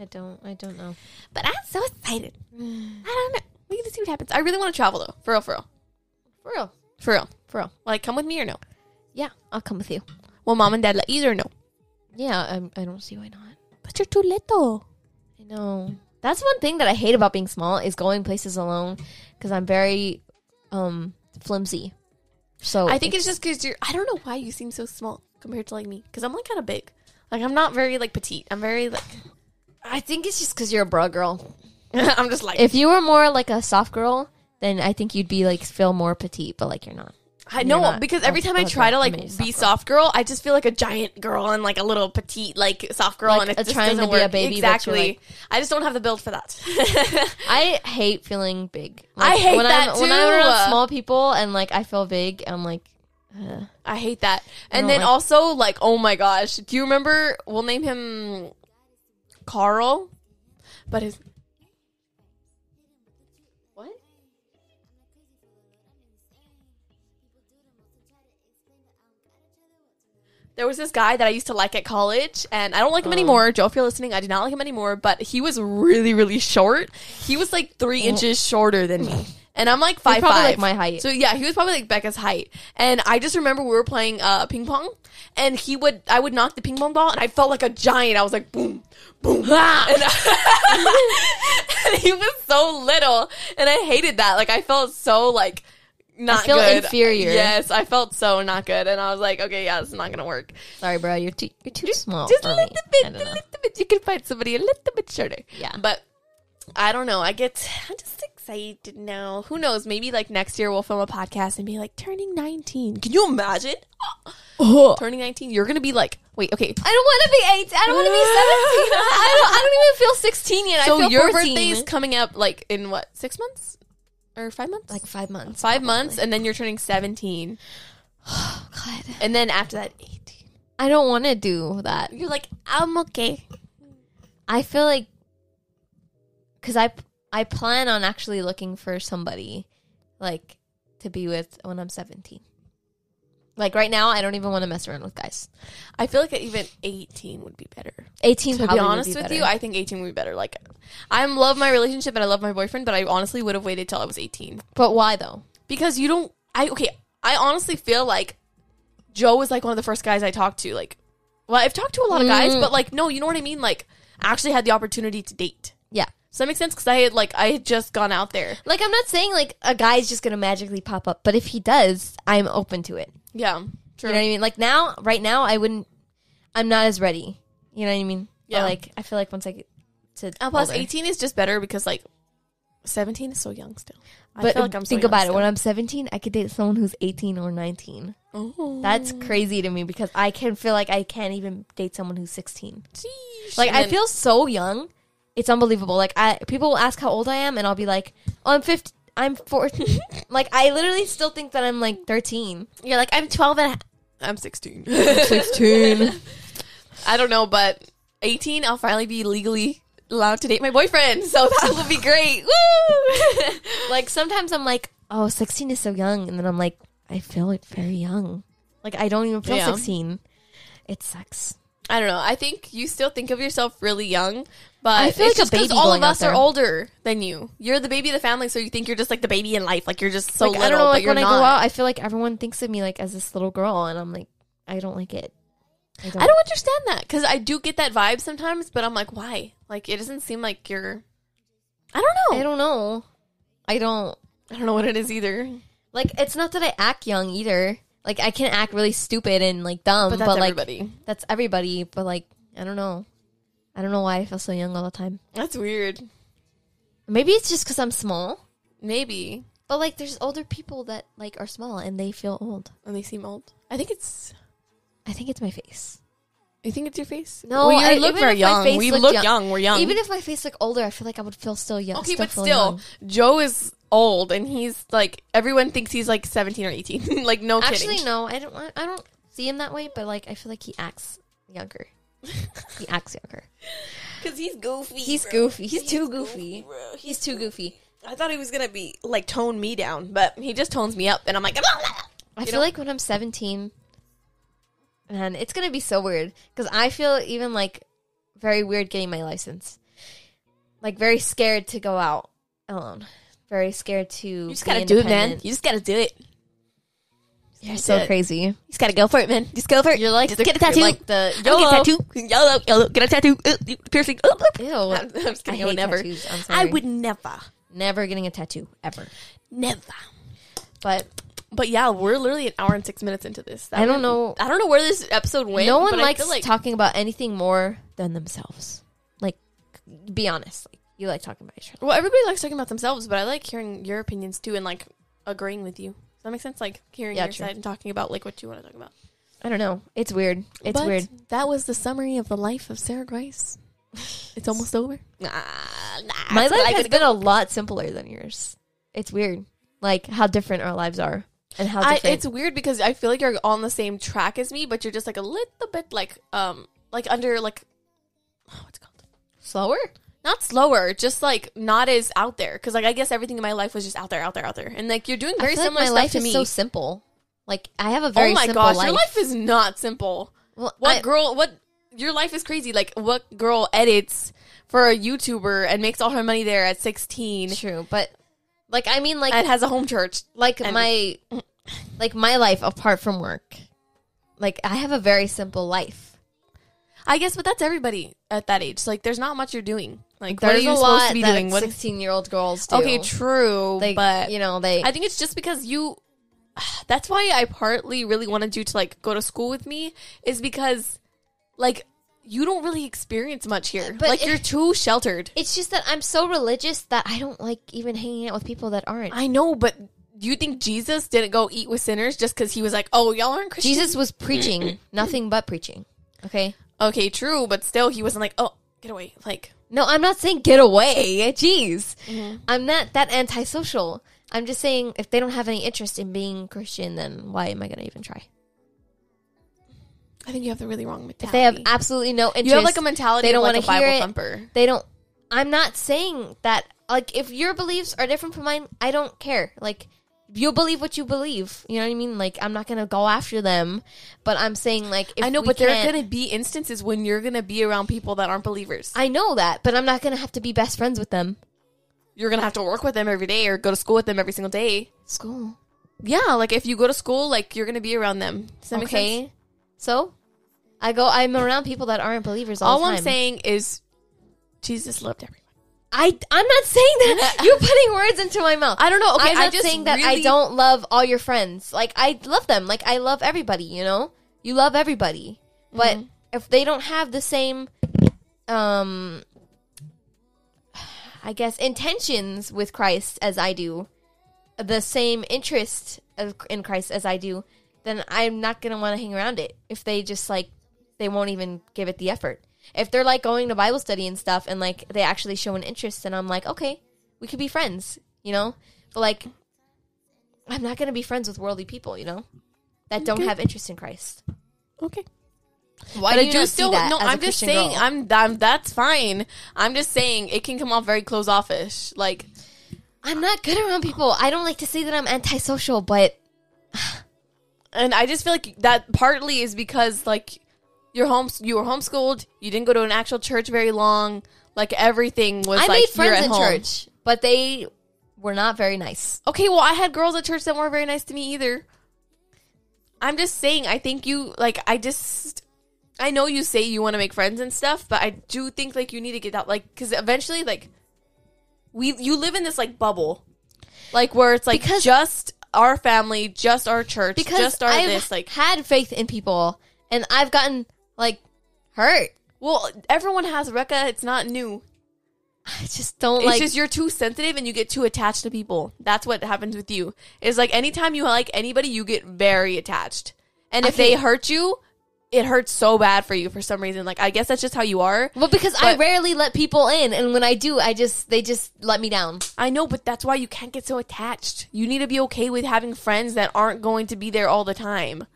[SPEAKER 3] I don't. I don't know.
[SPEAKER 1] But I'm so excited. I don't know. We can see what happens. I really want to travel though. For real, for real.
[SPEAKER 3] For real,
[SPEAKER 1] For real.
[SPEAKER 3] for real.
[SPEAKER 1] Like, come with me or no?
[SPEAKER 3] Yeah, I'll come with you.
[SPEAKER 1] Will mom and dad let you or no?
[SPEAKER 3] Yeah, I'm, I don't see why not.
[SPEAKER 1] But you're too little.
[SPEAKER 3] I know. That's one thing that I hate about being small is going places alone because I'm very um flimsy. So
[SPEAKER 1] I think it's, just because you're, I don't know why you seem so small compared to like me. Because I'm like kind of big. Like, I'm not very like petite. I'm very like,
[SPEAKER 3] I think it's just because you're a bra girl.
[SPEAKER 1] I'm just like,
[SPEAKER 3] If you were more like a soft girl, then I think you'd be like feel more petite, but like you're not.
[SPEAKER 1] I know
[SPEAKER 3] not-
[SPEAKER 1] because every
[SPEAKER 3] oh,
[SPEAKER 1] time I
[SPEAKER 3] okay.
[SPEAKER 1] try to like
[SPEAKER 3] I mean,
[SPEAKER 1] be
[SPEAKER 3] soft
[SPEAKER 1] soft,
[SPEAKER 3] girl.
[SPEAKER 1] girl, I just feel like a giant girl and like a little petite like soft girl,
[SPEAKER 3] Like,
[SPEAKER 1] and it
[SPEAKER 3] uh,
[SPEAKER 1] just
[SPEAKER 3] trying to
[SPEAKER 1] doesn't
[SPEAKER 3] be a
[SPEAKER 1] work.
[SPEAKER 3] baby, but you're,
[SPEAKER 1] exactly.
[SPEAKER 3] like-
[SPEAKER 1] I just don't have the build for that.
[SPEAKER 3] I hate feeling big.
[SPEAKER 1] I hate
[SPEAKER 3] when
[SPEAKER 1] that
[SPEAKER 3] I'm, When I'm
[SPEAKER 1] too.
[SPEAKER 3] around small people and like I feel big, I'm like, uh,
[SPEAKER 1] I hate that. And
[SPEAKER 3] don't
[SPEAKER 1] then
[SPEAKER 3] like-
[SPEAKER 1] also, like, oh my gosh, do you remember? We'll name him Carl, but his what? There was this guy that I used to like at college, and I don't
[SPEAKER 3] Um.
[SPEAKER 1] like him anymore. Joe, if you're listening, I do not like him anymore. But he was really, really short. He was like three inches shorter than me, and I'm like five
[SPEAKER 3] probably,
[SPEAKER 1] five,
[SPEAKER 3] like, my height.
[SPEAKER 1] So so yeah, he was probably like Becca's height. And I just remember we were playing uh, ping pong, and he would I would knock the ping pong ball, and I felt like a giant. I was like boom, boom, ah! and, and he was so little, and I hated that. Like I felt so like not
[SPEAKER 3] feel
[SPEAKER 1] good.
[SPEAKER 3] inferior.
[SPEAKER 1] Yes, I felt so not good, and I was like, okay, yeah, this is not gonna work.
[SPEAKER 3] sorry, bro, you're too you're too small.
[SPEAKER 1] Just a
[SPEAKER 3] for
[SPEAKER 1] little
[SPEAKER 3] me.
[SPEAKER 1] bit,
[SPEAKER 3] I
[SPEAKER 1] a
[SPEAKER 3] don't know.
[SPEAKER 1] little bit. You can find somebody a little bit shorter.
[SPEAKER 3] Yeah.
[SPEAKER 1] but. I don't know. I get I'm just excited now. Who knows? Maybe like next year we'll film a podcast and be like turning 19. Can you imagine?
[SPEAKER 3] Oh.
[SPEAKER 1] turning 19, you're going to be like, wait, okay.
[SPEAKER 3] I don't want to be eight. I don't want to be seventeen. I don't, I don't even feel sixteen yet. I
[SPEAKER 1] So
[SPEAKER 3] feel
[SPEAKER 1] your
[SPEAKER 3] 14.
[SPEAKER 1] birthday is coming up like in what? 6 months? Or 5 months?
[SPEAKER 3] like five months. Oh
[SPEAKER 1] 5 months and then you're turning 17.
[SPEAKER 3] God,
[SPEAKER 1] And then after that 18.
[SPEAKER 3] I don't want to do that.
[SPEAKER 1] You're like, "I'm okay."
[SPEAKER 3] I feel like because I I plan on actually looking for somebody like to be with when I'm seventeen. Like right now, I don't even want to mess around with guys.
[SPEAKER 1] I feel like even 18 would be better.
[SPEAKER 3] Eighteen,
[SPEAKER 1] to be
[SPEAKER 3] probably would
[SPEAKER 1] honest with
[SPEAKER 3] better.
[SPEAKER 1] you, I think 18 would be better. Like, I love my relationship and I love my boyfriend, but I honestly would have waited till I was 18
[SPEAKER 3] but why though?
[SPEAKER 1] because you don't. I okay. I honestly feel like Joe was like one of the first guys I talked to. Like, well, I've talked to a lot of guys,
[SPEAKER 3] Mm.
[SPEAKER 1] but like, no, you know what I mean. Like, actually had the opportunity to date.
[SPEAKER 3] Yeah.
[SPEAKER 1] Does that make sense? Because I had like I had just gone out there.
[SPEAKER 3] Like I'm not saying like a guy's just gonna magically pop up, but if he does, I'm open to it.
[SPEAKER 1] Yeah, true.
[SPEAKER 3] You know what I mean? Like now, right now, I wouldn't. I'm not as ready. You know what I mean? But,
[SPEAKER 1] Yeah.
[SPEAKER 3] like I feel like once I get to
[SPEAKER 1] And plus,
[SPEAKER 3] older-
[SPEAKER 1] eighteen is just better because like seventeen is so young still. I
[SPEAKER 3] but
[SPEAKER 1] feel like I'm so
[SPEAKER 3] think
[SPEAKER 1] young
[SPEAKER 3] about it.
[SPEAKER 1] still.
[SPEAKER 3] When I'm 17, I could date someone who's 18 or 19.
[SPEAKER 1] Oh,
[SPEAKER 3] That's crazy to me because I can feel like I can't even date someone who's 16.
[SPEAKER 1] sheesh.
[SPEAKER 3] Like
[SPEAKER 1] And
[SPEAKER 3] I
[SPEAKER 1] then-
[SPEAKER 3] feel so young. It's unbelievable. Like I people will ask how old I am, and I'll be like, oh, I'm 50. I'm 14. like I literally still think that I'm like 13.
[SPEAKER 1] you're like I'm twelve and a- I'm sixteen.
[SPEAKER 3] 16.
[SPEAKER 1] I don't know, but eighteen, I'll finally be legally allowed to date my boyfriend, so that will be great. Woo!
[SPEAKER 3] Like sometimes I'm like, oh, 16 is so young, and then I'm like, I feel like very young. Like I don't even feel
[SPEAKER 1] Yeah.
[SPEAKER 3] 16. It sucks.
[SPEAKER 1] I don't know. I think you still think of yourself really young, but
[SPEAKER 3] I feel
[SPEAKER 1] it's
[SPEAKER 3] like a
[SPEAKER 1] just 'cause
[SPEAKER 3] baby
[SPEAKER 1] all
[SPEAKER 3] going
[SPEAKER 1] of
[SPEAKER 3] out
[SPEAKER 1] us are
[SPEAKER 3] there.
[SPEAKER 1] older than you. You're the baby of the family, so you think you're just like the baby in life. Like you're just so
[SPEAKER 3] like
[SPEAKER 1] little,
[SPEAKER 3] I don't know.
[SPEAKER 1] but
[SPEAKER 3] Like
[SPEAKER 1] you're
[SPEAKER 3] when
[SPEAKER 1] not.
[SPEAKER 3] I go out, I feel like everyone thinks of me like as this little girl, and I'm like, I don't like it.
[SPEAKER 1] I don't understand that because I do get that vibe sometimes, but I'm like, why? Like it doesn't seem like you're. I don't know.
[SPEAKER 3] I don't know. I don't
[SPEAKER 1] I don't know what it is either.
[SPEAKER 3] Um, like. It's not that I act young either. Like I can act really stupid and like dumb,
[SPEAKER 1] But
[SPEAKER 3] but,
[SPEAKER 1] that's
[SPEAKER 3] like
[SPEAKER 1] everybody.
[SPEAKER 3] that's everybody. But like I don't know. I don't know why I feel so young all the time.
[SPEAKER 1] That's weird.
[SPEAKER 3] Maybe it's just because I'm small.
[SPEAKER 1] Maybe.
[SPEAKER 3] But like, there's older people that like are small and they feel old.
[SPEAKER 1] And they seem old. I think it's.
[SPEAKER 3] I think it's my face.
[SPEAKER 1] You think it's your face?
[SPEAKER 3] No,
[SPEAKER 1] we
[SPEAKER 3] I-
[SPEAKER 1] look
[SPEAKER 3] even
[SPEAKER 1] very
[SPEAKER 3] if my
[SPEAKER 1] young.
[SPEAKER 3] face
[SPEAKER 1] We
[SPEAKER 3] looked
[SPEAKER 1] look young.
[SPEAKER 3] young-
[SPEAKER 1] We're young.
[SPEAKER 3] Even if my face looked older, I feel like I would feel still young.
[SPEAKER 1] Okay, but
[SPEAKER 3] feel
[SPEAKER 1] still,
[SPEAKER 3] young.
[SPEAKER 1] Joe is old, and he's like everyone thinks he's like seventeen or eighteen. like no
[SPEAKER 3] actually,
[SPEAKER 1] kidding.
[SPEAKER 3] no, I don't. want- I don't see him that way. But like, I feel like he acts younger. he acts younger.
[SPEAKER 1] because he's goofy.
[SPEAKER 3] He's goofy. He's, too goofy. He's too goofy.
[SPEAKER 1] I thought he was gonna be like tone me down, but he just tones me up, and I'm like,
[SPEAKER 3] I feel like when I'm 17, man, it's gonna be so weird because I feel even like very weird getting my license. Like very scared to go out alone. Very scared to.
[SPEAKER 1] you just gotta do it, man. You just gotta do it.
[SPEAKER 3] You're
[SPEAKER 1] just
[SPEAKER 3] so
[SPEAKER 1] gotta do it.
[SPEAKER 3] crazy.
[SPEAKER 1] You just gotta go for it, man. Just go for it.
[SPEAKER 3] You're like
[SPEAKER 1] just
[SPEAKER 3] the-
[SPEAKER 1] get a tattoo.
[SPEAKER 3] you're like the-
[SPEAKER 1] I don't get a
[SPEAKER 3] YOLO.
[SPEAKER 1] tattoo. YOLO, YOLO. Get a tattoo. Uh, uh, piercing. Uh, uh.
[SPEAKER 3] Ew.
[SPEAKER 1] I'm, I'm just kidding. I,
[SPEAKER 3] I
[SPEAKER 1] would
[SPEAKER 3] hate
[SPEAKER 1] never.
[SPEAKER 3] tattoos. I'm
[SPEAKER 1] I
[SPEAKER 3] sorry.
[SPEAKER 1] would never,
[SPEAKER 3] Never getting a tattoo ever.
[SPEAKER 1] never.
[SPEAKER 3] But
[SPEAKER 1] But yeah, we're literally an hour and six minutes into this. That
[SPEAKER 3] I don't
[SPEAKER 1] went-
[SPEAKER 3] know-
[SPEAKER 1] I don't know where this episode went.
[SPEAKER 3] no one
[SPEAKER 1] but I
[SPEAKER 3] likes
[SPEAKER 1] feel like
[SPEAKER 3] talking about anything more than themselves. Like, be honest. Like, you like talking about yourself.
[SPEAKER 1] Well, everybody likes talking about themselves, but I like hearing your opinions too, and like agreeing with you. Does that make sense? Like hearing
[SPEAKER 3] Yeah,
[SPEAKER 1] your
[SPEAKER 3] true.
[SPEAKER 1] side and talking about like what you want to talk about.
[SPEAKER 3] I don't know. It's weird. It's
[SPEAKER 1] But
[SPEAKER 3] weird.
[SPEAKER 1] That was the summary of the life of Sarah Grace. It's almost over. Nah, nah,
[SPEAKER 3] My
[SPEAKER 1] it's
[SPEAKER 3] life has
[SPEAKER 1] is-
[SPEAKER 3] been a lot simpler than yours. It's weird, like how different our lives are and how
[SPEAKER 1] I,
[SPEAKER 3] different.
[SPEAKER 1] it's weird because I feel like you're on the same track as me, but you're just like a little bit like um like under like what's it called
[SPEAKER 3] slower.
[SPEAKER 1] not slower, just like not as out there. Because like I guess everything in my life was just out there, out there, out there, and like you're doing very
[SPEAKER 3] I feel like
[SPEAKER 1] similar
[SPEAKER 3] my
[SPEAKER 1] stuff
[SPEAKER 3] life
[SPEAKER 1] to
[SPEAKER 3] is
[SPEAKER 1] me.
[SPEAKER 3] so simple. Like I have a very
[SPEAKER 1] oh my
[SPEAKER 3] simple
[SPEAKER 1] gosh,
[SPEAKER 3] life.
[SPEAKER 1] your life is not simple.
[SPEAKER 3] Well,
[SPEAKER 1] What
[SPEAKER 3] I-
[SPEAKER 1] girl? What your life is crazy? Like what girl edits for a YouTuber and makes all her money there at 16
[SPEAKER 3] true, but like I mean, like
[SPEAKER 1] and has a home church?
[SPEAKER 3] like
[SPEAKER 1] and-
[SPEAKER 3] my like my life apart from work. Like I have a very simple life.
[SPEAKER 1] I guess, but that's everybody at that age. Like there's not much you're doing. Like
[SPEAKER 3] There's
[SPEAKER 1] what are you
[SPEAKER 3] a
[SPEAKER 1] supposed
[SPEAKER 3] lot
[SPEAKER 1] to be
[SPEAKER 3] that
[SPEAKER 1] doing? What?
[SPEAKER 3] sixteen-year-old girls do.
[SPEAKER 1] Okay, true,
[SPEAKER 3] They-
[SPEAKER 1] but
[SPEAKER 3] you know they.
[SPEAKER 1] I think it's just because you. That's why I partly really wanted you to like go to school with me is because, like, you don't really experience much here.
[SPEAKER 3] But
[SPEAKER 1] like,
[SPEAKER 3] it-
[SPEAKER 1] you're too sheltered.
[SPEAKER 3] it's just that I'm so religious that I don't like even hanging out with people that aren't.
[SPEAKER 1] I know, but do you think Jesus didn't go eat with sinners just because he was like, "Oh, y'all aren't Christians"?
[SPEAKER 3] Jesus was preaching
[SPEAKER 1] Mm-hmm.
[SPEAKER 3] nothing but preaching. Okay.
[SPEAKER 1] Okay, true, but still, he wasn't like, "Oh, get away!" Like,
[SPEAKER 3] No, I'm not saying get away. Jeez. Mm-hmm. I'm not that antisocial. I'm just saying if they don't have any interest in being Christian, then why am I going to even try?
[SPEAKER 1] I think you have the really wrong mentality.
[SPEAKER 3] If they have absolutely no interest,
[SPEAKER 1] you have like a mentality.
[SPEAKER 3] They don't
[SPEAKER 1] of,
[SPEAKER 3] want
[SPEAKER 1] like,
[SPEAKER 3] to
[SPEAKER 1] a Bible
[SPEAKER 3] hear it.
[SPEAKER 1] thumper.
[SPEAKER 3] They don't. I'm not saying that. Like, if your beliefs are different from mine, I don't care. Like, you believe what you believe. You know what I mean? Like, I'm not going to go after them. But I'm saying, like, if
[SPEAKER 1] I know,
[SPEAKER 3] we
[SPEAKER 1] but there
[SPEAKER 3] can't-
[SPEAKER 1] are going to be instances when you're going to be around people that aren't believers.
[SPEAKER 3] I know that, but I'm not going to have to be best friends with them.
[SPEAKER 1] you're going to have to work with them every day or go to school with them every single day.
[SPEAKER 3] School.
[SPEAKER 1] Yeah, like if you go to school, like you're gonna be around them. Does that make sense?
[SPEAKER 3] Okay. So I go I'm around people that aren't believers all,
[SPEAKER 1] All
[SPEAKER 3] the time.
[SPEAKER 1] I'm saying is Jesus loved everyone.
[SPEAKER 3] I I'm not saying that you're putting words into my mouth.
[SPEAKER 1] I don't know. Okay,
[SPEAKER 3] I'm not
[SPEAKER 1] I just
[SPEAKER 3] saying that I
[SPEAKER 1] really-
[SPEAKER 3] don't love all your friends. Like I love them. Like I love everybody, you know? You love everybody. But
[SPEAKER 1] Mm-hmm.
[SPEAKER 3] if they don't have the same um I guess intentions with Christ as I do, the same interest of, in Christ as I do, then I'm not gonna want to hang around it. If they just like, they won't even give it the effort. If they're like going to Bible study and stuff, and like they actually show an interest, then I'm like, okay, we could be friends, you know. But like, I'm not gonna be friends with worldly people, you know, that don't
[SPEAKER 1] Okay.
[SPEAKER 3] have interest in Christ.
[SPEAKER 1] Okay.
[SPEAKER 3] Why
[SPEAKER 1] but
[SPEAKER 3] do
[SPEAKER 1] I
[SPEAKER 3] you
[SPEAKER 1] do
[SPEAKER 3] not see
[SPEAKER 1] still
[SPEAKER 3] that
[SPEAKER 1] no.
[SPEAKER 3] as a
[SPEAKER 1] I'm just
[SPEAKER 3] Christian
[SPEAKER 1] saying.
[SPEAKER 3] girl?
[SPEAKER 1] I'm, I'm that's fine. I'm just saying it can come off very close offish. Like
[SPEAKER 3] I'm not good around people. I don't like to say that I'm antisocial, but
[SPEAKER 1] and I just feel like that partly is because like your home you were homeschooled, you didn't go to an actual church very long. Like everything was
[SPEAKER 3] I
[SPEAKER 1] like
[SPEAKER 3] made
[SPEAKER 1] you're
[SPEAKER 3] friends
[SPEAKER 1] at
[SPEAKER 3] in
[SPEAKER 1] home.
[SPEAKER 3] church, but they were not very nice.
[SPEAKER 1] Okay, well I had girls at church that weren't very nice to me either. I'm just saying I think you like I just I know you say you want to make friends and stuff, but I do think like you need to get out like cuz eventually like we you live in this like bubble. Like where it's like
[SPEAKER 3] Because-
[SPEAKER 1] just our family, just our church,
[SPEAKER 3] Because
[SPEAKER 1] just our
[SPEAKER 3] I've
[SPEAKER 1] this like
[SPEAKER 3] had faith in people, and I've gotten like hurt.
[SPEAKER 1] Well, everyone has Recca. It's not new.
[SPEAKER 3] I just don't
[SPEAKER 1] It's
[SPEAKER 3] like.
[SPEAKER 1] just you're too sensitive and you get too attached to people. That's what happens with you. It's like anytime you like anybody, you get very attached. And
[SPEAKER 3] I
[SPEAKER 1] if they
[SPEAKER 3] think-
[SPEAKER 1] hurt you, it hurts so bad for you for some reason. Like I guess that's just how you are.
[SPEAKER 3] well, because I
[SPEAKER 1] but-
[SPEAKER 3] rarely let people in, and when I do, I just they just let me down.
[SPEAKER 1] I know, but that's why you can't get so attached. You need to be okay with having friends that aren't going to be there all the time.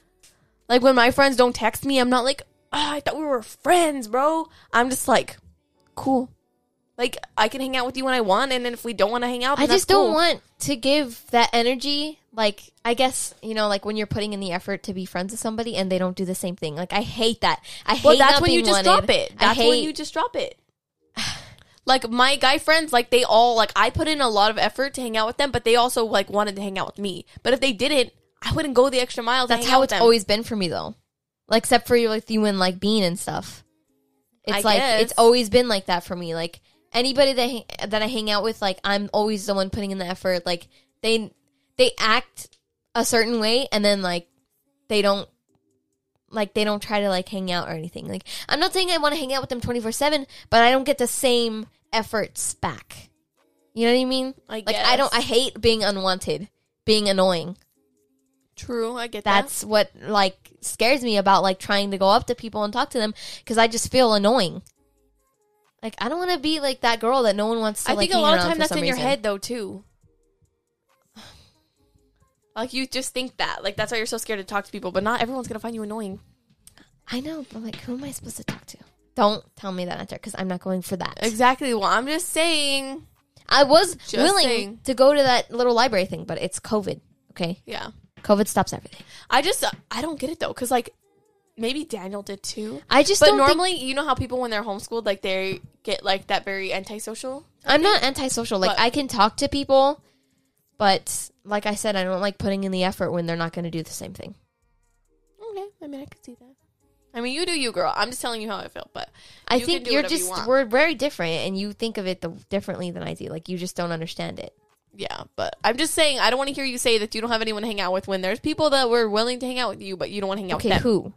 [SPEAKER 1] Like when my friends don't text me, I'm not like, oh, I thought we were friends, bro. I'm just like, cool. Like I can hang out with you when I want, and then if we don't want to hang out,
[SPEAKER 3] I
[SPEAKER 1] then that's
[SPEAKER 3] just don't
[SPEAKER 1] cool.
[SPEAKER 3] want to give that energy. Like, I guess, you know, like when you're putting in the effort to be friends with somebody and they don't do the same thing. Like, I hate that. I hate
[SPEAKER 1] Well, that's
[SPEAKER 3] not
[SPEAKER 1] when you
[SPEAKER 3] being
[SPEAKER 1] just
[SPEAKER 3] wanted.
[SPEAKER 1] drop it.
[SPEAKER 3] I
[SPEAKER 1] That's when
[SPEAKER 3] hate-
[SPEAKER 1] you just drop it. Like my guy friends, like they all like I put in a lot of effort to hang out with them, but they also like wanted to hang out with me. But if they didn't, I wouldn't go the extra mile. to
[SPEAKER 3] That's
[SPEAKER 1] hang out
[SPEAKER 3] how
[SPEAKER 1] with
[SPEAKER 3] it's
[SPEAKER 1] them.
[SPEAKER 3] always been for me, though. Like, except for you, like you and like Bean and stuff. It's
[SPEAKER 1] I
[SPEAKER 3] like
[SPEAKER 1] guess.
[SPEAKER 3] it's always been like that for me. Like anybody that hang- that I hang out with, like I'm always the one putting in the effort. Like they they act a certain way, and then like they don't like they don't try to like hang out or anything. Like I'm not saying I want to hang out with them 24 seven, but I don't get the same efforts back. You know what I mean?
[SPEAKER 1] I
[SPEAKER 3] like I don't. I
[SPEAKER 1] guess.
[SPEAKER 3] hate being unwanted, being annoying
[SPEAKER 1] true. I get that.
[SPEAKER 3] that's what like scares me about like trying to go up to people and talk to them because I just feel annoying. Like I don't want to be like that girl that no one wants to.
[SPEAKER 1] I
[SPEAKER 3] like,
[SPEAKER 1] think a
[SPEAKER 3] hang
[SPEAKER 1] lot of
[SPEAKER 3] around
[SPEAKER 1] time
[SPEAKER 3] for
[SPEAKER 1] that's in
[SPEAKER 3] some
[SPEAKER 1] your
[SPEAKER 3] reason.
[SPEAKER 1] head though too. Like you just think that. Like that's why you're so scared to talk to people, but not everyone's gonna find you annoying.
[SPEAKER 3] I know, but like, who am I supposed to talk to? Don't tell me that answer because I'm not going for that.
[SPEAKER 1] Exactly. Well, I'm just saying.
[SPEAKER 3] I was
[SPEAKER 1] Just
[SPEAKER 3] willing
[SPEAKER 1] saying.
[SPEAKER 3] to go to that little library thing, but it's COVID. Okay,
[SPEAKER 1] Yeah.
[SPEAKER 3] COVID stops everything.
[SPEAKER 1] I just I don't get it though, because like maybe Daniel did too.
[SPEAKER 3] I just
[SPEAKER 1] but
[SPEAKER 3] don't think-
[SPEAKER 1] normally, you know how people when they're homeschooled, like they get like that very antisocial.
[SPEAKER 3] I'm not antisocial. Like
[SPEAKER 1] But-
[SPEAKER 3] I can talk to people, but like I said, I don't like putting in the effort when they're not going to do the same thing.
[SPEAKER 1] Okay, I mean I could see that. I mean, you do you, girl. I'm just telling you how I feel, but
[SPEAKER 3] I
[SPEAKER 1] you can
[SPEAKER 3] think
[SPEAKER 1] do
[SPEAKER 3] you're
[SPEAKER 1] whatever you
[SPEAKER 3] just
[SPEAKER 1] want.
[SPEAKER 3] we're very different, and you think of it the, differently than I do. Like you just don't understand it.
[SPEAKER 1] yeah. But I'm just saying, I don't want to hear you say that you don't have anyone to hang out with when there's people that were willing to hang out with you, but you don't want to hang out
[SPEAKER 3] Okay,
[SPEAKER 1] with them.
[SPEAKER 3] who?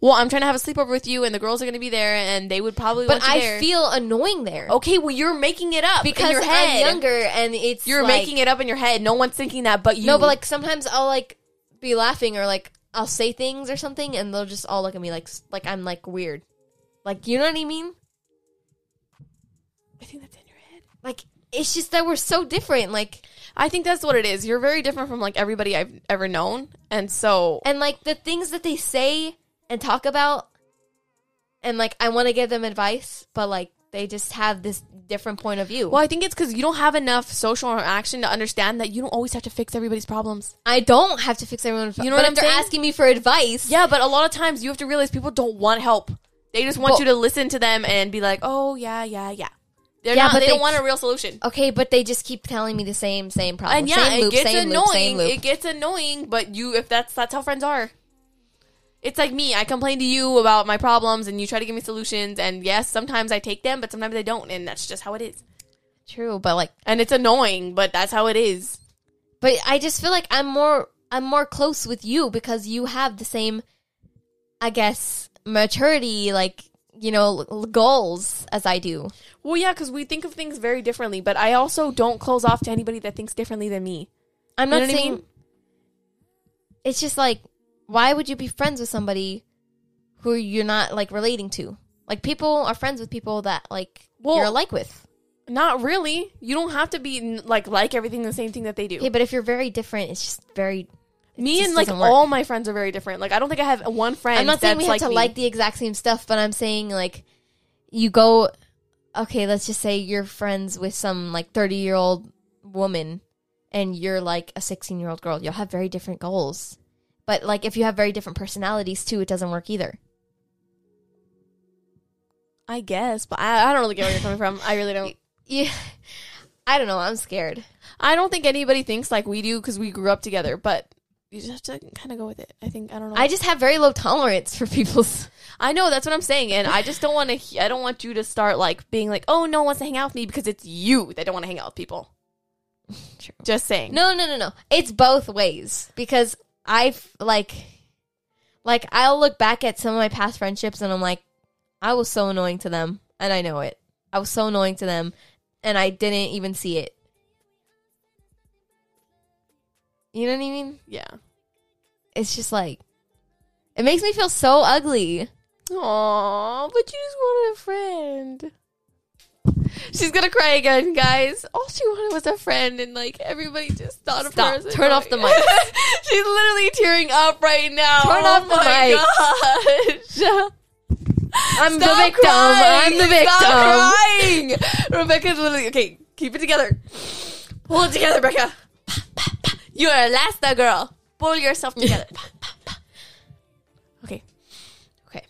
[SPEAKER 1] Well, I'm trying to have a sleepover with you, and the girls are going to be there, and they would probably.
[SPEAKER 3] But
[SPEAKER 1] want you
[SPEAKER 3] I
[SPEAKER 1] there.
[SPEAKER 3] feel annoying there
[SPEAKER 1] okay. Well, you're making it up
[SPEAKER 3] because
[SPEAKER 1] in your head.
[SPEAKER 3] I'm younger, and it's
[SPEAKER 1] You're
[SPEAKER 3] like-
[SPEAKER 1] making it up in your head. No one's thinking that, but you.
[SPEAKER 3] No, but like sometimes I'll like be laughing or like I'll say things or something, and they'll just all look at me like s- like I'm like weird. Like you know what I mean?
[SPEAKER 1] I think that's in your head.
[SPEAKER 3] Like it's just that we're so different. Like
[SPEAKER 1] I think that's what it is. You're very different from like everybody I've ever known, and so
[SPEAKER 3] and like the things that they say and talk about and like i want to give them advice but like they just have this different point of view
[SPEAKER 1] Well, I think it's because you don't have enough social interaction to understand that you don't always have to fix everybody's problems.
[SPEAKER 3] i don't have to fix everyone
[SPEAKER 1] You
[SPEAKER 3] you
[SPEAKER 1] know
[SPEAKER 3] know
[SPEAKER 1] what
[SPEAKER 3] but
[SPEAKER 1] I'm
[SPEAKER 3] if they're
[SPEAKER 1] saying?
[SPEAKER 3] asking me for advice
[SPEAKER 1] Yeah, but a lot of times you have to realize people don't want help. They just want
[SPEAKER 3] Well-
[SPEAKER 1] you to listen to them and be like, "Oh yeah, yeah, yeah." They're
[SPEAKER 3] Yeah,
[SPEAKER 1] not,
[SPEAKER 3] but
[SPEAKER 1] they, don't
[SPEAKER 3] they-
[SPEAKER 1] want a real solution.
[SPEAKER 3] okay but they just keep telling me the same same problem
[SPEAKER 1] And yeah,
[SPEAKER 3] same loop,
[SPEAKER 1] it gets
[SPEAKER 3] same loop,
[SPEAKER 1] annoying.
[SPEAKER 3] same loop.
[SPEAKER 1] It gets annoying, but you if that's that's how friends are. It's like me. I complain to you about my problems, and you try to give me solutions. And yes, sometimes I take them, but sometimes I don't, and that's just how it is.
[SPEAKER 3] true but like
[SPEAKER 1] And it's annoying, but that's how it is.
[SPEAKER 3] but i just feel like i'm more i'm more close with you because you have the same i guess maturity like you know l- goals as i do
[SPEAKER 1] Well, yeah, because we think of things very differently, but I also don't close off to anybody that thinks differently than me.
[SPEAKER 3] I'm
[SPEAKER 1] You
[SPEAKER 3] not
[SPEAKER 1] know what I
[SPEAKER 3] saying.
[SPEAKER 1] mean?
[SPEAKER 3] It's just like, why would you be friends with somebody who you're not like relating to? Like people are friends with people that like
[SPEAKER 1] Well-
[SPEAKER 3] you're alike with.
[SPEAKER 1] Not really. You don't have to be n- like like everything the same thing that they do.
[SPEAKER 3] Okay, but if you're very different, it's just very
[SPEAKER 1] Me
[SPEAKER 3] just
[SPEAKER 1] and like
[SPEAKER 3] doesn't work.
[SPEAKER 1] all my friends are very different. Like I don't think I have one friend.
[SPEAKER 3] I'm not saying we
[SPEAKER 1] that's
[SPEAKER 3] have to
[SPEAKER 1] me.
[SPEAKER 3] like the exact same stuff, but I'm saying like you go okay, let's just say you're friends with some like 30 year old woman and you're like a 16 year old girl. You'll have very different goals. But like if you have very different personalities too, it doesn't work either.
[SPEAKER 1] I guess, but I, I don't really get where you're coming from. I really don't.
[SPEAKER 3] Yeah. I don't know, I'm scared.
[SPEAKER 1] I don't think anybody thinks like we do because we grew up together. But you just have to kind of go with it. I think I don't know.
[SPEAKER 3] I just have very low tolerance for people's
[SPEAKER 1] I know that's what I'm saying, and I just don't want to. I don't want you to start like being like, oh, no one wants to hang out with me because it's you that don't want to hang out with people.
[SPEAKER 3] True.
[SPEAKER 1] Just saying.
[SPEAKER 3] No, no, no, no. It's both ways because I've like, like I'll look back at some of my past friendships and I'm like, I was so annoying to them, and I know it. I was so annoying to them, and I didn't even see it. You know what I mean?
[SPEAKER 1] Yeah.
[SPEAKER 3] It's just like, it makes me feel so ugly.
[SPEAKER 1] Aw, but you just wanted a friend. She's gonna cry again, guys. All she wanted was a friend, and like everybody just thought of her.
[SPEAKER 3] Stop.
[SPEAKER 1] as a
[SPEAKER 3] Turn off the
[SPEAKER 1] dog.
[SPEAKER 3] mic.
[SPEAKER 1] She's literally tearing up right now. Oh
[SPEAKER 3] Turn off the
[SPEAKER 1] the mic.
[SPEAKER 3] I'm the victim. I'm the victim.
[SPEAKER 1] Stop crying. Rebecca's literally okay. Keep it together. Pull it together, Becca. You're a Lasta girl. Pull yourself together. okay.
[SPEAKER 3] Okay.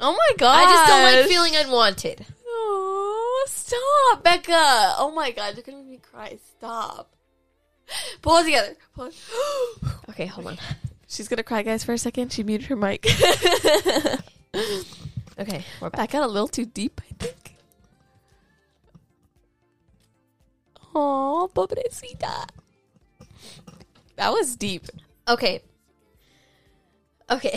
[SPEAKER 1] Oh my god!
[SPEAKER 3] I just don't like feeling unwanted.
[SPEAKER 1] Oh, stop, Becca! Oh my god, you're gonna make me cry. Stop. Pull it together. Pull it.
[SPEAKER 3] Okay, hold on.
[SPEAKER 1] She's gonna cry, guys, for a second. She muted her mic.
[SPEAKER 3] Okay, we're back.
[SPEAKER 1] I got a little too deep, I think. Oh, pobrecita. That was deep.
[SPEAKER 3] Okay. Okay.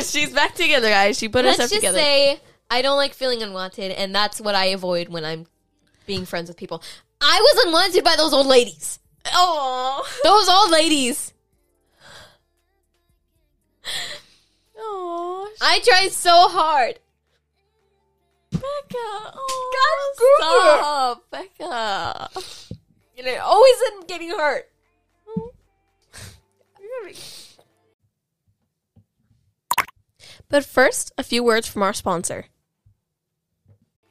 [SPEAKER 1] She's back together, guys. She put
[SPEAKER 3] Let's
[SPEAKER 1] herself
[SPEAKER 3] just
[SPEAKER 1] together.
[SPEAKER 3] say I don't like feeling unwanted, and that's what I avoid when I'm being friends with people. I was unwanted by those old ladies.
[SPEAKER 1] oh.
[SPEAKER 3] Those old ladies.
[SPEAKER 1] Oh,
[SPEAKER 3] I tried so hard.
[SPEAKER 1] Becca. Oh, stop, Becca.
[SPEAKER 3] And I always am getting hurt.
[SPEAKER 1] But first, a few words from our sponsor.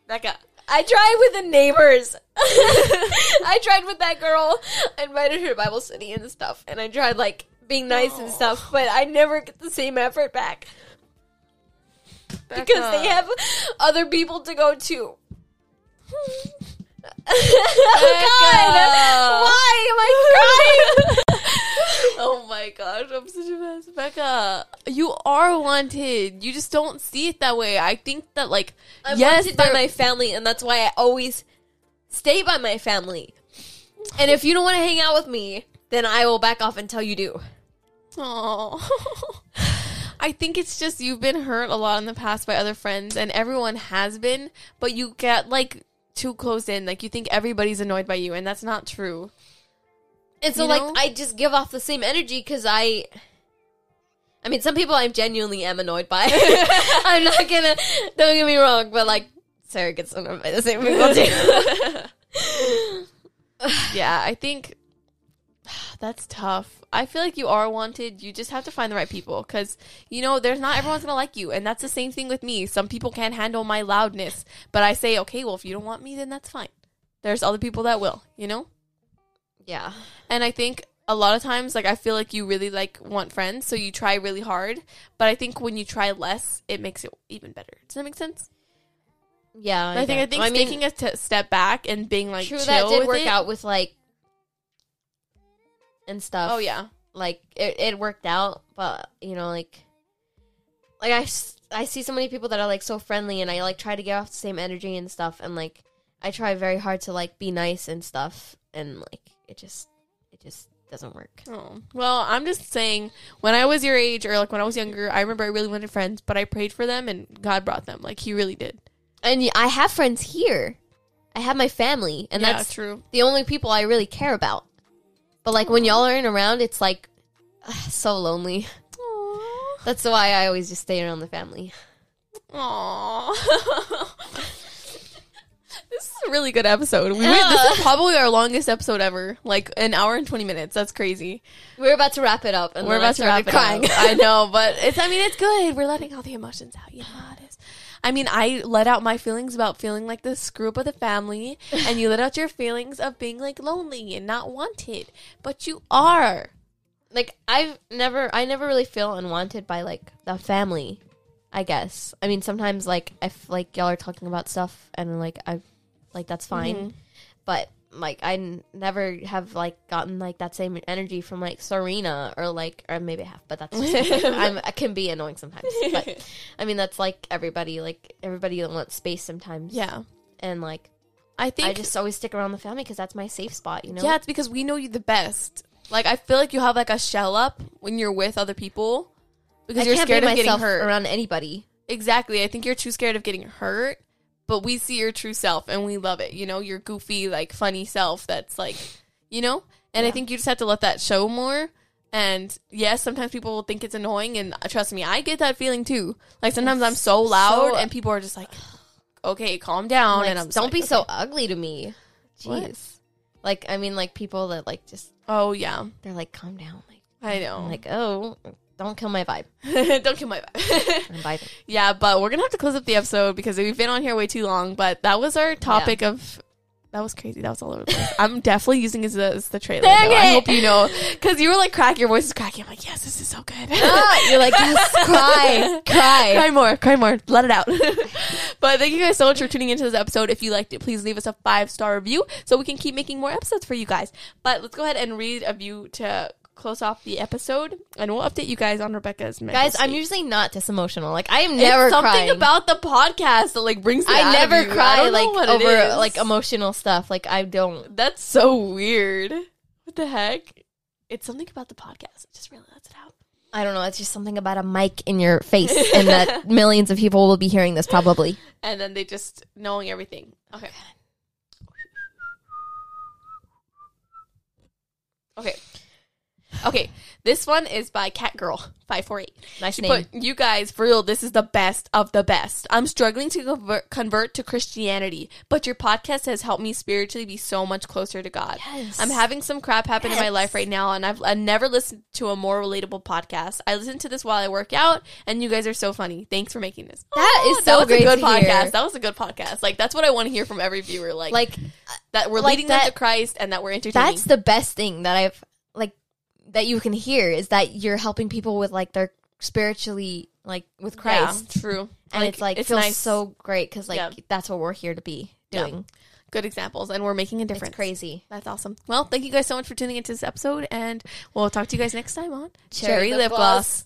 [SPEAKER 1] Becca.
[SPEAKER 3] I tried with the neighbors. I tried with that girl. I invited her to Bible study and stuff, and I tried like being nice and stuff, but I never get the same effort back because they have other people to go to. oh God! Why am I crying?
[SPEAKER 1] Oh my gosh, I'm such a mess. Becca, you are wanted. You just don't see it that way. I think that, like,
[SPEAKER 3] I'm
[SPEAKER 1] yes,
[SPEAKER 3] wanted by
[SPEAKER 1] there-
[SPEAKER 3] my family, and that's why I always stay by my family. And if you don't want to hang out with me, then I will back off until you do.
[SPEAKER 1] Oh. I think it's just you've been hurt a lot in the past by other friends, and everyone has been, but you get like too close in. Like you think everybody's annoyed by you, and that's not true.
[SPEAKER 3] And so,
[SPEAKER 1] You
[SPEAKER 3] like,
[SPEAKER 1] know?
[SPEAKER 3] I just give off the same energy because I. I mean, some people I'm genuinely am annoyed by. I'm not gonna. Don't get me wrong, but like, Sarah gets annoyed by the same people too.
[SPEAKER 1] Yeah, I think that's tough. I feel like you are wanted. You just have to find the right people because, you know, there's not everyone's going to like you. And that's the same thing with me. Some people can't handle my loudness, but I say, okay, well, if you don't want me, then that's fine. There's other people that will, you know?
[SPEAKER 3] yeah.
[SPEAKER 1] And I think a lot of times, like, I feel like you really like want friends, so you try really hard. But I think when you try less, it makes it even better. Does that make sense?
[SPEAKER 3] Yeah,
[SPEAKER 1] I, think I think taking a t- step back and being like
[SPEAKER 3] true
[SPEAKER 1] chill
[SPEAKER 3] that did
[SPEAKER 1] with
[SPEAKER 3] work
[SPEAKER 1] it-
[SPEAKER 3] out with like and stuff.
[SPEAKER 1] Oh yeah,
[SPEAKER 3] like it, it worked out, but you know, like like I s- I see so many people that are like so friendly, and I like try to get off the same energy and stuff, and like I try very hard to like be nice and stuff, and like it just it just doesn't work.
[SPEAKER 1] Oh. Well, I'm just saying, when I was your age or like when I was younger, I remember I really wanted friends, but I prayed for them and God brought them. Like He really did.
[SPEAKER 3] And y- I have friends here, I have my family, and
[SPEAKER 1] yeah,
[SPEAKER 3] that's
[SPEAKER 1] true.
[SPEAKER 3] the only people I really care about. But like when y'all aren't around, it's like so lonely.
[SPEAKER 1] Aww.
[SPEAKER 3] That's why I always just stay around the family.
[SPEAKER 1] Aww. this is a really good episode. We were, this is probably our longest episode ever, like an hour and twenty minutes. That's crazy.
[SPEAKER 3] We're about to wrap it up, and
[SPEAKER 1] We're about to wrap it
[SPEAKER 3] crying.
[SPEAKER 1] up. I know, but it's. I mean, it's good. We're letting all the emotions out. You know how it is. I mean, I let out my feelings about feeling like the screw up of the family, and you let out your feelings of being like lonely and not wanted, but you are.
[SPEAKER 3] like I've never, I never really feel unwanted by like the family. I guess. I mean, sometimes like if like y'all are talking about stuff, and like I, like that's
[SPEAKER 1] Mm-hmm.
[SPEAKER 3] fine, but like I n- never have like gotten like that same energy from like Serena or like or maybe I have, but that's just, I'm, I can be annoying sometimes. But I mean, that's like everybody. Like everybody wants space sometimes.
[SPEAKER 1] Yeah,
[SPEAKER 3] and like
[SPEAKER 1] I think.
[SPEAKER 3] I just always stick around the family because that's my safe spot. You know.
[SPEAKER 1] yeah, it's because we know you the best. Like I feel like you have like a shell up when you're with other people because
[SPEAKER 3] I
[SPEAKER 1] you're
[SPEAKER 3] can't
[SPEAKER 1] scared
[SPEAKER 3] be
[SPEAKER 1] of getting
[SPEAKER 3] myself
[SPEAKER 1] hurt.
[SPEAKER 3] around anybody.
[SPEAKER 1] Exactly. I think you're too scared of getting hurt, but we see your true self and we love it. You know, your goofy, like funny self that's like, you know? And I think you just have to let that show more. And yes, sometimes people will think it's annoying. And uh, trust me, I get that feeling too. Like sometimes I'm so loud
[SPEAKER 3] So-
[SPEAKER 1] and people are just like, okay, calm down.
[SPEAKER 3] Like,
[SPEAKER 1] and I'm just
[SPEAKER 3] don't
[SPEAKER 1] like,
[SPEAKER 3] be
[SPEAKER 1] okay.
[SPEAKER 3] so ugly to me.
[SPEAKER 1] What?
[SPEAKER 3] Jeez. Like I mean, like people that like just
[SPEAKER 1] Oh, yeah.
[SPEAKER 3] they're like, calm down. Like
[SPEAKER 1] I
[SPEAKER 3] I'm
[SPEAKER 1] know.
[SPEAKER 3] like, oh, don't kill my vibe.
[SPEAKER 1] don't kill my vibe.
[SPEAKER 3] I'm vibing.
[SPEAKER 1] Yeah, but we're gonna have to close up the episode because we've been on here way too long. But that was our topic of. That was crazy. That was all over the place. I'm definitely using as the, as the trailer.
[SPEAKER 3] Dang
[SPEAKER 1] though. I
[SPEAKER 3] it.
[SPEAKER 1] hope you know because you were like crack. Your voice is cracking. I'm like, yes, this is so good. Ah,
[SPEAKER 3] You're like, yes, cry, cry.
[SPEAKER 1] cry more, cry more, let it out. but thank you guys so much for tuning into this episode. If you liked it, please leave us a five star review so we can keep making more episodes for you guys. But let's go ahead and read a view to close off the episode, and we'll update you guys on Rebecca's. mental
[SPEAKER 3] Guys, I'm
[SPEAKER 1] state.
[SPEAKER 3] usually not this emotional. Like I am
[SPEAKER 1] It's
[SPEAKER 3] never
[SPEAKER 1] something
[SPEAKER 3] crying.
[SPEAKER 1] about the podcast that like brings. It
[SPEAKER 3] I
[SPEAKER 1] out of
[SPEAKER 3] never
[SPEAKER 1] you. I
[SPEAKER 3] cry
[SPEAKER 1] don't know
[SPEAKER 3] like
[SPEAKER 1] what it
[SPEAKER 3] over
[SPEAKER 1] is.
[SPEAKER 3] like emotional stuff. Like I don't.
[SPEAKER 1] That's so weird. What the heck? It's something about the podcast. It just really lets it out.
[SPEAKER 3] I don't know. It's just something about a mic in your face, and that millions of people will be hearing this probably.
[SPEAKER 1] And then they just knowing everything. Okay. Okay. Okay. This one is by Catgirl548.
[SPEAKER 3] Nice
[SPEAKER 1] She
[SPEAKER 3] name.
[SPEAKER 1] put, you guys, for real, this is the best of the best. I'm struggling to convert, convert to Christianity, but your podcast has helped me spiritually be so much closer to God.
[SPEAKER 3] Yes.
[SPEAKER 1] I'm having some crap happen in my
[SPEAKER 3] Yes.
[SPEAKER 1] life right now, and I've I never listened to a more relatable podcast. I listen to this while I work out, and you guys are so funny. Thanks for making this.
[SPEAKER 3] That is
[SPEAKER 1] Aw,
[SPEAKER 3] so
[SPEAKER 1] Oh, was
[SPEAKER 3] great
[SPEAKER 1] a good
[SPEAKER 3] to
[SPEAKER 1] podcast.
[SPEAKER 3] hear.
[SPEAKER 1] That was a good podcast. Like that's what I want to hear from every viewer. Like,
[SPEAKER 3] like
[SPEAKER 1] that we're
[SPEAKER 3] like
[SPEAKER 1] leading
[SPEAKER 3] that-
[SPEAKER 1] them to Christ, and that we're entertaining.
[SPEAKER 3] that's the best thing that I've like that you can hear is that you're helping people with like their spiritually like with
[SPEAKER 1] Yeah,
[SPEAKER 3] Christ,
[SPEAKER 1] true.
[SPEAKER 3] and it's like feels so great because like
[SPEAKER 1] Yeah.
[SPEAKER 3] that's what we're here to be
[SPEAKER 1] Yeah.
[SPEAKER 3] doing.
[SPEAKER 1] good examples, and we're making a difference.
[SPEAKER 3] It's crazy.
[SPEAKER 1] That's awesome. Well, thank you guys so much for tuning into this episode, and we'll talk to you guys next time on
[SPEAKER 3] Cherry Lip Gloss.